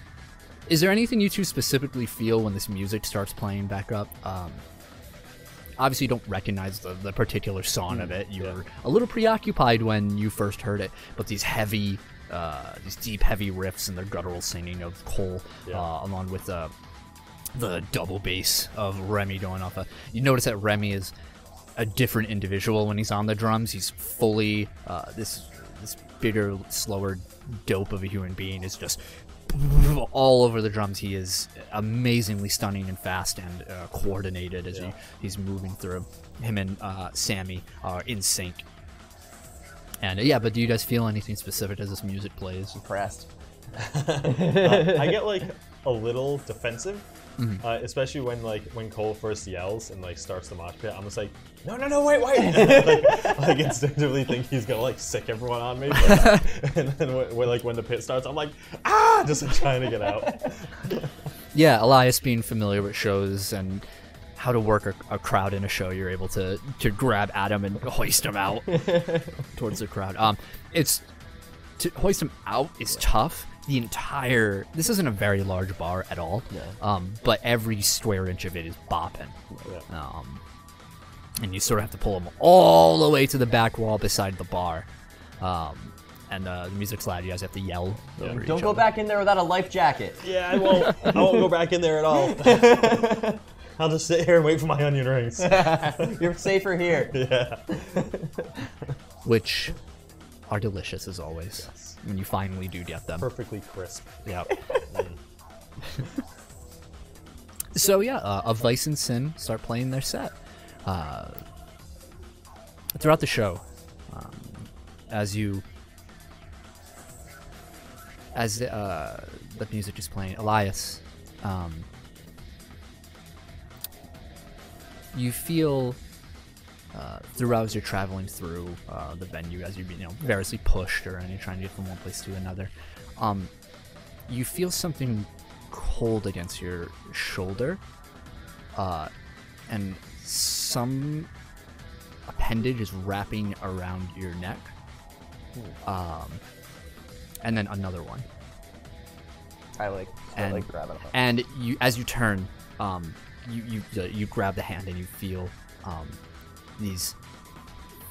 Is there anything you two specifically feel when this music starts playing back up? Um, obviously, you don't recognize the, the particular song of it. You were a little preoccupied when you first heard it, but these heavy, uh, these deep, heavy riffs and the guttural singing of Cole,
Yeah.
uh, along with uh, the double bass of Remy going off. A, you notice that Remy is a different individual when he's on the drums. He's fully uh, this this bigger, slower dope of a human being is just all over the drums. He is amazingly stunning and fast and uh, coordinated as he,
Yeah.
he's moving through. Him and uh, Sammy are in sync. And uh, yeah, but do you guys feel anything specific as this music plays?
Pressed.
Uh, I get like a little defensive,
Mm-hmm.
uh, especially when like when Cole first yells and like starts the mosh pit. I'm just like, no, no, no, wait, wait! like, like instinctively think he's gonna like sick everyone on me. But, and then when, when, like when the pit starts, I'm like, ah, just like, trying to get out.
Yeah, Elias being familiar with shows and how to work a, a crowd in a show. You're able to to grab Adam and hoist him out towards the crowd. Um, it's to hoist him out is tough. The entire this isn't a very large bar at all. Um, but every square inch of it is bopping. Um, and you sort of have to pull him all the way to the back wall beside the bar. Um, and uh, the music's loud. You guys have to yell. Over each
Don't go
other.
back in there without a life jacket. Oh,
Yeah, I won't. I won't go back in there at all. I'll just sit here and wait for my onion rings.
You're safer here.
which are delicious as always when you finally do get them.
Perfectly crisp.
Yeah. so yeah, uh, of Vice and Sin start playing their set. Uh, throughout the show, um, as you as uh, the music is playing, Elias, um, you feel uh, throughout as you're traveling through uh, the venue, as you're being you know variously pushed around, you're trying to get from one place to another. Um, you feel something cold against your shoulder uh, and some appendage is wrapping around your neck um, and then another one
I like. I
and
like grabbing. it.
and you as you turn um, you, you uh, you grab the hand and you feel um, these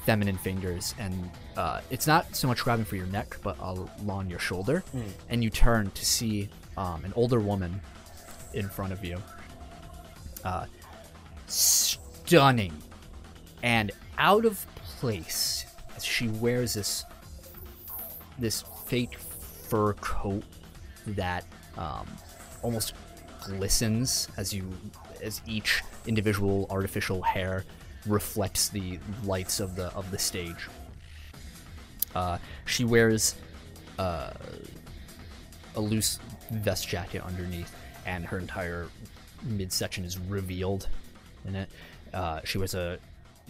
feminine fingers and uh, it's not so much grabbing for your neck but along your shoulder
Hmm.
and you turn to see um, an older woman in front of you uh, stunning and out of place as she wears this this fake fur coat that um, almost glistens as you as each individual artificial hair reflects the lights of the of the stage. Uh, she wears uh, a loose vest jacket underneath, and her entire midsection is revealed in it. Uh, she wears a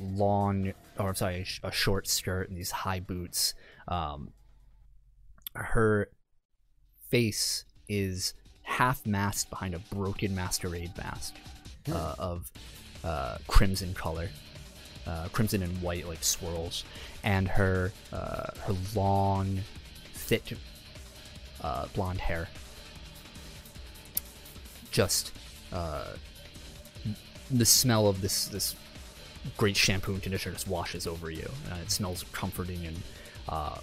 long, or I'm sorry, a sh- a short skirt and these high boots. Um, her face is half masked behind a broken masquerade mask uh, of uh, crimson color, uh, crimson and white like swirls, and her uh, her long, thick uh, blonde hair just uh, the smell of this this great shampoo and conditioner just washes over you. Uh, it smells comforting and uh,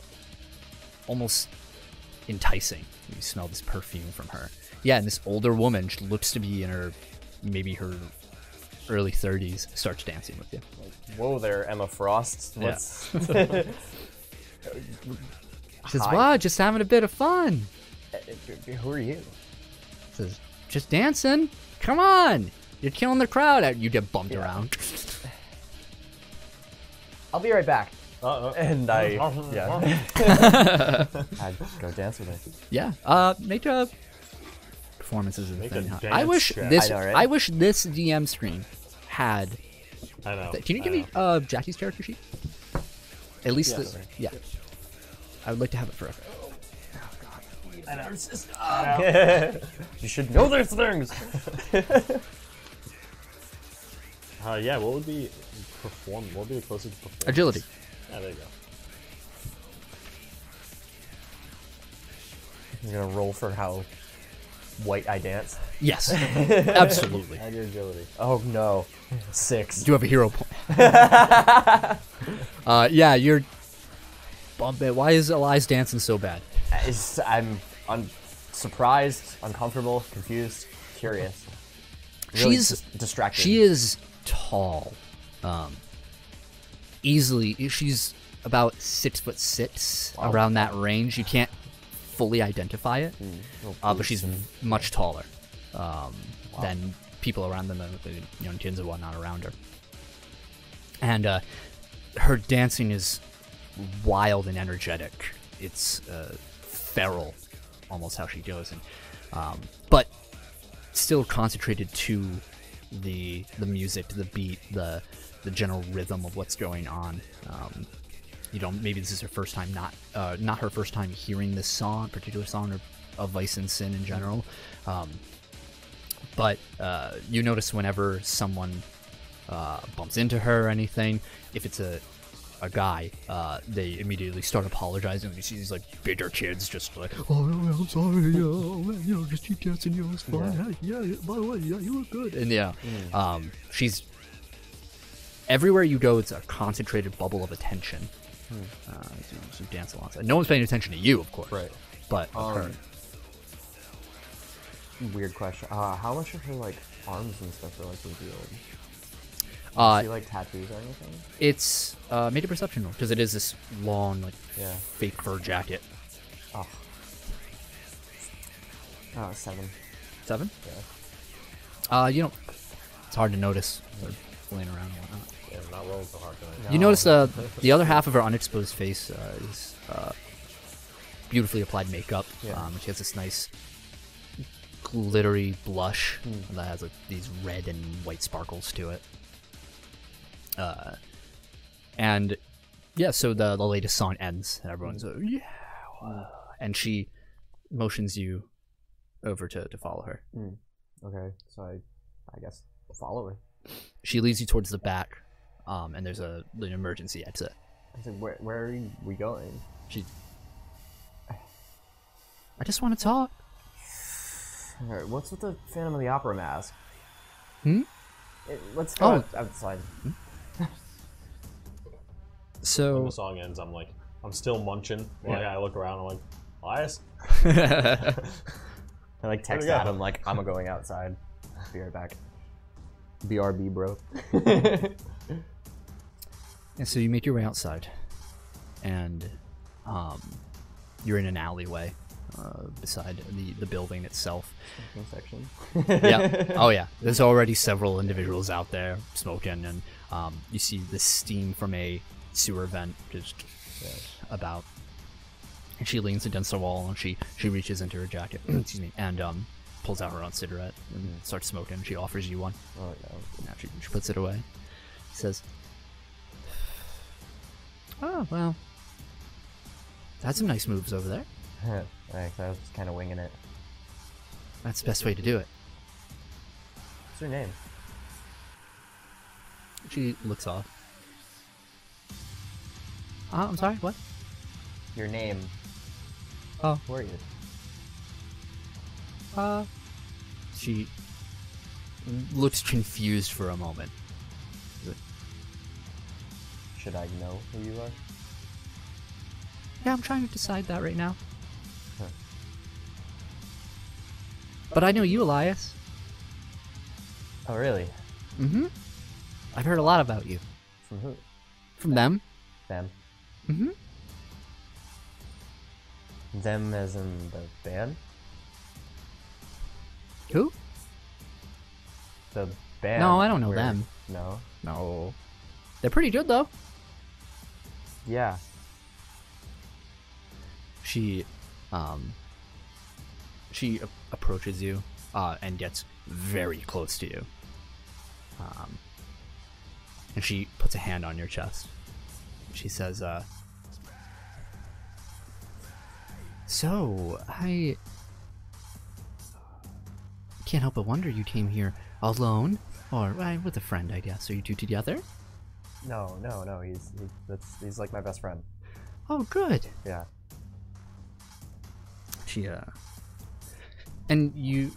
almost enticing. You smell this perfume from her. Yeah, and this older woman, she looks to be in her maybe her early 30s, starts dancing with you.
Whoa there, Emma Frost.
Yeah.
What's eh,
Says,
Hi.
"Wow, just having a bit of fun."
eh, Who are you?
Says, "Just dancing. Come on, you're killing the crowd." Uh, You get bumped around.
I'll be right back.
Uh, uh,
And I, yeah, I'd go dance with her.
Yeah. Uh, make a performances is the
Make a
thing. huh?
dance
I wish
check.
this.
I know, right?
I wish this DM screen had.
I know.
Can you give
I
me
know.
uh, Jackie's character sheet? At least,
Yeah,
the,
sorry.
yeah. I would like to have it forever.
You should know there's things.
Uh, yeah, what would be perform? What would be the closest to perform?
Agility.
Yeah, there you go.
You're gonna roll for how white I dance.
Yes, absolutely.
Add your agility.
Oh no, six.
Do you have a hero point? uh, yeah, you're. Bump it. Why is Elias dancing so bad?
It's- I'm un- surprised, uncomfortable, confused, curious. Really
She's-
dis- distracted.
She is tall, um, easily. She's about six foot six, around that range. You can't fully identify it, uh, but she's much taller um, than people around them, the the young kids and whatnot around her. And uh, her dancing is wild and energetic. It's uh, feral, almost how she goes, and um, but still concentrated to the the music, to the beat, the the general rhythm of what's going on. Um, you know, maybe this is her first time not uh, not her first time hearing this song, particular song, or of Vice and Sin in general. Um, But uh, you notice whenever someone uh, bumps into her or anything, if it's a a guy, uh, they immediately start apologizing. You see these like bigger kids just like, oh, no, I'm sorry, yeah, oh, man, you know, just keep dancing, you know, it's fine.
Yeah.
Hey, Yeah. yeah, by the way, yeah, you look good. And yeah, um, she's everywhere you go, it's a concentrated bubble of attention. Uh, so, so dance alongside. No one's paying attention to you, of course.
Right.
But of
Um,
her.
Weird question. Uh, how much of her like arms and stuff are like revealed?
Uh,
Is she like tattoos or anything?
It's uh, made a perception roll because it is this long, like
Yeah.
fake fur jacket.
Oh. Oh, seven.
Seven.
Yeah.
Uh, you don't. It's hard to notice. They're laying around and whatnot.
Yeah, I'm not rolling so hard tonight.
You notice uh, the other half of her unexposed face uh, is uh, beautifully applied makeup.
Yeah.
Um, she has this nice glittery blush that has like, these red and white sparkles to it. Uh, and yeah, so the, the latest song ends, and everyone's uh, yeah, wow." and she motions you over to, to follow her.
Okay, so I, I guess follow her.
She leads you towards the back, um, and there's a an emergency exit.
I said, where, where are you- we going?
She. I just want to talk.
All right, what's with the Phantom of the Opera mask?
Hmm?
It, let's go
Oh.
out- outside.
When
So
the song ends, I'm like, I'm still munching. Like, I look around, I'm like, Elias?
I like text
go.
Adam like I'm going outside. Be right back. BRB, bro.
and so you make your way outside, and um, you're in an alleyway uh, beside the the building itself.
section.
yeah. Oh yeah. There's already several individuals out there smoking, and um, you see the steam from a sewer vent just about. And she leans against the wall, and she she reaches into her jacket, excuse me, and um, pulls out her own cigarette and starts smoking. She offers you one.
Oh no.
Now she, she puts it away. Says, "Oh well, that's some nice moves over there.
Alright, 'cause I was just kind of winging it.
That's the best way to do it."
What's your name?
She looks off. Uh, I'm sorry, what?
Your name.
Oh,
Who are you?
uh. She looks confused for a moment.
Should I know who you are?
Yeah, I'm trying to decide that right now.
Huh.
But I know you, Elias.
Oh really?
Mm hmm. I've heard a lot about you.
From who?
From them?
Them.
Mm hmm.
Them as in the band?
Who?
The band.
No, I don't know
where-
them.
No.
No. They're pretty good, though.
Yeah.
she um she a- approaches you uh and gets very close to you um and she puts a hand on your chest she says uh so i can't help but wonder you came here alone or uh, with a friend i guess are you two together
No, no, no. He's he, that's he's like my best friend.
oh good
Yeah.
She uh and you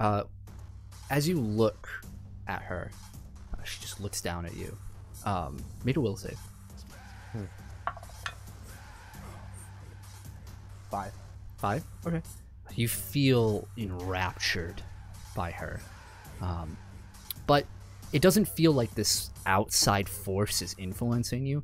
uh as you look at her, uh, she just looks down at you. Um make a will save.
Five.
Five? Okay. You feel enraptured by her. Um but it doesn't feel like this outside force is influencing you.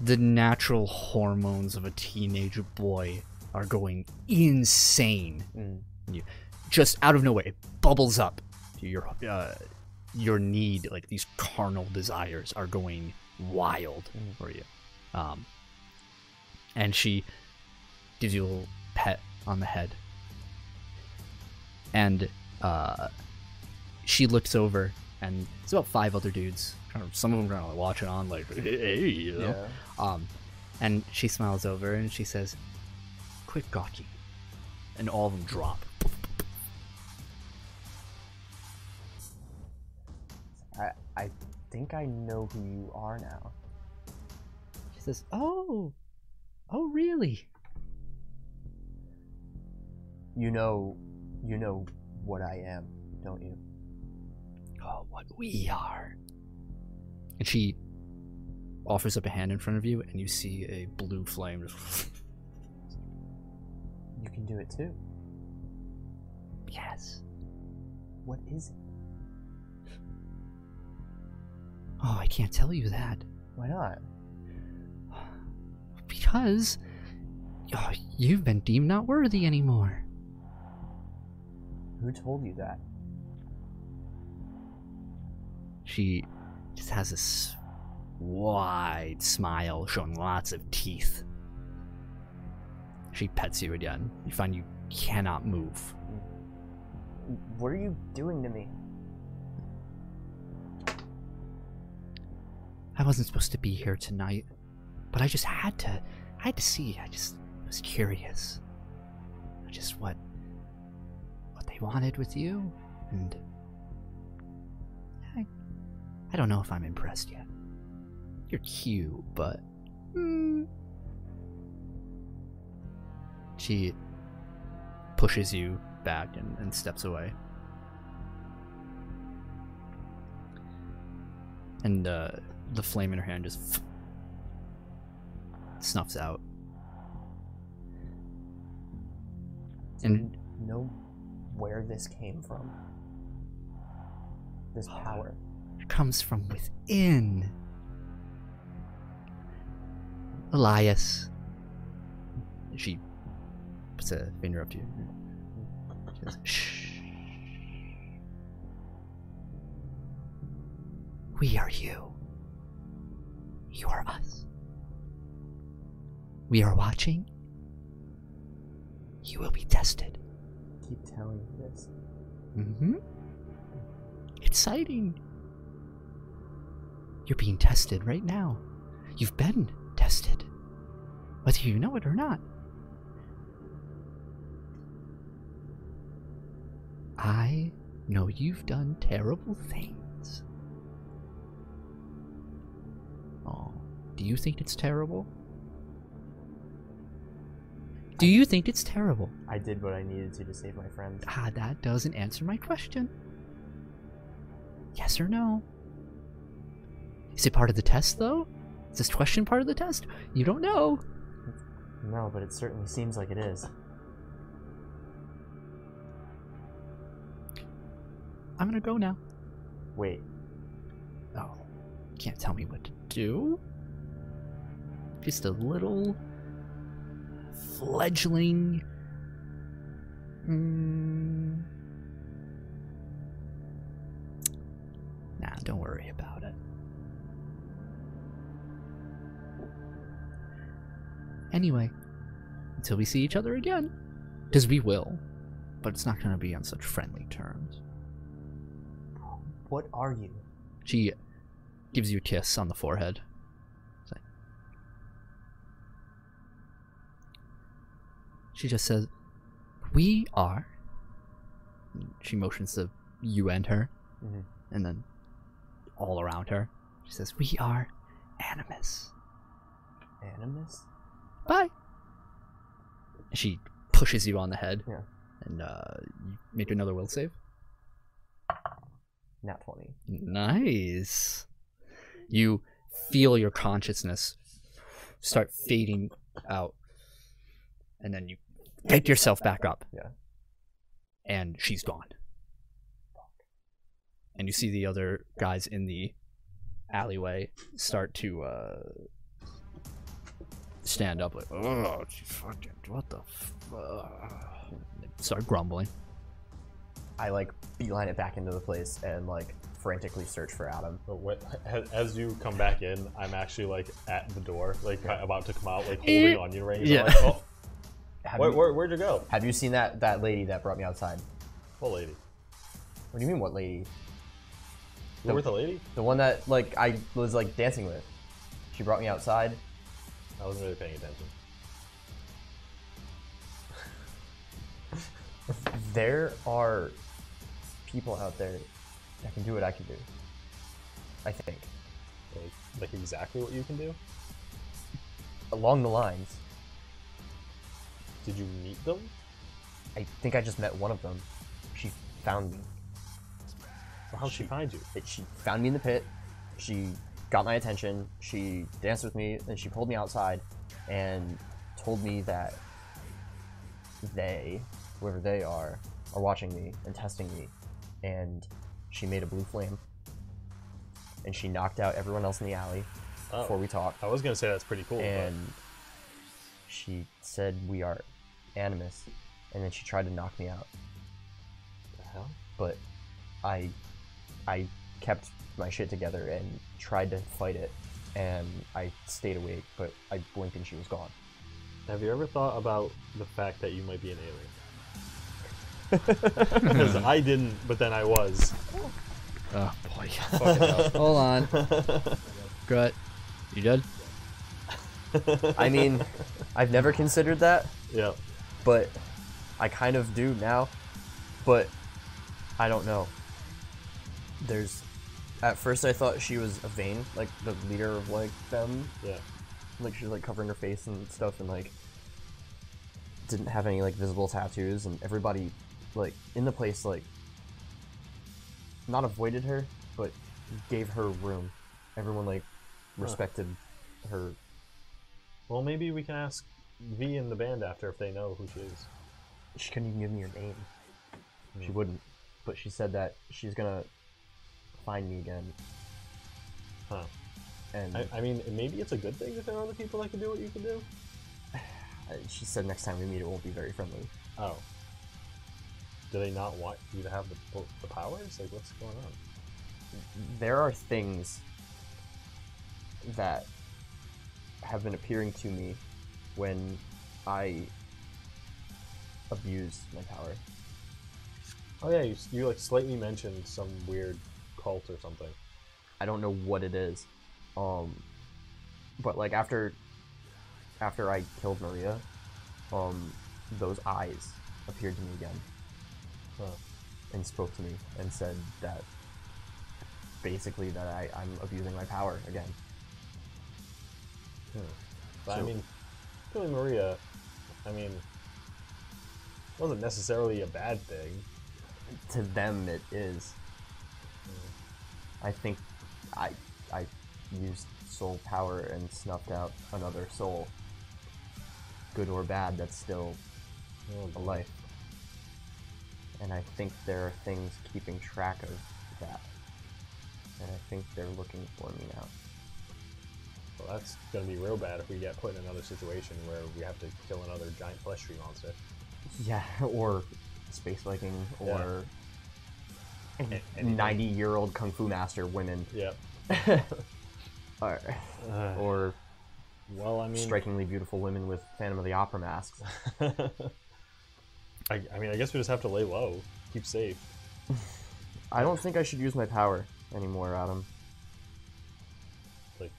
The natural hormones of a teenage boy are going insane
Mm.
you just out of nowhere it bubbles up your uh, your need like these carnal desires are going wild for you um, and she gives you a little pet on the head and uh, she looks over and it's about five other dudes kind of some of them are kind of like watching on like hey you know um, and she smiles over and she says, "Quick, Gaki," and all of them drop.
I think I know who you are now.
She says, "Oh, oh, really?
You know, you know what I am, don't you?
Oh, what we are." And she offers up a hand in front of you, and you see a blue flame. just-
You can do it too.
yes.
What is it?
Oh, I can't tell you that.
Why not?
Because oh, you've been deemed not worthy anymore.
Who told you that?
She just has this wide smile, showing lots of teeth. She pets you again. You find you cannot move.
What are you doing to me?
I wasn't supposed to be here tonight, but I just had to. I had to see. I just was curious. Just what what they wanted with you, and I, I don't know if I'm impressed yet. You're cute, but mm. she pushes you back and, and steps away. And uh, the flame in her hand just snuffs out. And
you know where this came from? This power.
comes from within. Elias. She puts a finger up to you. She goes, Shh. We are you. You are us. We are watching. You will be tested.
Keep telling me this.
Mm-hmm. Exciting. You're being tested right now. You've been tested. Whether you know it or not. I know you've done terrible things. Oh, do you think it's terrible? Do you think it's terrible?
I did what I needed to to save my friends.
Ah, that doesn't answer my question. Yes or no? Is it part of the test, though? Is this question part of the test? You don't know.
No, but it certainly seems like it is.
I'm gonna go now.
Wait,
Oh, can't tell me what to do. Just a little fledgling. Mm. Nah, don't worry about it. Anyway, until we see each other again, because we will, but it's not going to be on such friendly terms.
what are you?
She gives you a kiss on the forehead. It's like- She just says, We are. And She motions to you and her,
Mhm.
and then all around her. She says, We are Animus.
Animus?
Bye. And She pushes you on the head.
Yeah.
And uh, you make another will save.
Not 20.
Nice. You feel your consciousness start fading out, and then you pick yourself back up.
Yeah.
And she's gone. And you see the other guys in the alleyway start to uh, stand up, like, oh, she fucking, what the fuck? Start grumbling.
I like beeline it back into the place and like frantically search for Adam.
But what, as- as you come back in, I'm actually like at the door, like about to come out, like
Eh.
holding onion rings. I'm
Yeah.
like, oh,
Have,
where,
you,
where, where'd you go?
have you seen that that lady that brought me outside?
What lady?
What do you mean, what lady?
You were with a lady?
The one that like I was like dancing with. She brought me outside.
I wasn't really paying attention.
There are people out there that can do what I can do. I think.
Like, like exactly what you can do?
Along the lines.
Did you meet them?
I think I just met one of them. She found me.
So how'd she find you?
It, she found me in the pit. She got my attention. She danced with me, and she pulled me outside, and told me that they, whoever they are, are watching me and testing me. And she made a blue flame, and she knocked out everyone else in the alley
Oh.
before we talked.
I was gonna say that's pretty cool,
and she said we are animus, and then she tried to knock me out.
but the hell?
but I I kept my shit together and tried to fight it and I stayed awake but I blinked and she was gone.
Have you ever thought about the fact that you might be an alien? Because I didn't, but then I was.
Oh boy. Hold on. Gut. You dead?
I mean, I've never considered that,
Yeah.
but I kind of do now. But I don't know. There's at first I thought she was a vein, like the leader of like them,
Yeah.
like she was like covering her face and stuff and like didn't have any like visible tattoos and everybody like in the place like not avoided her but gave her room everyone like respected her
Well, maybe we can ask V and the band after if they know who she is.
she couldn't even give me her name she wouldn't but she said that she's gonna find me again
Huh.
and
I, I mean, maybe it's a good thing that there are other people that can do what you can do.
uh, she said next time we meet it won't be very friendly
Oh. Do they not want you to have the, po- the powers? Like, what's going on?
there are things that have been appearing to me when I abuse my power.
Oh yeah, you, s- you like slightly mentioned some weird cult or something.
I don't know what it is. Um but like after after I killed Maria, um those eyes appeared to me again
Huh.
and spoke to me and said that basically that I, I'm abusing my power again.
Hmm. But I
So-
mean, killing Maria, I mean, wasn't necessarily a bad thing.
to them it is. I think I I used soul power and snuffed out another soul. Good or bad, that's still
Oh,
a life. And I think there are things keeping track of that. And I think they're looking for me now.
Well, that's gonna be real bad if we get put in another situation where we have to kill another giant flesh tree monster.
Yeah, or space viking or
A- anyway.
90 year old kung fu master women
Yep.
or,
Uh,
or
well, I mean,
strikingly beautiful women with Phantom of the Opera masks.
I, I mean, I guess we just have to lay low, keep safe.
I don't think I should use my power anymore, Adam.
like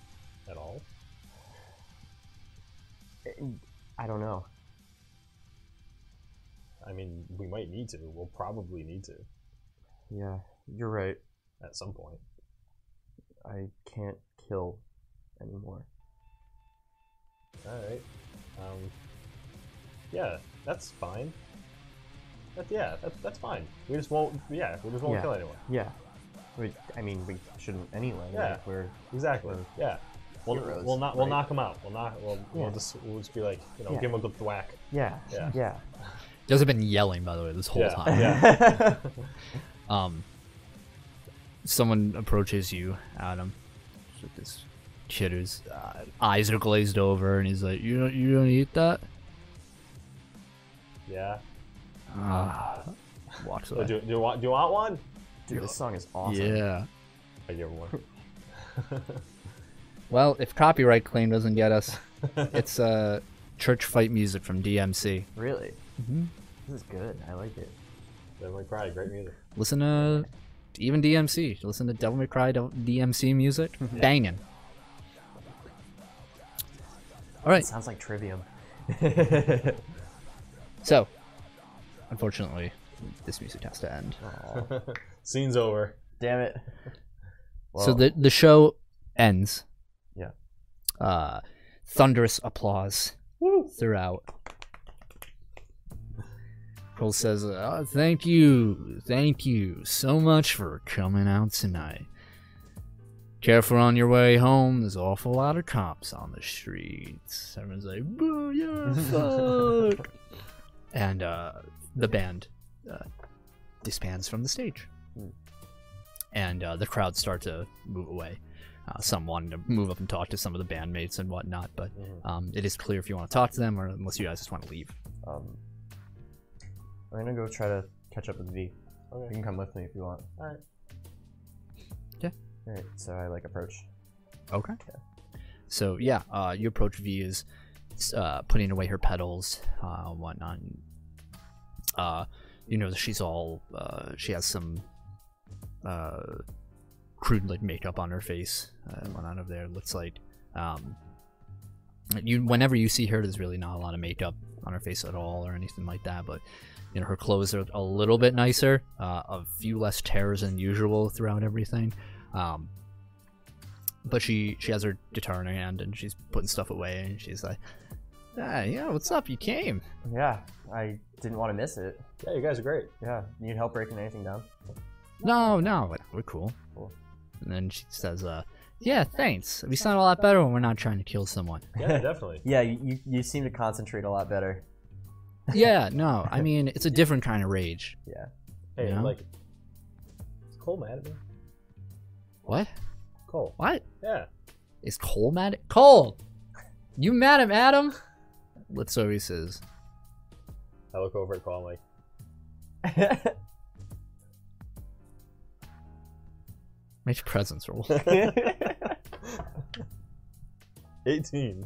at all.
I don't know.
I mean, we might need to. We'll probably need to
Yeah, you're right.
at some point.
I can't kill anymore.
All right. Um, yeah, that's fine. That, yeah, that, that's fine. We just won't. Yeah, we just won't
Yeah.
kill anyone.
Yeah. We, I mean, we shouldn't anyway.
Yeah.
Like we're,
Exactly.
We're
yeah. We'll,
Mm. heroes,
we'll not. We'll
right?
knock them out. We'll knock. We'll,
Yeah.
we'll just. We'll just be like, you know,
Yeah.
give them a good thwack.
yeah,
Yeah.
yeah,
You guys have been yelling, by the way, this whole
Yeah.
time.
Yeah.
Um, someone approaches you, Adam. It's Like this kid whose uh, eyes are glazed over, and he's like, "You don't, you don't eat that."
yeah.
Ah, watch
Oh,
that.
do, do you want? Do you want one?
Dude, this song is awesome.
Yeah.
I give 'em one.
Well, if copyright claim doesn't get us, it's uh, church fight music from DMC.
Really?
Mm-hmm.
This is good. I like it.
Devil May Cry, great music.
Listen to even DMC. Listen to Devil May Cry Devil- DMC music. Banging. All right.
Sounds like Trivium.
So, unfortunately, this music has to end.
Aw.
Scene's over.
Damn it.
So the the show ends.
Yeah.
Uh, thunderous applause throughout. Cole says, uh, "Thank you, thank you so much for coming out tonight. Careful on your way home. There's an awful lot of cops on the streets." Everyone's like, "Boo, yeah, fuck!" and uh, the band uh, disbands from the stage and uh, the crowd start to move away. Uh, some wanted to move up and talk to some of the bandmates and whatnot, but
Mhm.
um, it is clear if you want to talk to them or unless you guys just want to leave.
Um, I'm gonna go try to catch up with V. You
Okay.
can come with me if you want.
All right.
All right. So I like approach.
Okay. So yeah, uh, you approach V is uh, putting away her pedals, uh, and whatnot. and, Uh, you know she's all uh, she has some uh, crude like makeup on her face. Uh, and whatnot over there looks like um, you. Whenever you see her, there's really not a lot of makeup on her face at all or anything like that. But you know her clothes are a little bit nicer, uh, a few less tears than usual throughout everything. Um, but she she has her guitar in her hand and she's putting stuff away and she's like ah, yeah what's up you came
Yeah. I didn't want to miss it.
Yeah, you guys are great.
Yeah. Need help breaking anything down?
no no we're cool
Cool.
and then she says uh yeah thanks we sound a lot better when we're not trying to kill someone
Yeah, definitely.
Yeah. You, you, you seem to concentrate a lot better.
yeah no i mean it's a different kind of rage
Yeah.
Hey,
Yeah.
like, is Cole mad at me?
what
Cole.
what
Yeah.
is cole mad at cole you mad at adam let's so he says
I look over at Cole. I'm like,
make presence roll
18.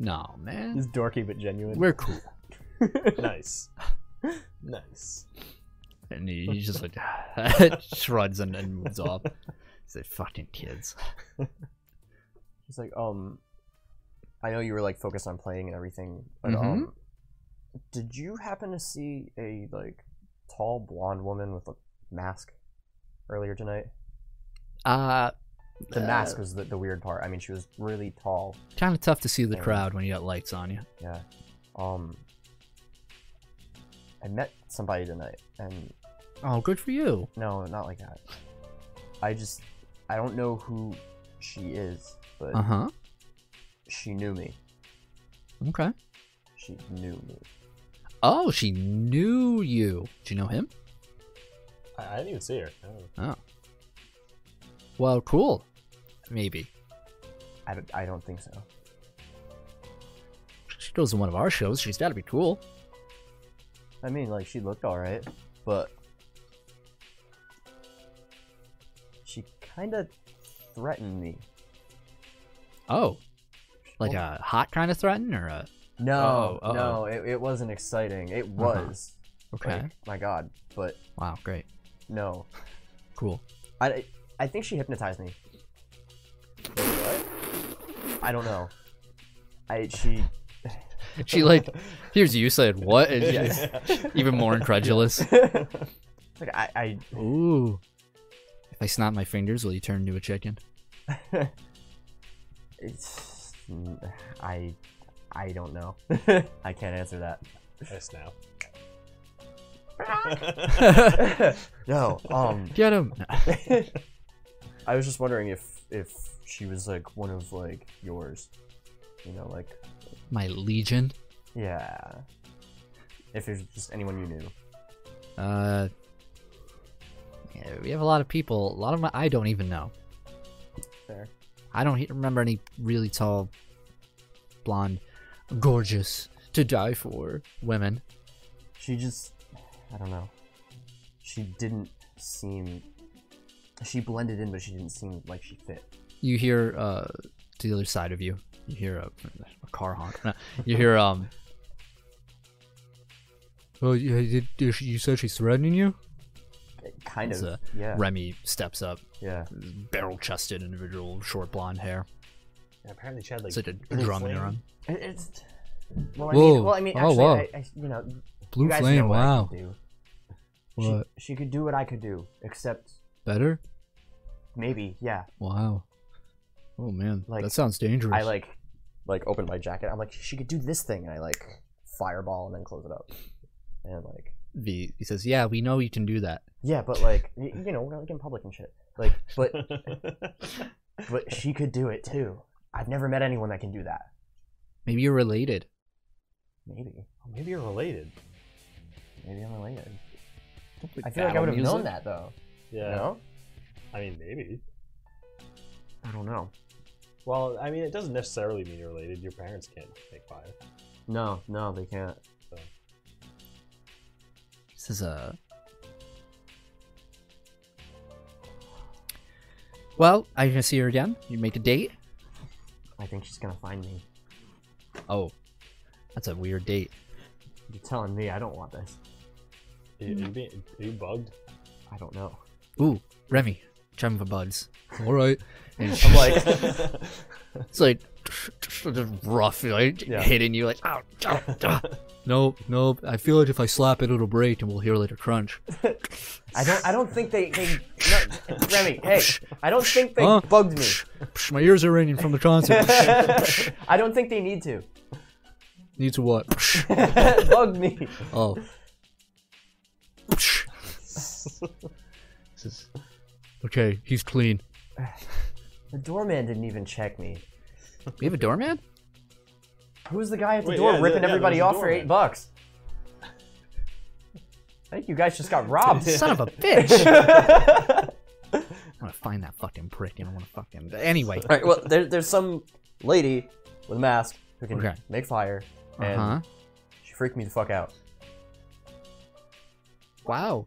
no man
it's dorky but genuine.
we're cool
nice. Nice.
and he, he just like shrugs and, and moves off he's like fucking kids
It's like, um, I know you were like focused on playing and everything, but
Mhm.
um, did you happen to see a like tall blonde woman with a mask earlier tonight?
Uh,
The mask was the, the weird part. I mean, she was really tall.
Kind of tough to see the
Yeah.
crowd when you got lights on you.
Yeah. Um, I met somebody tonight, and
Oh, good for you.
no, not like that. I just, I don't know who she is, but
Uh huh.
she knew me.
Okay.
She knew me.
Oh, she knew you. Do you know him?
I, I didn't even see her. I don't know.
Oh. Well, cool. Maybe
I don't, I don't think so.
she goes to one of our shows. She's got to be cool.
I mean, like she looked all right, but she kind of threatened me.
Oh, like a hot kind of threaten or a
No,
Oh, uh-oh. Uh-huh.
no, it, it wasn't exciting. It was.
okay.
Like, my God, but
Wow, great,
no.
cool.
I, I think she hypnotized me. I don't know. I she
She like here's you said what? And yeah, even more incredulous.
like I, I
Ooh. If I snap my fingers, will you turn into a chicken?
it's, I I don't know. I can't answer that.
I snap.
No. Um.
Get him.
I was just wondering if if she was like one of like yours, you know, like
My legion.
yeah. If there's just anyone you knew.
Uh, yeah, we have a lot of people. A lot of my I don't even know.
Fair.
I don't he- remember any really tall, blonde, gorgeous to die for women.
She just, I don't know. She didn't seem. She blended in, but she didn't seem like she fit.
You hear uh to the other side of you. You hear a, a car honk. No, you hear um. Oh, you, you said she's threatening you.
Kind
It's
of.
a
yeah.
Remy steps up,
Yeah.
barrel-chested individual, short blonde hair.
Yeah, apparently she had like
It's like a drum in her
flame.
arm.
It- it's. Well, I
Whoa.
mean, well, I mean,
Oh,
actually,
wow.
I, I, you know,
Blue
you guys know
flame.
what I
Wow.
could do.
What?
She, she could do what I could do, except
Better.
Maybe, yeah.
Wow. Oh man,
Like,
that sounds dangerous.
I like like opened my jacket. I'm like, she could do this thing, and I like fireball and then close it up. And like,
the, he says, "Yeah, we know you can do that."
yeah, but like, y- you know, we're like in public and shit. Like, but but she could do it too. I've never met anyone that can do that.
Maybe you're related.
Maybe,
Oh, Maybe you're related.
maybe I'm related. I feel like I
Battle
would have known
music?
that though.
Yeah.
You know?
I mean, maybe.
I don't know.
Well, I mean, it doesn't necessarily mean you're related. Your parents can't make fire.
No, no, they can't.
This is a. Well, are you gonna see her again? You make a date?
I think she's gonna find me.
Oh, that's a weird date.
You're telling me I don't want this.
Are you, are you being, are you bugged?
I don't know.
Ooh, Remy, chime for buds. All right. And
I'm like,
it's like sort of rough, like
Yeah.
hitting you, like ow, ow, ah. Nope, nope. I feel like if I slap it, it'll break, and we'll hear like a crunch.
I don't. I don't think they. they no, Remy, hey, I don't think they
Huh?
bugged me.
Psh, My ears are ringing from the concert.
I don't think they need to.
Needs a what? Psh.
Bug me.
Oh. Psh. Okay, he's clean.
The doorman didn't even check me.
We have a doorman?
Who's the guy at the
Wait,
door
yeah,
ripping
yeah,
everybody
there's a
off for
doorman.
eight bucks? I think you guys just got robbed.
Son of a bitch! I'm gonna find that fucking prick and I'm gonna fucking. Anyway.
All right. Well, there, there's some lady with a mask who can
Okay.
make fire,
Uh
and
huh.
she freaked me the fuck out.
Wow.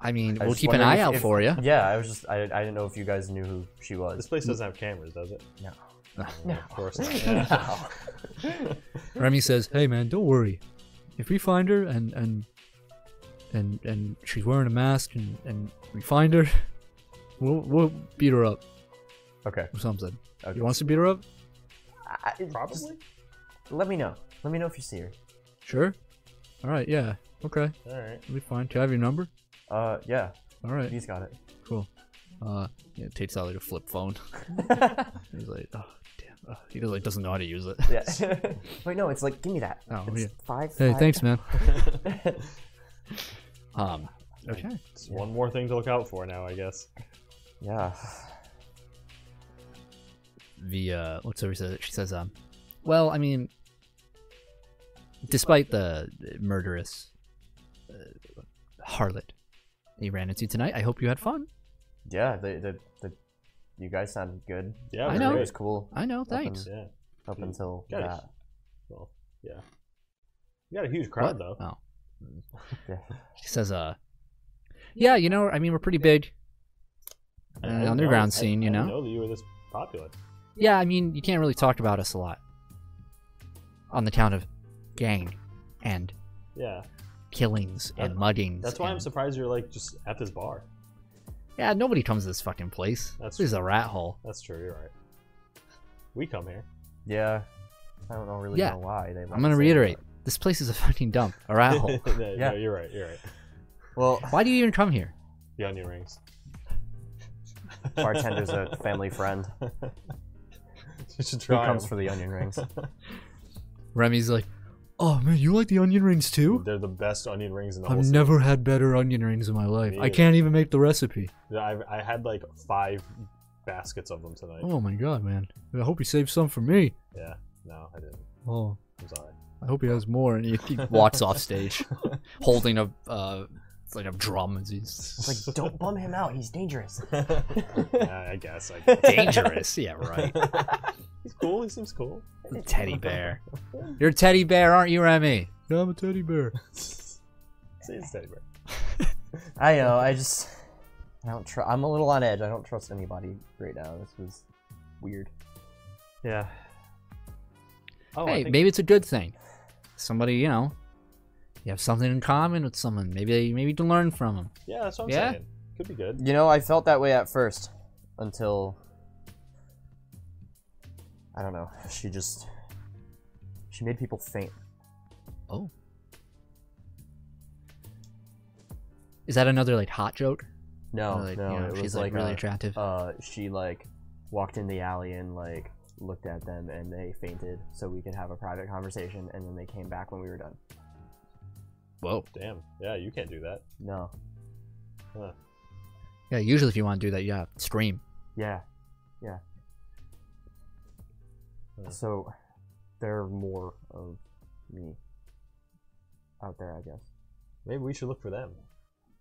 I mean,
I
we'll
was
keep an
wondering
eye
if-
out
if-
for you.
Yeah, I was just I, I didn't know if you guys knew who she
This
was.
place
Mm.
doesn't have cameras, does it?
No.
Of course not. Yeah.
Remy says, "Hey man, don't worry. If we find her and and and and she's wearing a mask and and we find her, we'll we'll beat her up
Okay.
or something.
Okay.
You want us to beat her up?
I, I-
Probably.
Let me know. Let me know if you see her.
Sure. All right. Yeah. Okay.
All right.
We'll be fine. Do I have your number?
Uh, yeah,
All right.
he's got it.
Cool. Uh, yeah, it takes out like a flip phone. He's like, oh damn. Uh, he doesn't, like, doesn't know how to use it.
Yeah. Wait, no, it's like give me that.
Oh,
it's
yeah.
five.
Hey,
five-
thanks, man. Um. Okay.
It's one more thing to look out for now, I guess.
Yeah.
the uh what's her says she says um well i mean despite the murderous uh, harlot he ran into tonight i hope you had fun
Yeah. The, the the you guys sounded good.
Yeah,
I
we're
know.
It
great.
was cool
i know thanks
Yeah.
up until
Guys.
that.
Well, yeah. You got a huge crowd, though.
Uh,
What? oh
Yeah.
she says uh yeah you know i mean we're pretty big
I-
Uh,
I didn't
underground
know- I-
scene, you
I didn't
know?
know that you were this popular.
yeah i mean you can't really talk about us a lot on the count of gang and
Yeah.
killings and
That-
muggings
That's why I'm
and-
surprised you're like just at this bar.
yeah nobody comes to this fucking place
That's
this is a rat hole
That's true. You're right. We come here.
Yeah. I don't know really
Yeah.
know why they.
i'm gonna reiterate this place is a fucking dump a rat hole
yeah, no,
Yeah.
you're right. You're right.
Well,
Why do you even come here?
The onion rings.
bartender's a family friend.
You should
Who
try
comes
'em.
for the onion rings?
Remy's like, oh man, you like the onion rings too?
They're the best onion rings in the whole
I've never had better onion rings in my life.
Me
I
either.
can't even make the recipe.
city. I've, I had like five baskets of them tonight.
Oh my god, man. I hope you saved some for me.
Yeah. No, I didn't.
Oh,
I'm sorry.
I hope he has more. And he, he walks off stage, holding a uh, it's like a drum. As he's
It's like don't bum him out. He's dangerous.
yeah, I guess. I guess.
dangerous. yeah, right.
He's cool. He seems cool.
Teddy bear. You're a teddy bear, aren't you, Remy? Yeah, I'm a teddy bear.
See, it's teddy bear.
I know. I just. I don't trust. I'm a little on edge. I don't trust anybody right now. This was weird.
Yeah. Oh, I
hey,
think-
maybe it's a good thing. Somebody, you know, you have something in common with someone. Maybe they, maybe you can learn from them.
yeah, that's what I'm
Yeah?
saying. Could be good.
You know, I felt that way at first until. I don't know. She just. She made people faint.
Oh. Is that another like hot joke?
Oh,
No,
Really,
no,
you know,
it was
she's like, really
a-
attractive.
uh, she like walked in the alley and like looked at them and they fainted so we could have a private conversation and then they came back when we were done
Whoa.
Damn. Yeah, you can't do that.
no
Yeah, usually if you want to do that, yeah, scream.
yeah yeah
Hmm.
so there are more of me out there i guess
Maybe we should look for them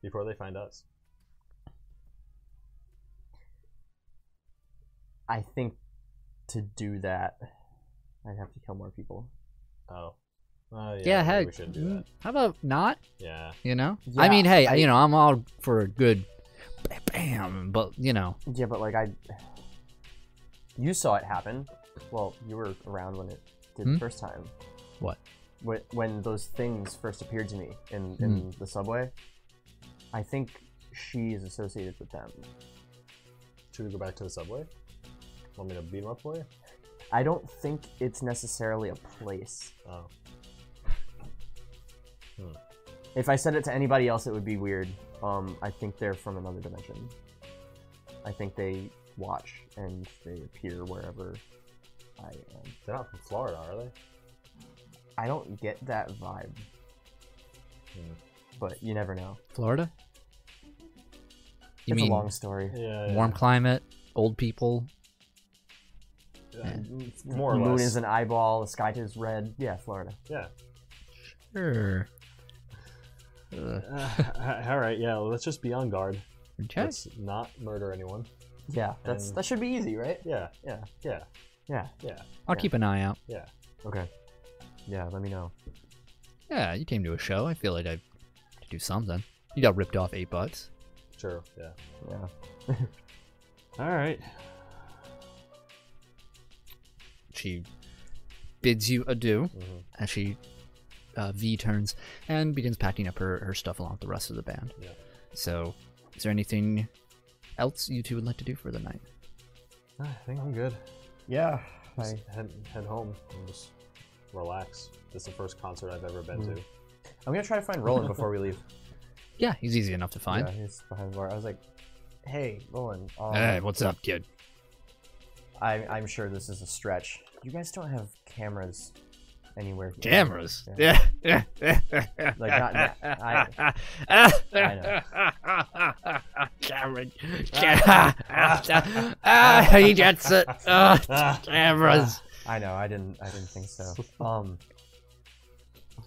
before they find us.
i think to do that i'd have to kill more people
Oh. Uh, yeah,
Yeah,
maybe
heck.
We shouldn't do that.
mm, How about not?
Yeah.
You know? I
Yeah,
mean, hey,
I-
you know, I'm all for a good ba- bam, but, you know,
yeah but like i you saw it happen well you were around when it did
Hmm?
the first time
what?
when, when those things first appeared to me in,
Hmm.
in the subway, I think she is associated with them.
Should we go back to the subway? Want me to beat them up for you?
I don't think it's necessarily a place.
Oh.
If I said it to anybody else, it would be weird. Um, I think they're from another dimension. I think they watch and they appear wherever I am.
They're not from Florida, are they?
I don't get that vibe,
Hmm.
but you never know.
Florida? You
it's
mean
a long story.
Yeah.
warm climate, old people?
Yeah.
yeah.
It's More or
the moon
less.
is an eyeball. The sky is red. Yeah, Florida.
yeah.
Sure. Ugh,
Uh, all right. Yeah. Let's just be on guard.
okay.
Let's not murder anyone.
Yeah, that's
And-
that should be easy, right?
Yeah.
Yeah.
Yeah.
Yeah.
Yeah.
I'll
yeah.
keep an eye out.
Yeah.
Okay. Yeah, let me know.
Yeah, you came to a show. I feel like I have to do something. You got ripped off eight bucks.
Sure. Yeah.
Yeah.
All right.
She bids you adieu
Mhm.
as she uh, V turns and begins packing up her, her stuff along with the rest of the band.
Yeah.
So, is there anything else you two would like to do for the night?
I think I'm good.
Yeah.
Just head head home and just relax. This is the first concert I've ever been to.
I'm gonna try to find Roland before we leave.
Yeah, he's easy enough to find.
Yeah, he's behind the bar. I was like, "Hey, Roland. Um,
Hey, what's up, kid?
I'm I'm sure this is a stretch. You guys don't have cameras anywhere. here."
Cameras.
Yeah.
Yeah.
Like, not- not- I-
Cameron. Ah, he gets it. Ah, cameras.
I know. I didn't. I didn't think so. Um,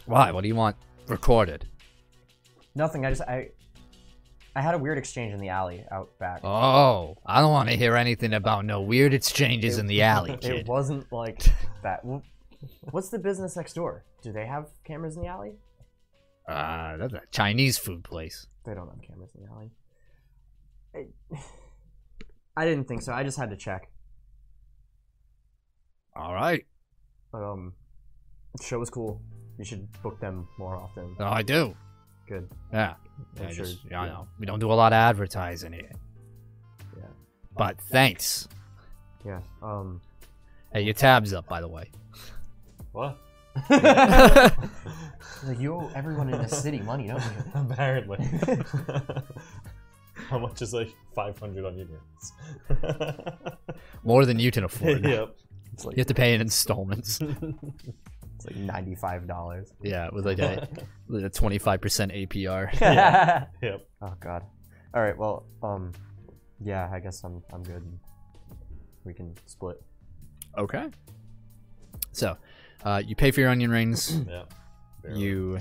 Why? What do you want recorded?
nothing. I just I. I had a weird exchange in the alley out back.
Oh, I don't want to hear anything about no weird exchanges in the alley,
it
kid.
wasn't like that. Wh- What's the business next door? Do they have cameras in the alley?
Uh, that's a Chinese food place.
They don't have cameras in the alley. I, I didn't think so. I just had to check.
All right.
But, um, the show was cool. You should book them more often.
Oh, I do.
Good.
Yeah.
I'm
I
sure-
just- I
yeah.
know. We don't do a lot of advertising here.
Yeah.
But thanks.
Yeah. Um.
Hey, your tab's up, by the way.
What?
Like you owe everyone in this city money, don't you?
Apparently. How much is like 500 on your grants?
More than you can afford.
yep.
It's
You
like
have to pay in installments.
it's like ninety five dollars.
yeah, with like a, with a 25% APR.
Yeah. Yep.
oh God. All right. Well. Um. Yeah. I guess I'm. I'm good. We can split.
Okay. So, uh, you pay for your onion rings.
Yep. Barely.
you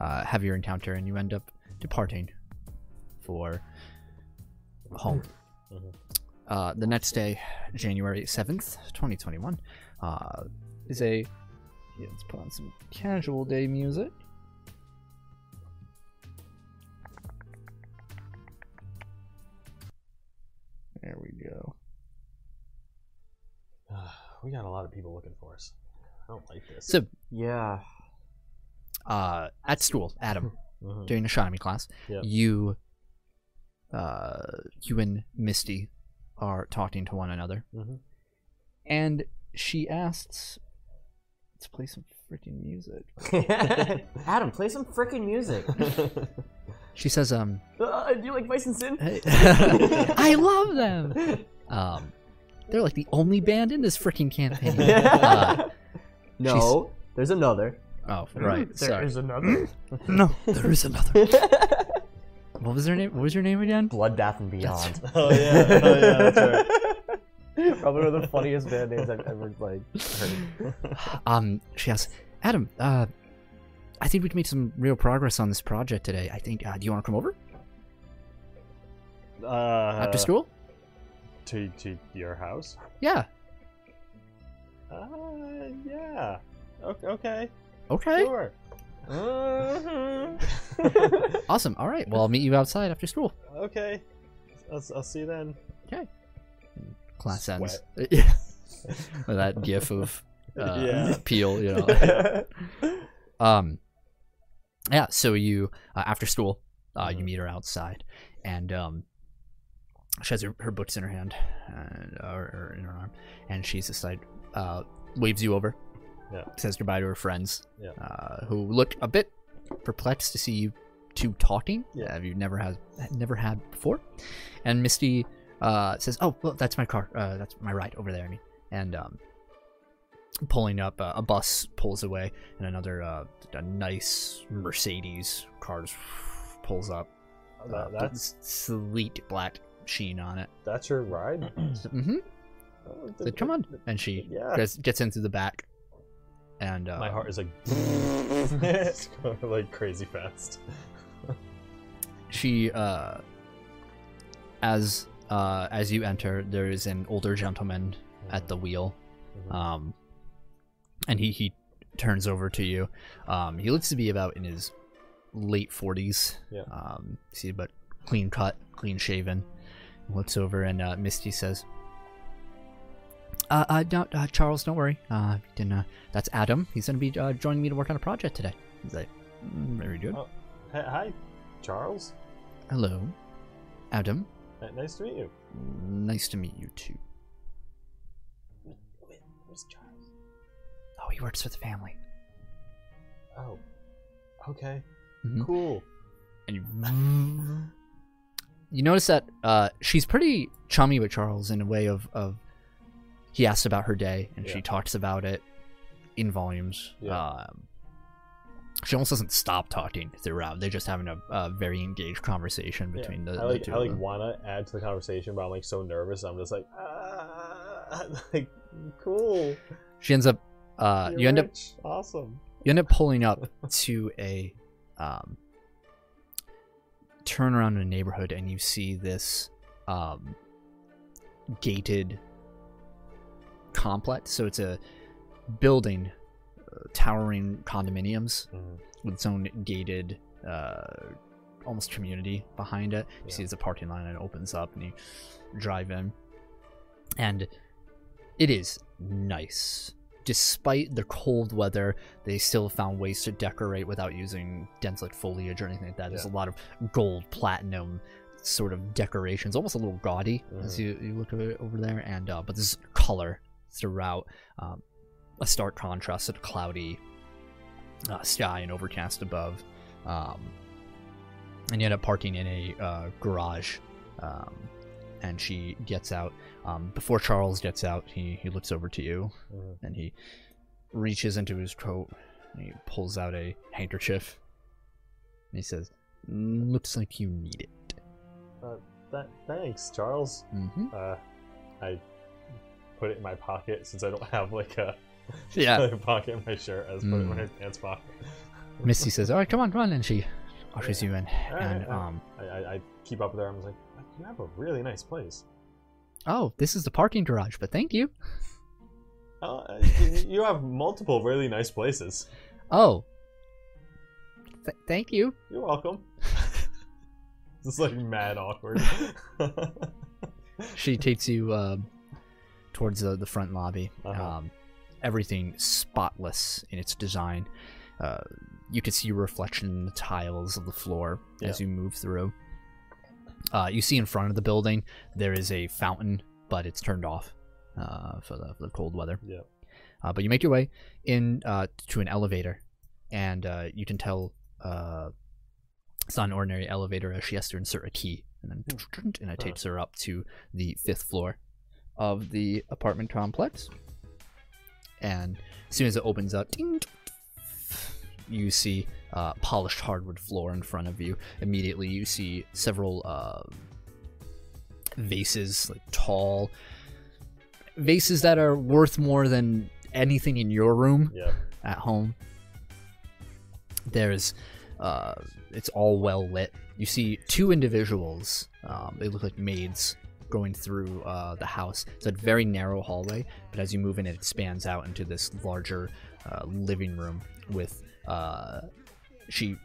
uh, have your encounter and you end up departing for home.
Mhm.
Uh, the next day, January 7th, 2021, uh, is a. yeah, Let's put on some casual day music. There we go.
we got a lot of people looking for us. I don't like this.
So,
Yeah.
uh, at school, Adam,
Mhm.
during astronomy class,
Yeah.
you, uh, you and Misty are talking to one another,
Mhm.
and she asks, "Let's play some freaking music."
Adam, play some freaking music.
She says, um,
Uh, do you like Vice and Sin?
I love them. Um, they're like the only band in this freaking campaign. Uh,
no, there's another.
oh, right. Sorry.
another.
no, there is another. What was their name? What was your name again?
Bloodbath and Beyond.
Oh yeah, oh yeah, that's right.
Probably one of the funniest band names I've ever like heard.
Um, she asks, Adam, uh, I think we've made some real progress on this project today. I think, uh, do you want to come over
Uh,
after school?
to to your house?
Yeah.
Uh, yeah. Okay. okay.
Okay.
Sure. Mhm.
Awesome. All right. Well, I'll meet you outside after school.
okay. I'll, I'll see you then.
Class
Sweat.
ends. Yeah. With that gif of uh,
Yeah.
Peel, you know. um, yeah. So you uh, after school, uh, you
Mhm.
meet her outside, and um, she has her, her books in her hand, and, uh, or, or in her arm, and she's just like uh, waves you over.
Yeah.
Says goodbye to her friends,
Yeah.
uh, who look a bit perplexed to see you two talking.
Yeah.
uh, you've never had never had before, and Misty uh, says, "Oh, well, that's my car. Uh, that's my ride over there." I mean, and um, pulling up, uh, a bus pulls away, and another uh, a nice Mercedes car just pulls up.
Oh,
uh,
that-
with
that's
sleek black sheen on it.
that's your ride.
hmm
Oh,
So, come on, and she
Yeah.
gets, gets in through the back, and uh,
My heart is like it's going like crazy fast.
she uh as uh as you enter there is an older gentleman at the wheel
Mhm.
um and he he turns over to you um he looks to be about in his late 40s
Yeah.
um see but clean cut clean shaven looks over and uh misty says uh, uh, no, uh, Charles, don't worry. Uh, didn't, uh, that's Adam. He's gonna be uh, joining me to work on a project today. He's like, "Mm, very good.
Oh. Hi- Hi, Charles.
Hello, Adam.
N- Nice to meet you.
Nice to meet you too.
Where's Charles?
Oh, he works for the family.
Oh. Okay.
Mhm.
Cool.
And you, you notice that uh, she's pretty chummy with Charles in a way of, of he asks about her day and
Yeah.
she talks about it in volumes.
Yeah.
Um, she almost doesn't stop talking throughout. They're just having a, a very engaged conversation
Yeah.
between the,
I like
the two
I
of
like
them.
wanna add to the conversation, but I'm like so nervous. I'm just like ah, like cool.
She ends up, uh, you end up
up awesome.
you end up pulling up to a um, turn around in a neighborhood and you see this um, gated complex so it's a building uh, towering condominiums
Mm-hmm.
with its own gated uh, almost community behind it you
Yeah.
see there's a parking lot and it opens up and you drive in and it is nice despite the cold weather they still found ways to decorate without using dense like foliage or anything like that there's a
Yeah.
lot of gold platinum sort of decorations almost a little gaudy as
Mhm.
you, you look over, over there and uh, but this color throughout um, a stark contrast to the cloudy uh, sky and overcast above um, and you end up parking in a uh, garage um, and she gets out um, before charles gets out he, he looks over to you
Mhm.
and he reaches into his coat and he pulls out a handkerchief and he says "Mm, looks like you need it
Th- thanks, Charles.
mm-hmm.
Uh, I put it in my pocket since I don't have like a
yeah Mm.
pocket in my shirt. I just put it in my pants pocket.
misty says all right come on come on and she ushers you in
right,
and
all right.
um
I, I, I keep up with her. I'm just like, you have a really nice place.
oh this is the parking garage but thank you
Oh, uh, you have multiple really nice places.
oh Th- thank you
You're welcome. It's like mad awkward.
she takes you um towards the, the front lobby.
Uh-huh.
Um, everything spotless in its design. Uh, you can see your reflection in the tiles of the floor as you move through. Uh, you see in front of the building there is a fountain, but it's turned off uh, for, the, for the cold weather.
yeah.
Uh, but you make your way in uh, to an elevator, and uh, you can tell uh, It's not an ordinary elevator. uh, She has to insert a key, and then and it takes her up to the fifth floor of the apartment complex. And as soon as it opens up, ding, you see uh, polished hardwood floor in front of you. Immediately, you see several uh, vases, like tall vases that are worth more than anything in your room
Yeah.
at home. There's, uh, it's all well lit. You see two individuals. Um, they look like maids going through uh, the house. It's a very narrow hallway, but as you move in, it expands out into this larger uh, living room with. Uh, she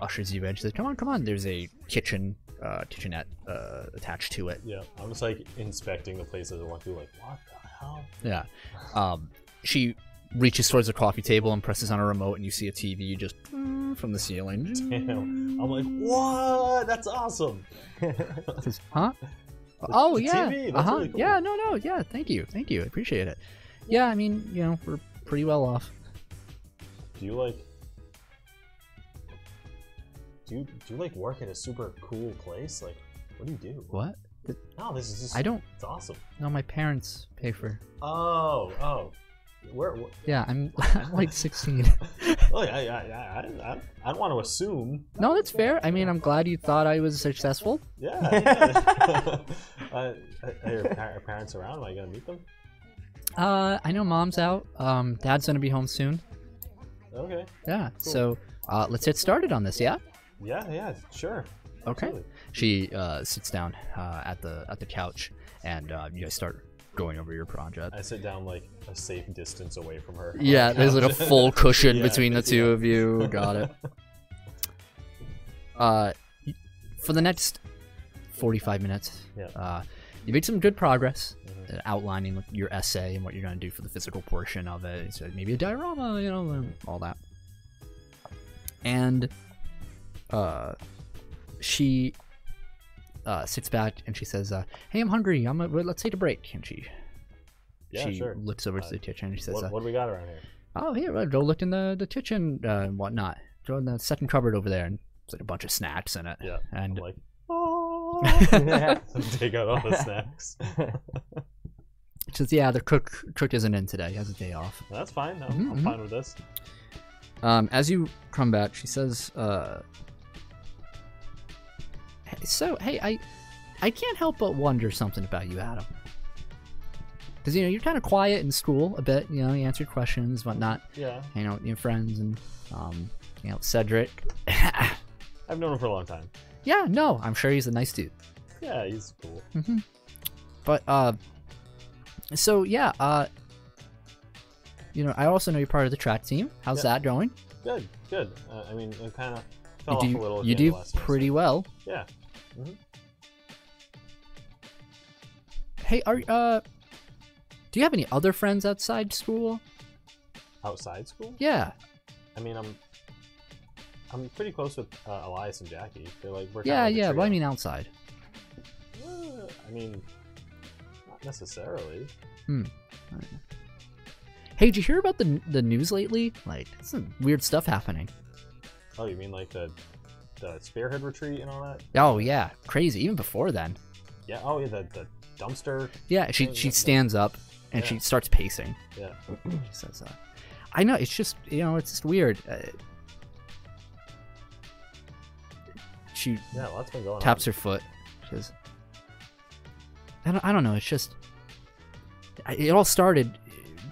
ushers you in. She says, "Come on, come on." There's a kitchen, uh, kitchenette uh, attached to it.
Yeah. I'm just like inspecting the place as I walk through, like, what the hell?
Yeah. Um, she reaches towards the coffee table and presses on a remote, and you see a TV just mm, from the ceiling.
Damn. I'm like, what? That's awesome.
Says, huh? Oh
the
yeah.
TV, that's
uh huh.
really cool.
Yeah. No. No. Yeah. Thank you. Thank you. I appreciate it. Yeah. I mean, you know, we're pretty well off.
Do you like? Do you, do you like work at a super cool place? Like, what do you do?
What?
No, this is just.
I don't.
It's awesome.
No, my parents pay for.
Oh, oh. Where? where
Yeah. I'm, I'm like 16.
oh yeah, yeah, yeah. I, I, I don't want to assume.
no, that's fair. I mean, I'm glad you thought I was successful.
Yeah. yeah. uh, are, your par- are parents around? Am I gonna meet them?
Uh, I know mom's out. Um, dad's gonna be home soon.
Okay.
Yeah.
Cool.
So, uh, let's get started on this. Yeah.
Yeah, yeah, sure.
Okay.
Absolutely.
She uh, sits down uh, at the at the couch, and uh, you guys start going over your project.
I sit down like a safe distance away from her.
Yeah, there's like a full cushion
Yeah,
between the
yeah.
two of you. Got it. Uh, y- for the next 45 minutes,
Yeah.
uh, you made some good progress
Mhm.
uh, outlining like, your essay and what you're going to do for the physical portion of it. So maybe a diorama, you know, and all that. And uh, she uh, sits back and she says, uh, "Hey, I'm hungry. I'm a, well, let's take a break." And she
Yeah,
she
sure.
looks over to
Uh,
the kitchen and she says, uh,
What, what do we got around here?
oh here uh, go look in the the kitchen uh, and whatnot go in the second cupboard over there and there's like a bunch of snacks in it
Yeah. I'm
and
like,
yeah.
take out all the snacks.
she says yeah the cook cook isn't in today he has a day off
That's fine. I'm,
Mhm,
I'm
mhm.
fine with this.
um as you come back she says uh "Hey, so hey i i can't help but wonder something about you adam because you know you're kind of quiet in school a bit you know you answered questions whatnot
Yeah,
hang out with your friends and um you know cedric
I've known him for a long time.
yeah no i'm sure he's a nice dude
Yeah, he's cool.
hmm But uh, so yeah, uh, you know, I also know you're part of the track team. How's
Yeah.
that going?
Good, good. Uh, I mean, it kind of fell
You
off
do
a little. at
you
the end
do
of last semester.
pretty well.
Yeah.
Hey, are uh, do you have any other friends outside school?
Outside school?
Yeah.
I mean, I'm I'm pretty close with uh, Elias and Jackie. They're like we're
yeah,
kind of like a
yeah. Well, I
trio.
mean, outside.
Uh, I mean, not necessarily.
Hmm. Hey, did you hear about the the news lately? Like, some weird stuff happening.
Oh, you mean like the the spearhead retreat and all that?
Oh yeah, crazy. Even before then.
Yeah. Oh, yeah. The, the dumpster.
Yeah, she
Yeah,
she
Oh, yeah.
stands up and
Yeah.
she starts pacing.
Yeah.
She says, uh, "I know it's just you know it's just weird." Uh, she
Yeah. Lots been going
taps her foot. She says, "I don't, I don't know. It's just I- it all started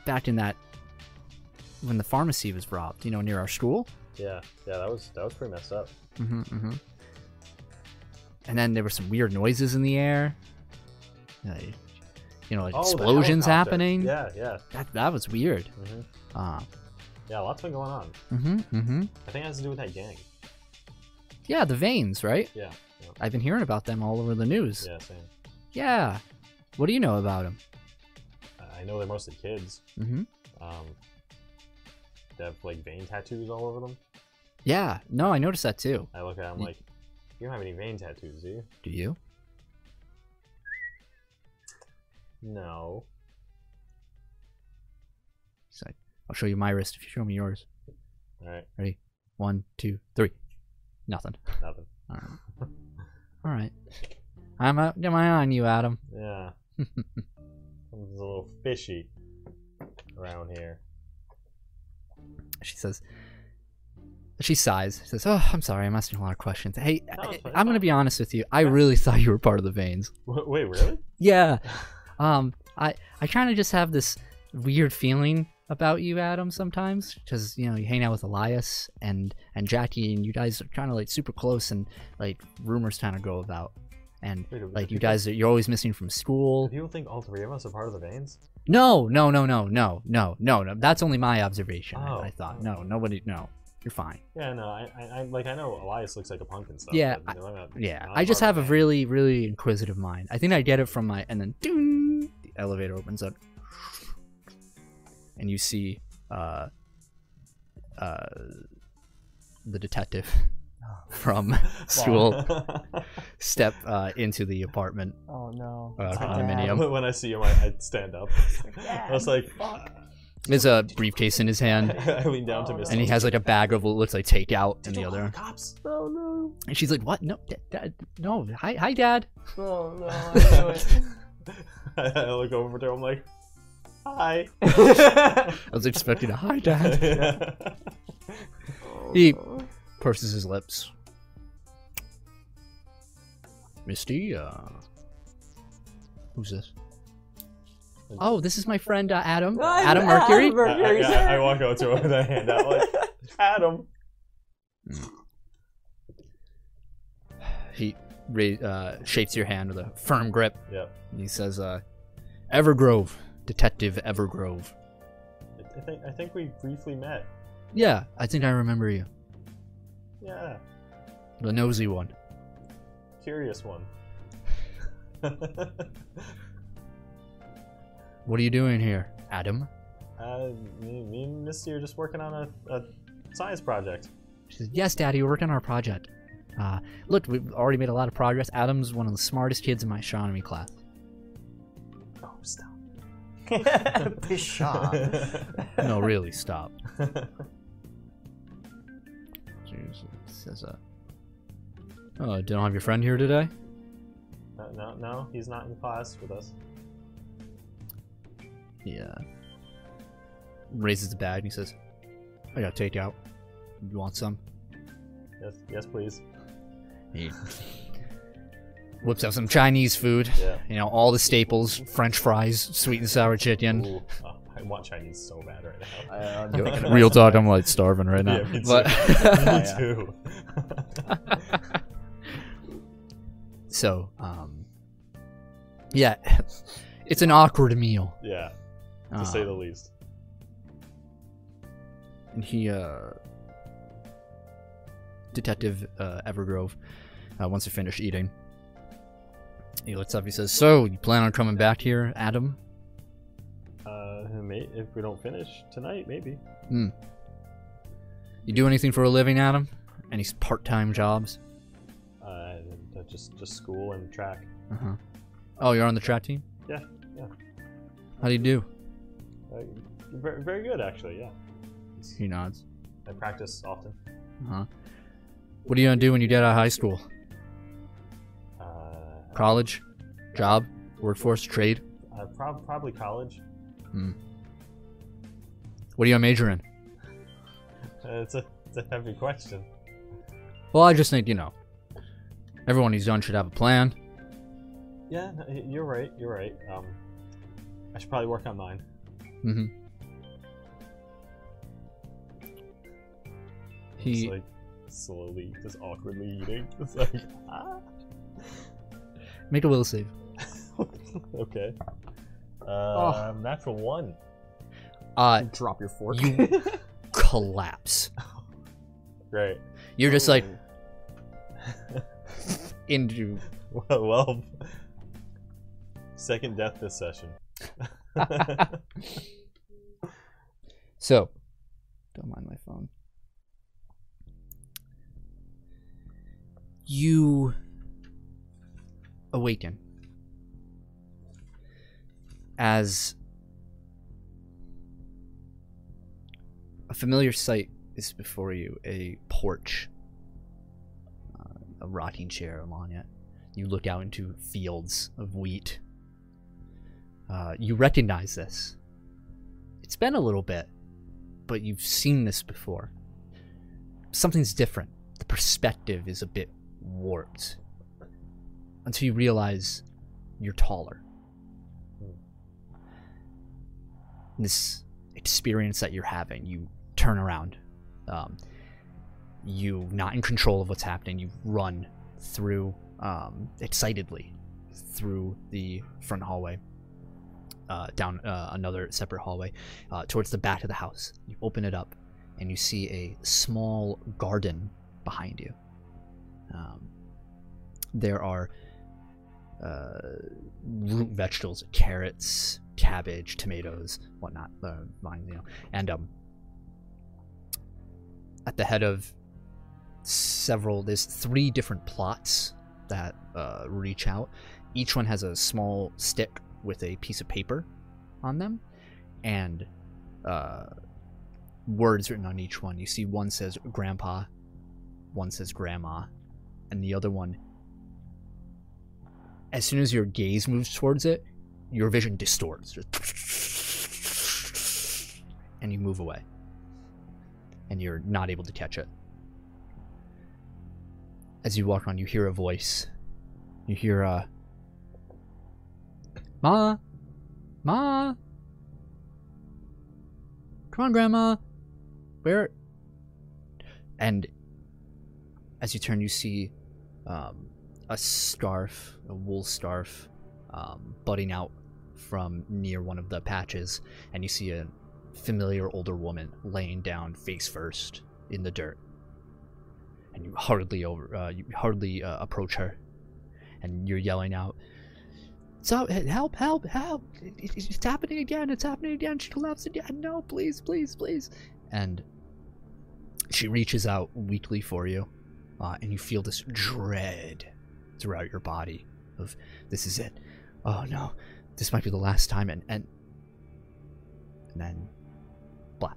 back in that when the pharmacy was robbed. You know, near our school.
on. Yeah. Yeah. That was that was pretty messed up.
Mm-hmm, mm-hmm. And then there were some weird noises in the air. Uh, you know, like
Oh, the
explosions
helicopter.
happening.
Yeah. Yeah.
That that was weird.
hmm
Uh,
Yeah. Lots been going on.
mm-hmm, mm-hmm.
I think it has to do with that gang.
Yeah, the veins, right?
Yeah. Yeah.
I've been hearing about them all over the news.
Yeah. Same.
Yeah. What do you know about them?
I- I know they're mostly kids.
Mm-hmm.
Um, they have like vein tattoos all over them.
Yeah. No, I noticed that too.
I look at them
Y-
like, you don't have any vein tattoos, do you?
Do you?
No.
She's like, I'll show you my wrist if you show me yours.
All right.
One, two, three. Nothing.
Nothing.
All right. All right. I'm up to my eye on you, Adam.
Yeah. Something's a little fishy around here.
She says. She sighs. She says, "Oh, I'm sorry. I'm asking a lot of questions. Hey,
No,
I,
it's fine, it's
I'm gonna
fine.
be honest with you. I
Yeah.
really thought you were part of the veins.
Wait, wait really?
Yeah. Um, I I kind of just have this weird feeling about you, Adam. Sometimes because you know you hang out with Elias and and Jackie, and you guys are kind of like super close, and like rumors kind of go about, and
Wait, do
like you
people-
guys are, you're always missing from
Do
school.
people think all three of us are part of the veins?
No, no, no, no, no, no, no, no. That's only my observation. I-
Oh,
I, thought.
oh.
No, nobody. No, you're fine.
Yeah, no, I, I, I like I know Elias looks like a punk and stuff.
Yeah,
but no, I'm not-
Yeah,
I'm
I just
part
have
of
a
the veins.
really, really inquisitive mind. I think I get it from my, and then ding, the elevator opens up, and you see uh, uh, the detective from school step uh, into the apartment
Oh no.
uh,
Dad.
condominium.
when I see him, I, I stand up. I was like,
There's a briefcase in his hand,
I lean down to
Oh,
Miss.
and he has like a bag of what looks like takeout in the other.
Cops.
Oh no.
And she's like, "What? No, dad, dad, no. Hi, hi, dad."
Oh no. I knew it.
I, I look over to him like, hi.
I was expecting a hi, dad.
yeah,
He purses his lips. Misty, uh, who's this? Oh, this is my friend uh, Adam. Adam Mercury.
Adam Mercury.
I, I, I walk over to him and I hand out like, Adam.
He ra- uh, shakes your hand with a firm grip.
Yep.
And he says, uh, "Evergrove, Detective Evergrove.
I- I think I think we briefly met.
Yeah, I think I remember you.
Yeah,
The nosy one.
curious one. Uh,
What are you doing here, Adam?"
uh, me, me and Misty are just working on a, a science project.
She says, "Yes, Daddy, we're working on our project. Uh, look, we've already made a lot of progress. Adam's one of the smartest kids in my astronomy class.
Oh, stop.
Pshaw.
No, really, stop." says, uh, "Oh, don't have your friend here today."
no, no, no, he's not in class with us.
Yeah. Raises the bag and he says, I got takeout. You want some?
Yes, yes, please.
He whips up some Chinese food.
Yeah.
You know, all the staples French fries, sweet and sour chicken.
Ooh, oh, I want Chinese so bad right now.
I, uh, I'll do it.
Real talk, I'm like starving right now.
Yeah, me too.
But-
Me too.
so, um, yeah, it's an awkward meal.
yeah, to say the
Um,
least.
and he uh detective uh, evergrove uh, once they finish eating he looks up he says so you plan on coming back here adam
Uh, may- if we don't finish tonight, maybe.
you do anything for a living adam any part-time jobs
Uh, just just school and track.
uh-huh oh you're on the track team
Yeah, yeah.
how do you do
Uh, very, very good actually. Yeah,
he nods
I practice often.
uh-huh what are you gonna do when you get out of high school
Uh,
college job workforce trade
uh, prob- probably college.
what are you gonna major in
Uh, it's a it's a heavy question.
well i just think you know everyone who's done should have a plan
Yeah, no, y- you're right. You're right. Um, I should probably work on mine.
Mm-hmm.
Just
He
like slowly, just awkwardly eating. It's like ah.
make a will save.
okay. Um,
Oh.
natural one.
Uh,
Drop your fork.
You- collapse.
Great. Hmm.
You're just like into.
Well, well, second death this session.
So, don't mind my phone. You awaken as a familiar sight is before you a porch. Uh, a rocking chair along it. You look out into fields of wheat. Uh, you recognize this. It's been a little bit, but you've seen this before. Something's different. The perspective is a bit warped until you realize you're taller. This experience that you're having, you turn around. Um, you not in control of what's happening. You run through um, excitedly through the front hallway, uh, down uh, another separate hallway, uh, towards the back of the house. You open it up, and you see a small garden behind you. Um, there are uh, root vegetables, carrots, cabbage, tomatoes, whatnot, uh, mine, you know, and um, at the head of several, there's three different plots that uh, reach out. Each one has a small stick with a piece of paper on them, and uh, words written on each one. You see, one says "grandpa," one says "grandma," and the other one as soon as your gaze moves towards it, your vision distorts. Just and you move away. And you're not able to catch it. As you walk on, you hear a voice. You hear a. Ma! Ma! Come on, Grandma! Where? And as you turn, you see um, a scarf, a wool scarf, um, budding out from near one of the patches, and you see a familiar older woman laying down face first in the dirt. And you hardly over, uh, you hardly uh, approach her, and you're yelling out, "So help! Help! Help! It- it- It's happening again! It's happening again! She collapsed again! No! Please! Please! Please!" And she reaches out weakly for you, uh, and you feel this dread throughout your body of this is it oh no this might be the last time and and, and then black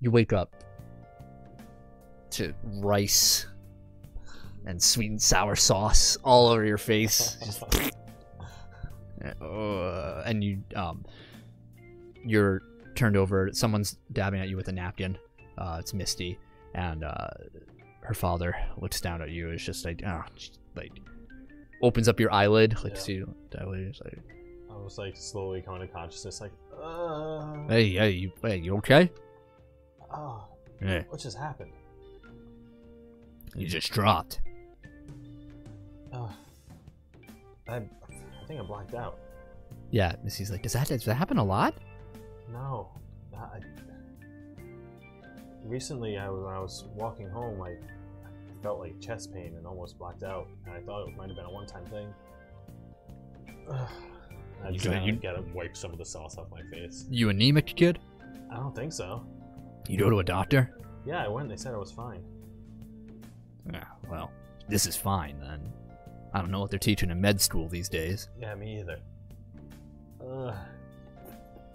you wake up to rice and sweet and sour sauce all over your face Just, uh, and you um you're turned over someone's dabbing at you with a napkin uh, it's misty and uh, her father looks down at you. It's just like, ah, just, like opens up your eyelid, like
Yeah.
see you. eyelid, it's like,
I was like slowly coming to consciousness, like, uh,
hey, hey, you, hey, you okay?
oh,
Yeah,
what just happened?
you just dropped.
Uh, I, I think I blacked out.
Yeah, Missy's like, does that does that happen a lot?
No, I, recently I, when I was walking home, like, I felt like chest pain and almost blacked out, and I thought it might have been a one-time thing. I
You
just
got-
gotta,
you-
gotta wipe some of the sauce off my face.
You anemic kid?
I don't think so.
You go to a doctor?
Yeah, I went. They said I was fine.
Yeah, well, this is fine then. I don't know what they're teaching in med school these days.
Yeah, me either. Ugh.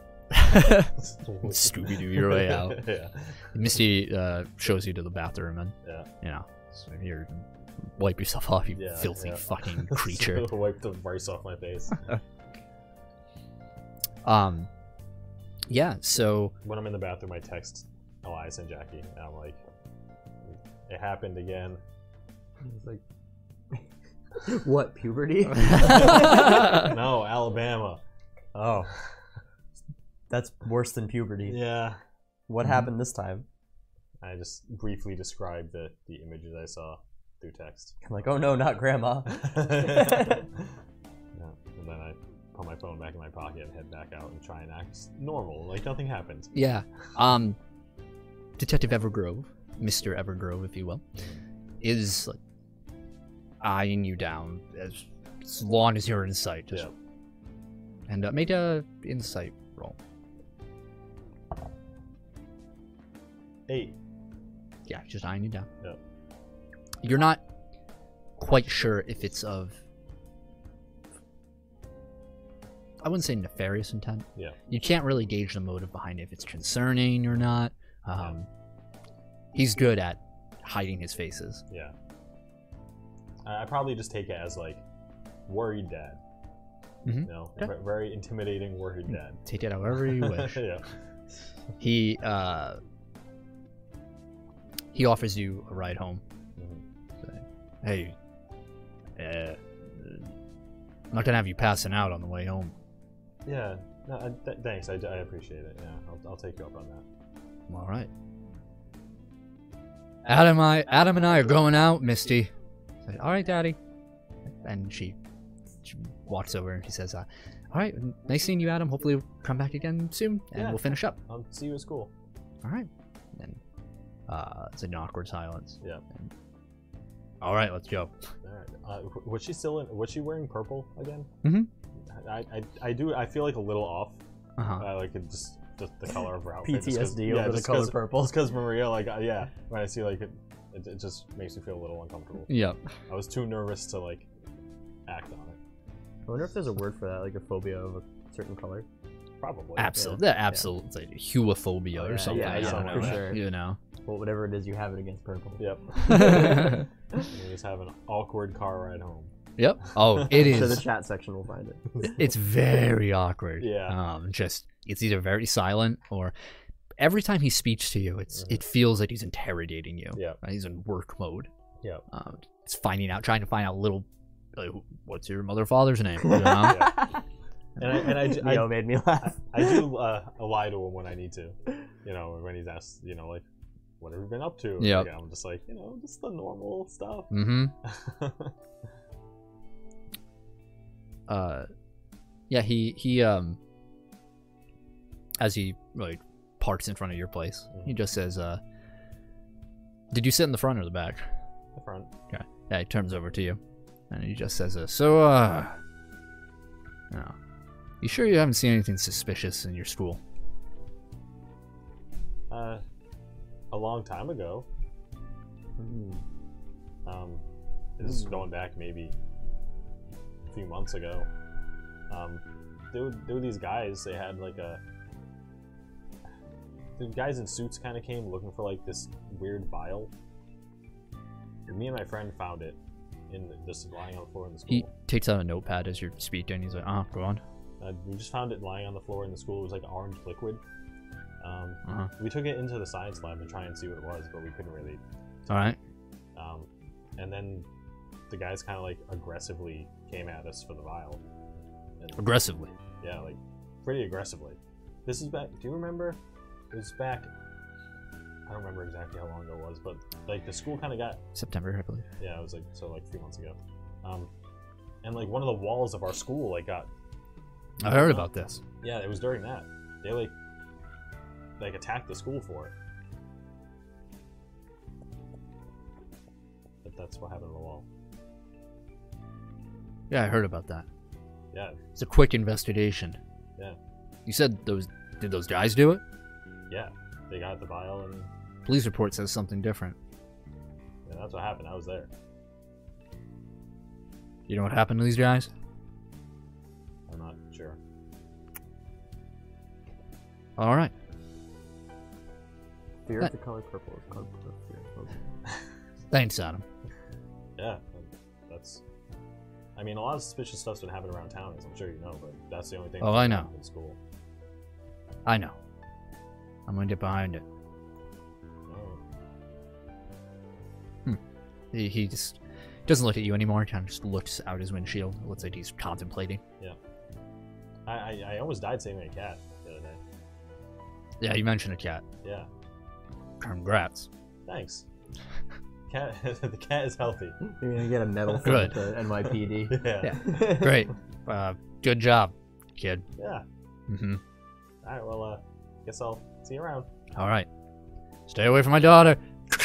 Scooby-Doo your way out.
yeah.
Misty uh, shows you to the bathroom and
Yeah.
you know, so here, wipe yourself off, you
Yeah,
filthy
yeah.
fucking creature.
Wipe the rice off my face.
Um, yeah. So
when I'm in the bathroom, I text Elias and Jackie, and I'm like, "It happened again."
It's like, what puberty?
no, Alabama.
oh, that's worse than puberty.
Yeah.
What
Mhm.
happened this time?
I just briefly described the the images I saw through text.
I'm like, oh no, not grandma.
yeah. And then I put my phone back in my pocket and head back out and try and act normal, like nothing happened.
yeah. Um, Detective Evergrove, Mister Evergrove, if you will, is like eyeing you down as, as long as you're in sight. Just,
Yeah.
And uh, made a insight roll.
Eight.
Yeah, just eyeing you down.
Yeah.
You're not quite sure if it's of. I wouldn't say nefarious intent.
Yeah.
You can't really gauge the motive behind it, if it's concerning or not. Um, He's good at hiding his faces.
Yeah. I, I probably just take it as like worried dad.
Mhm.
You know,
Okay.
Ve- very intimidating worried dad.
Take it however you wish.
yeah.
he uh, he offers you a ride home.
Mhm.
Hey, uh, uh, not gonna have you passing out on the way home.
Yeah. No, I, th- thanks. I, I appreciate it. Yeah, I'll, I'll take you up on that.
All right. Adam, I, Adam and I are going out, Misty. I said, all right, Daddy. And she, she walks over and she says, uh, all right, nice seeing you, Adam. Hopefully we'll come back again soon and
Yeah.
we'll finish up.
I'll Um, see you at school.
All right. And uh, it's an awkward silence.
Yeah.
And, all right, let's go.
All right. Uh, w- was she still in? Was she wearing purple again?
Mhm.
I, I, I do. I feel like a little off.
Uh-huh.
Uh, like it just the, the color of her outfit. just 'cause-
PTSD
yeah,
over the
just
color
'cause-
purple.
Just because Maria, like, uh, yeah, when I see like it, it, it just makes me feel a little uncomfortable.
Yeah.
I was too nervous to like act on it.
I wonder if there's a word for that, like a phobia of a certain color.
Probably.
Absolutely. Yeah. Absolutely. It's like huophobia
Oh,
or
yeah,
something.
yeah,
I
yeah,
don't
for
know.
sure.
You know.
Well, whatever it is, you have it against purple.
Yep.
yep.
We just have an awkward car ride home.
Oh, it
So
is
the chat section will find it.
it's very awkward.
Yeah.
Um, just it's either very silent or every time he speaks to you, it's it feels like he's interrogating you.
Yeah.
Uh, He's in work mode.
Yeah.
Um, it's finding out, trying to find out little. Like, what's your mother father's name? You know?
And I and I j- I,
Neo made me
I,
laugh.
I do uh, lie to him when I need to. You know, when he's asked, you know, like, what have you been up to?
Yep.
Like, I'm just like, you know, just the normal stuff.
mm-hmm. Uh, yeah. He he um. As he like parks in front of your place, he just says, "Uh, did you sit in the front or the back?"
the front.
Yeah, he turns over to you, and he just says, uh, "So, uh, no. you sure you haven't seen anything suspicious in your school?"
Uh, a long time ago.
hmm.
Um, this is going back maybe a few months ago. Um, there were, there were these guys. They had like a. The guys in suits kind of came looking for like this weird vial. And me and my friend found it, in the, just lying on the floor in the school.
He takes out a notepad as you're speaking. He's like, "Ah, go on."
Uh, we just found it lying on the floor in the school. It was like orange liquid. Um,
Uh-huh.
We took it into the science lab to try and see what it was, but we couldn't really.
All right.
Um, and then the guys kind of like aggressively came at us for the vial. And,
Aggressively.
yeah, like pretty aggressively. This is back. Do you remember? It was back. I don't remember exactly how long ago it was, but like the school kind of got
September, I believe.
yeah, it was like so like a few months ago. Um, and like one of the walls of our school like got
I heard about this.
Yeah, it was during that. They like like attacked the school for it. But that's what happened to the wall.
Yeah, I heard about that.
Yeah,
It's a quick investigation.
Yeah.
You said those. Did those guys do it?
yeah. They got the vial and
Police report says something different.
yeah, that's what happened. I was there.
You know what happened to these guys?
I'm not sure.
All right.
Fear of the color purple is called purple fear. Okay.
Thanks, Adam.
Yeah, that's. I mean, a lot of suspicious stuff's been happening around town, as I'm sure you know, but that's the only thing.
Oh,
that's
I
been
know.
happening In school.
I know. I'm gonna get behind it.
No.
He, he just doesn't look at you anymore. Kind of just looks out his windshield. It looks like he's contemplating.
I, I I almost died saving a cat the other day.
Yeah, you mentioned a cat.
Yeah,
Congrats.
thanks. Cat, the cat is healthy.
You're gonna get a medal from
Good.
the NYPD.
Yeah.
Great. Uh, good job, kid.
Yeah.
hmm
All right. Well, uh, guess I'll see you around.
All right. Stay away from my daughter.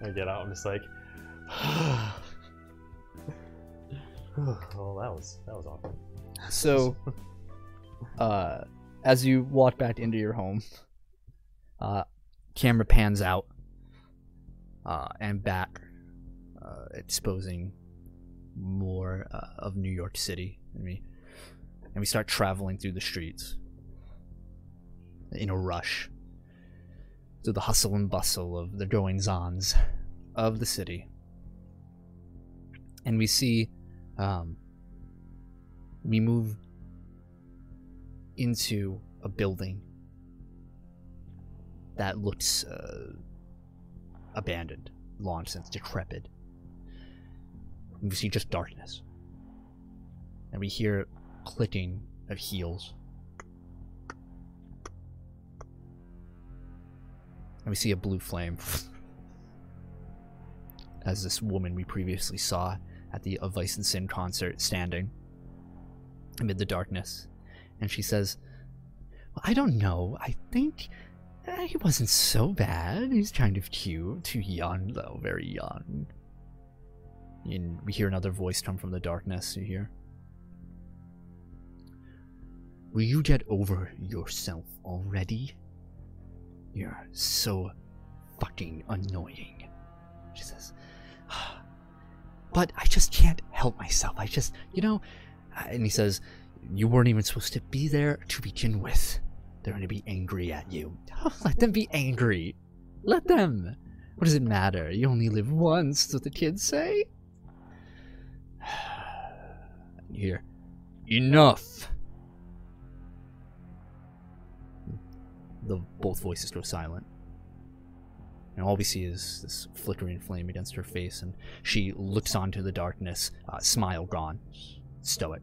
I get out. I'm just like, well, that was that was awkward.
so, uh, as you walk back into your home, uh, camera pans out uh, and back, uh, exposing more uh, of New York City, and we and we start traveling through the streets in a rush. through the hustle and bustle of the goings ons of the city. And we see, um, we move into a building that looks uh, abandoned, long since decrepit. And we see just darkness. And we hear clicking of heels. And we see a blue flame as this woman we previously saw at the Of Vice and Sin concert standing amid the darkness. And she says, well, I don't know. I think eh, he wasn't so bad. He's kind of cute. Too young, though. Very young. And we hear another voice come from the darkness. You hear? Will you get over yourself already? You're so fucking annoying. She says, But I just can't help myself. I just, you know. And he says, You weren't even supposed to be there to begin with. They're going to be angry at you. Let them be angry. Let them. What does it matter? You only live once, that's what the kids say. And you hear, Enough. the both voices go silent. And all we see is this flickering flame against her face, and she looks onto the darkness, uh, smile gone, stoic.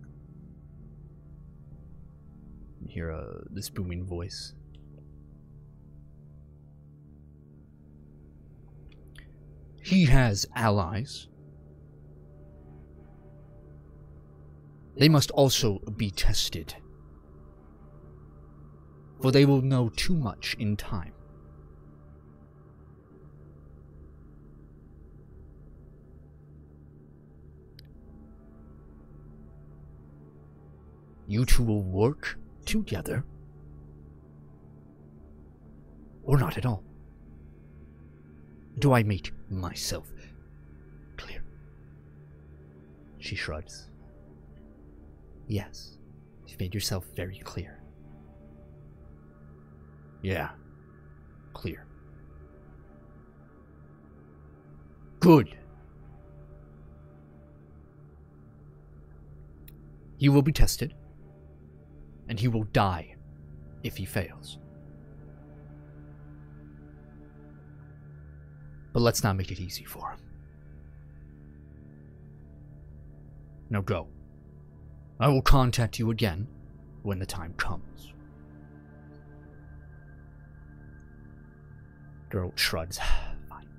You hear uh, this booming voice. He has allies. They must also be tested for they will know too much in time. You two will work together, or not at all. Do I make myself clear? She shrugs. Yes, you've made yourself very clear. Yeah. Clear. Good. He will be tested, and he will die if he fails. But let's not make it easy for him. Now go. I will contact you again when the time comes. Girl shrugs. Fine.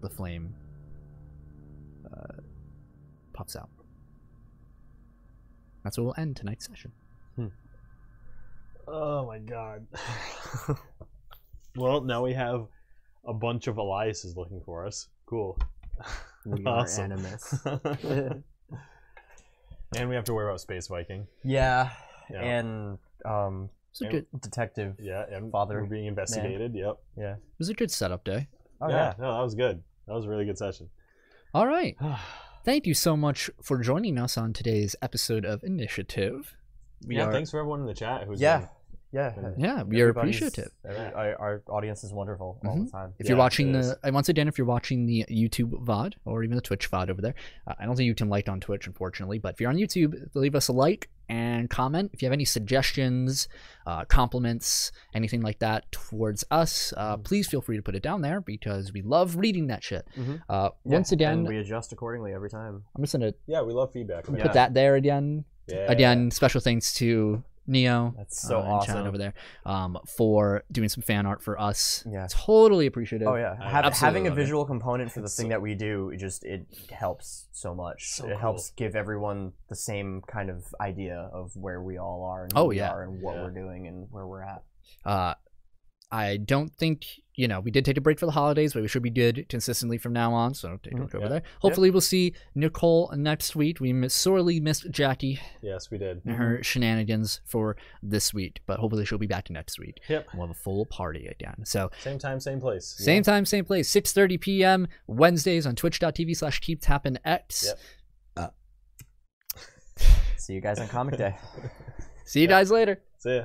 The flame uh, pops out. That's where we'll end tonight's session.
Oh my god. well, now we have a bunch of Eliases looking for us. Cool.
We are
Awesome.
animus.
and we have to worry about Space Viking.
Yeah,
Yeah.
and um,
It was a
Yeah.
good,
detective.
yeah, and
Father
we're being investigated. Yep.
Yeah.
it was a good setup day.
Oh
yeah,
yeah.
no, that was good. That was a really good session.
All right. Thank you so much for joining us on today's episode of Initiative. We
yeah,
are,
thanks for everyone in the chat who's
Yeah.
been-
Yeah.
yeah, we are
Everybody's-
appreciative.
every- our, our audience is wonderful all the time.
If you're
Yeah,
watching
it
the,
is.
and once again, if you're watching the YouTube VOD or even the Twitch VOD over there, uh, I don't think you can like on Twitch, unfortunately, but if you're on YouTube, leave us a like and comment. If you have any suggestions, uh, compliments, anything like that towards us, uh,
Mm-hmm.
please feel free to put it down there because we love reading that shit.
Mm-hmm.
Mhm.
Uh,
Yeah,
once again,
and we adjust accordingly every time.
I'm just going to
Yeah, we love feedback. man.
put that there again.
Yeah.
Again, special thanks to Neo.
That's so
uh, and Shannon
awesome.
over there um, for doing some fan art for us.
Yeah.
Totally appreciative.
Oh yeah,
I
Have,
absolutely
having a
love it.
visual component for the
It's
thing
so-
that we do, it just it helps so much.
So
it helps give everyone the same kind of idea of where we all are and who
Oh,
we
yeah.
are and what
Yeah.
we're doing and where we're at.
Uh, I don't think you know we did take a break for the holidays, but we should be good consistently from now on. So take a
Mhm,
look over
yeah.
there. Hopefully, we'll see Nicole next week. We miss, sorely missed Jackie
Yes, we did.
and
Mm-hmm.
her shenanigans for this week, but hopefully she'll be back next week.
Yep.
We'll have a full party again. So
Same time, same place.
same time, same place, 6:30 p.m. Wednesdays on Twitch.tv/keeptappinx. slash Keep Tappin' X.
Yep.
See you guys on Comic Day.
See you guys later.
See ya.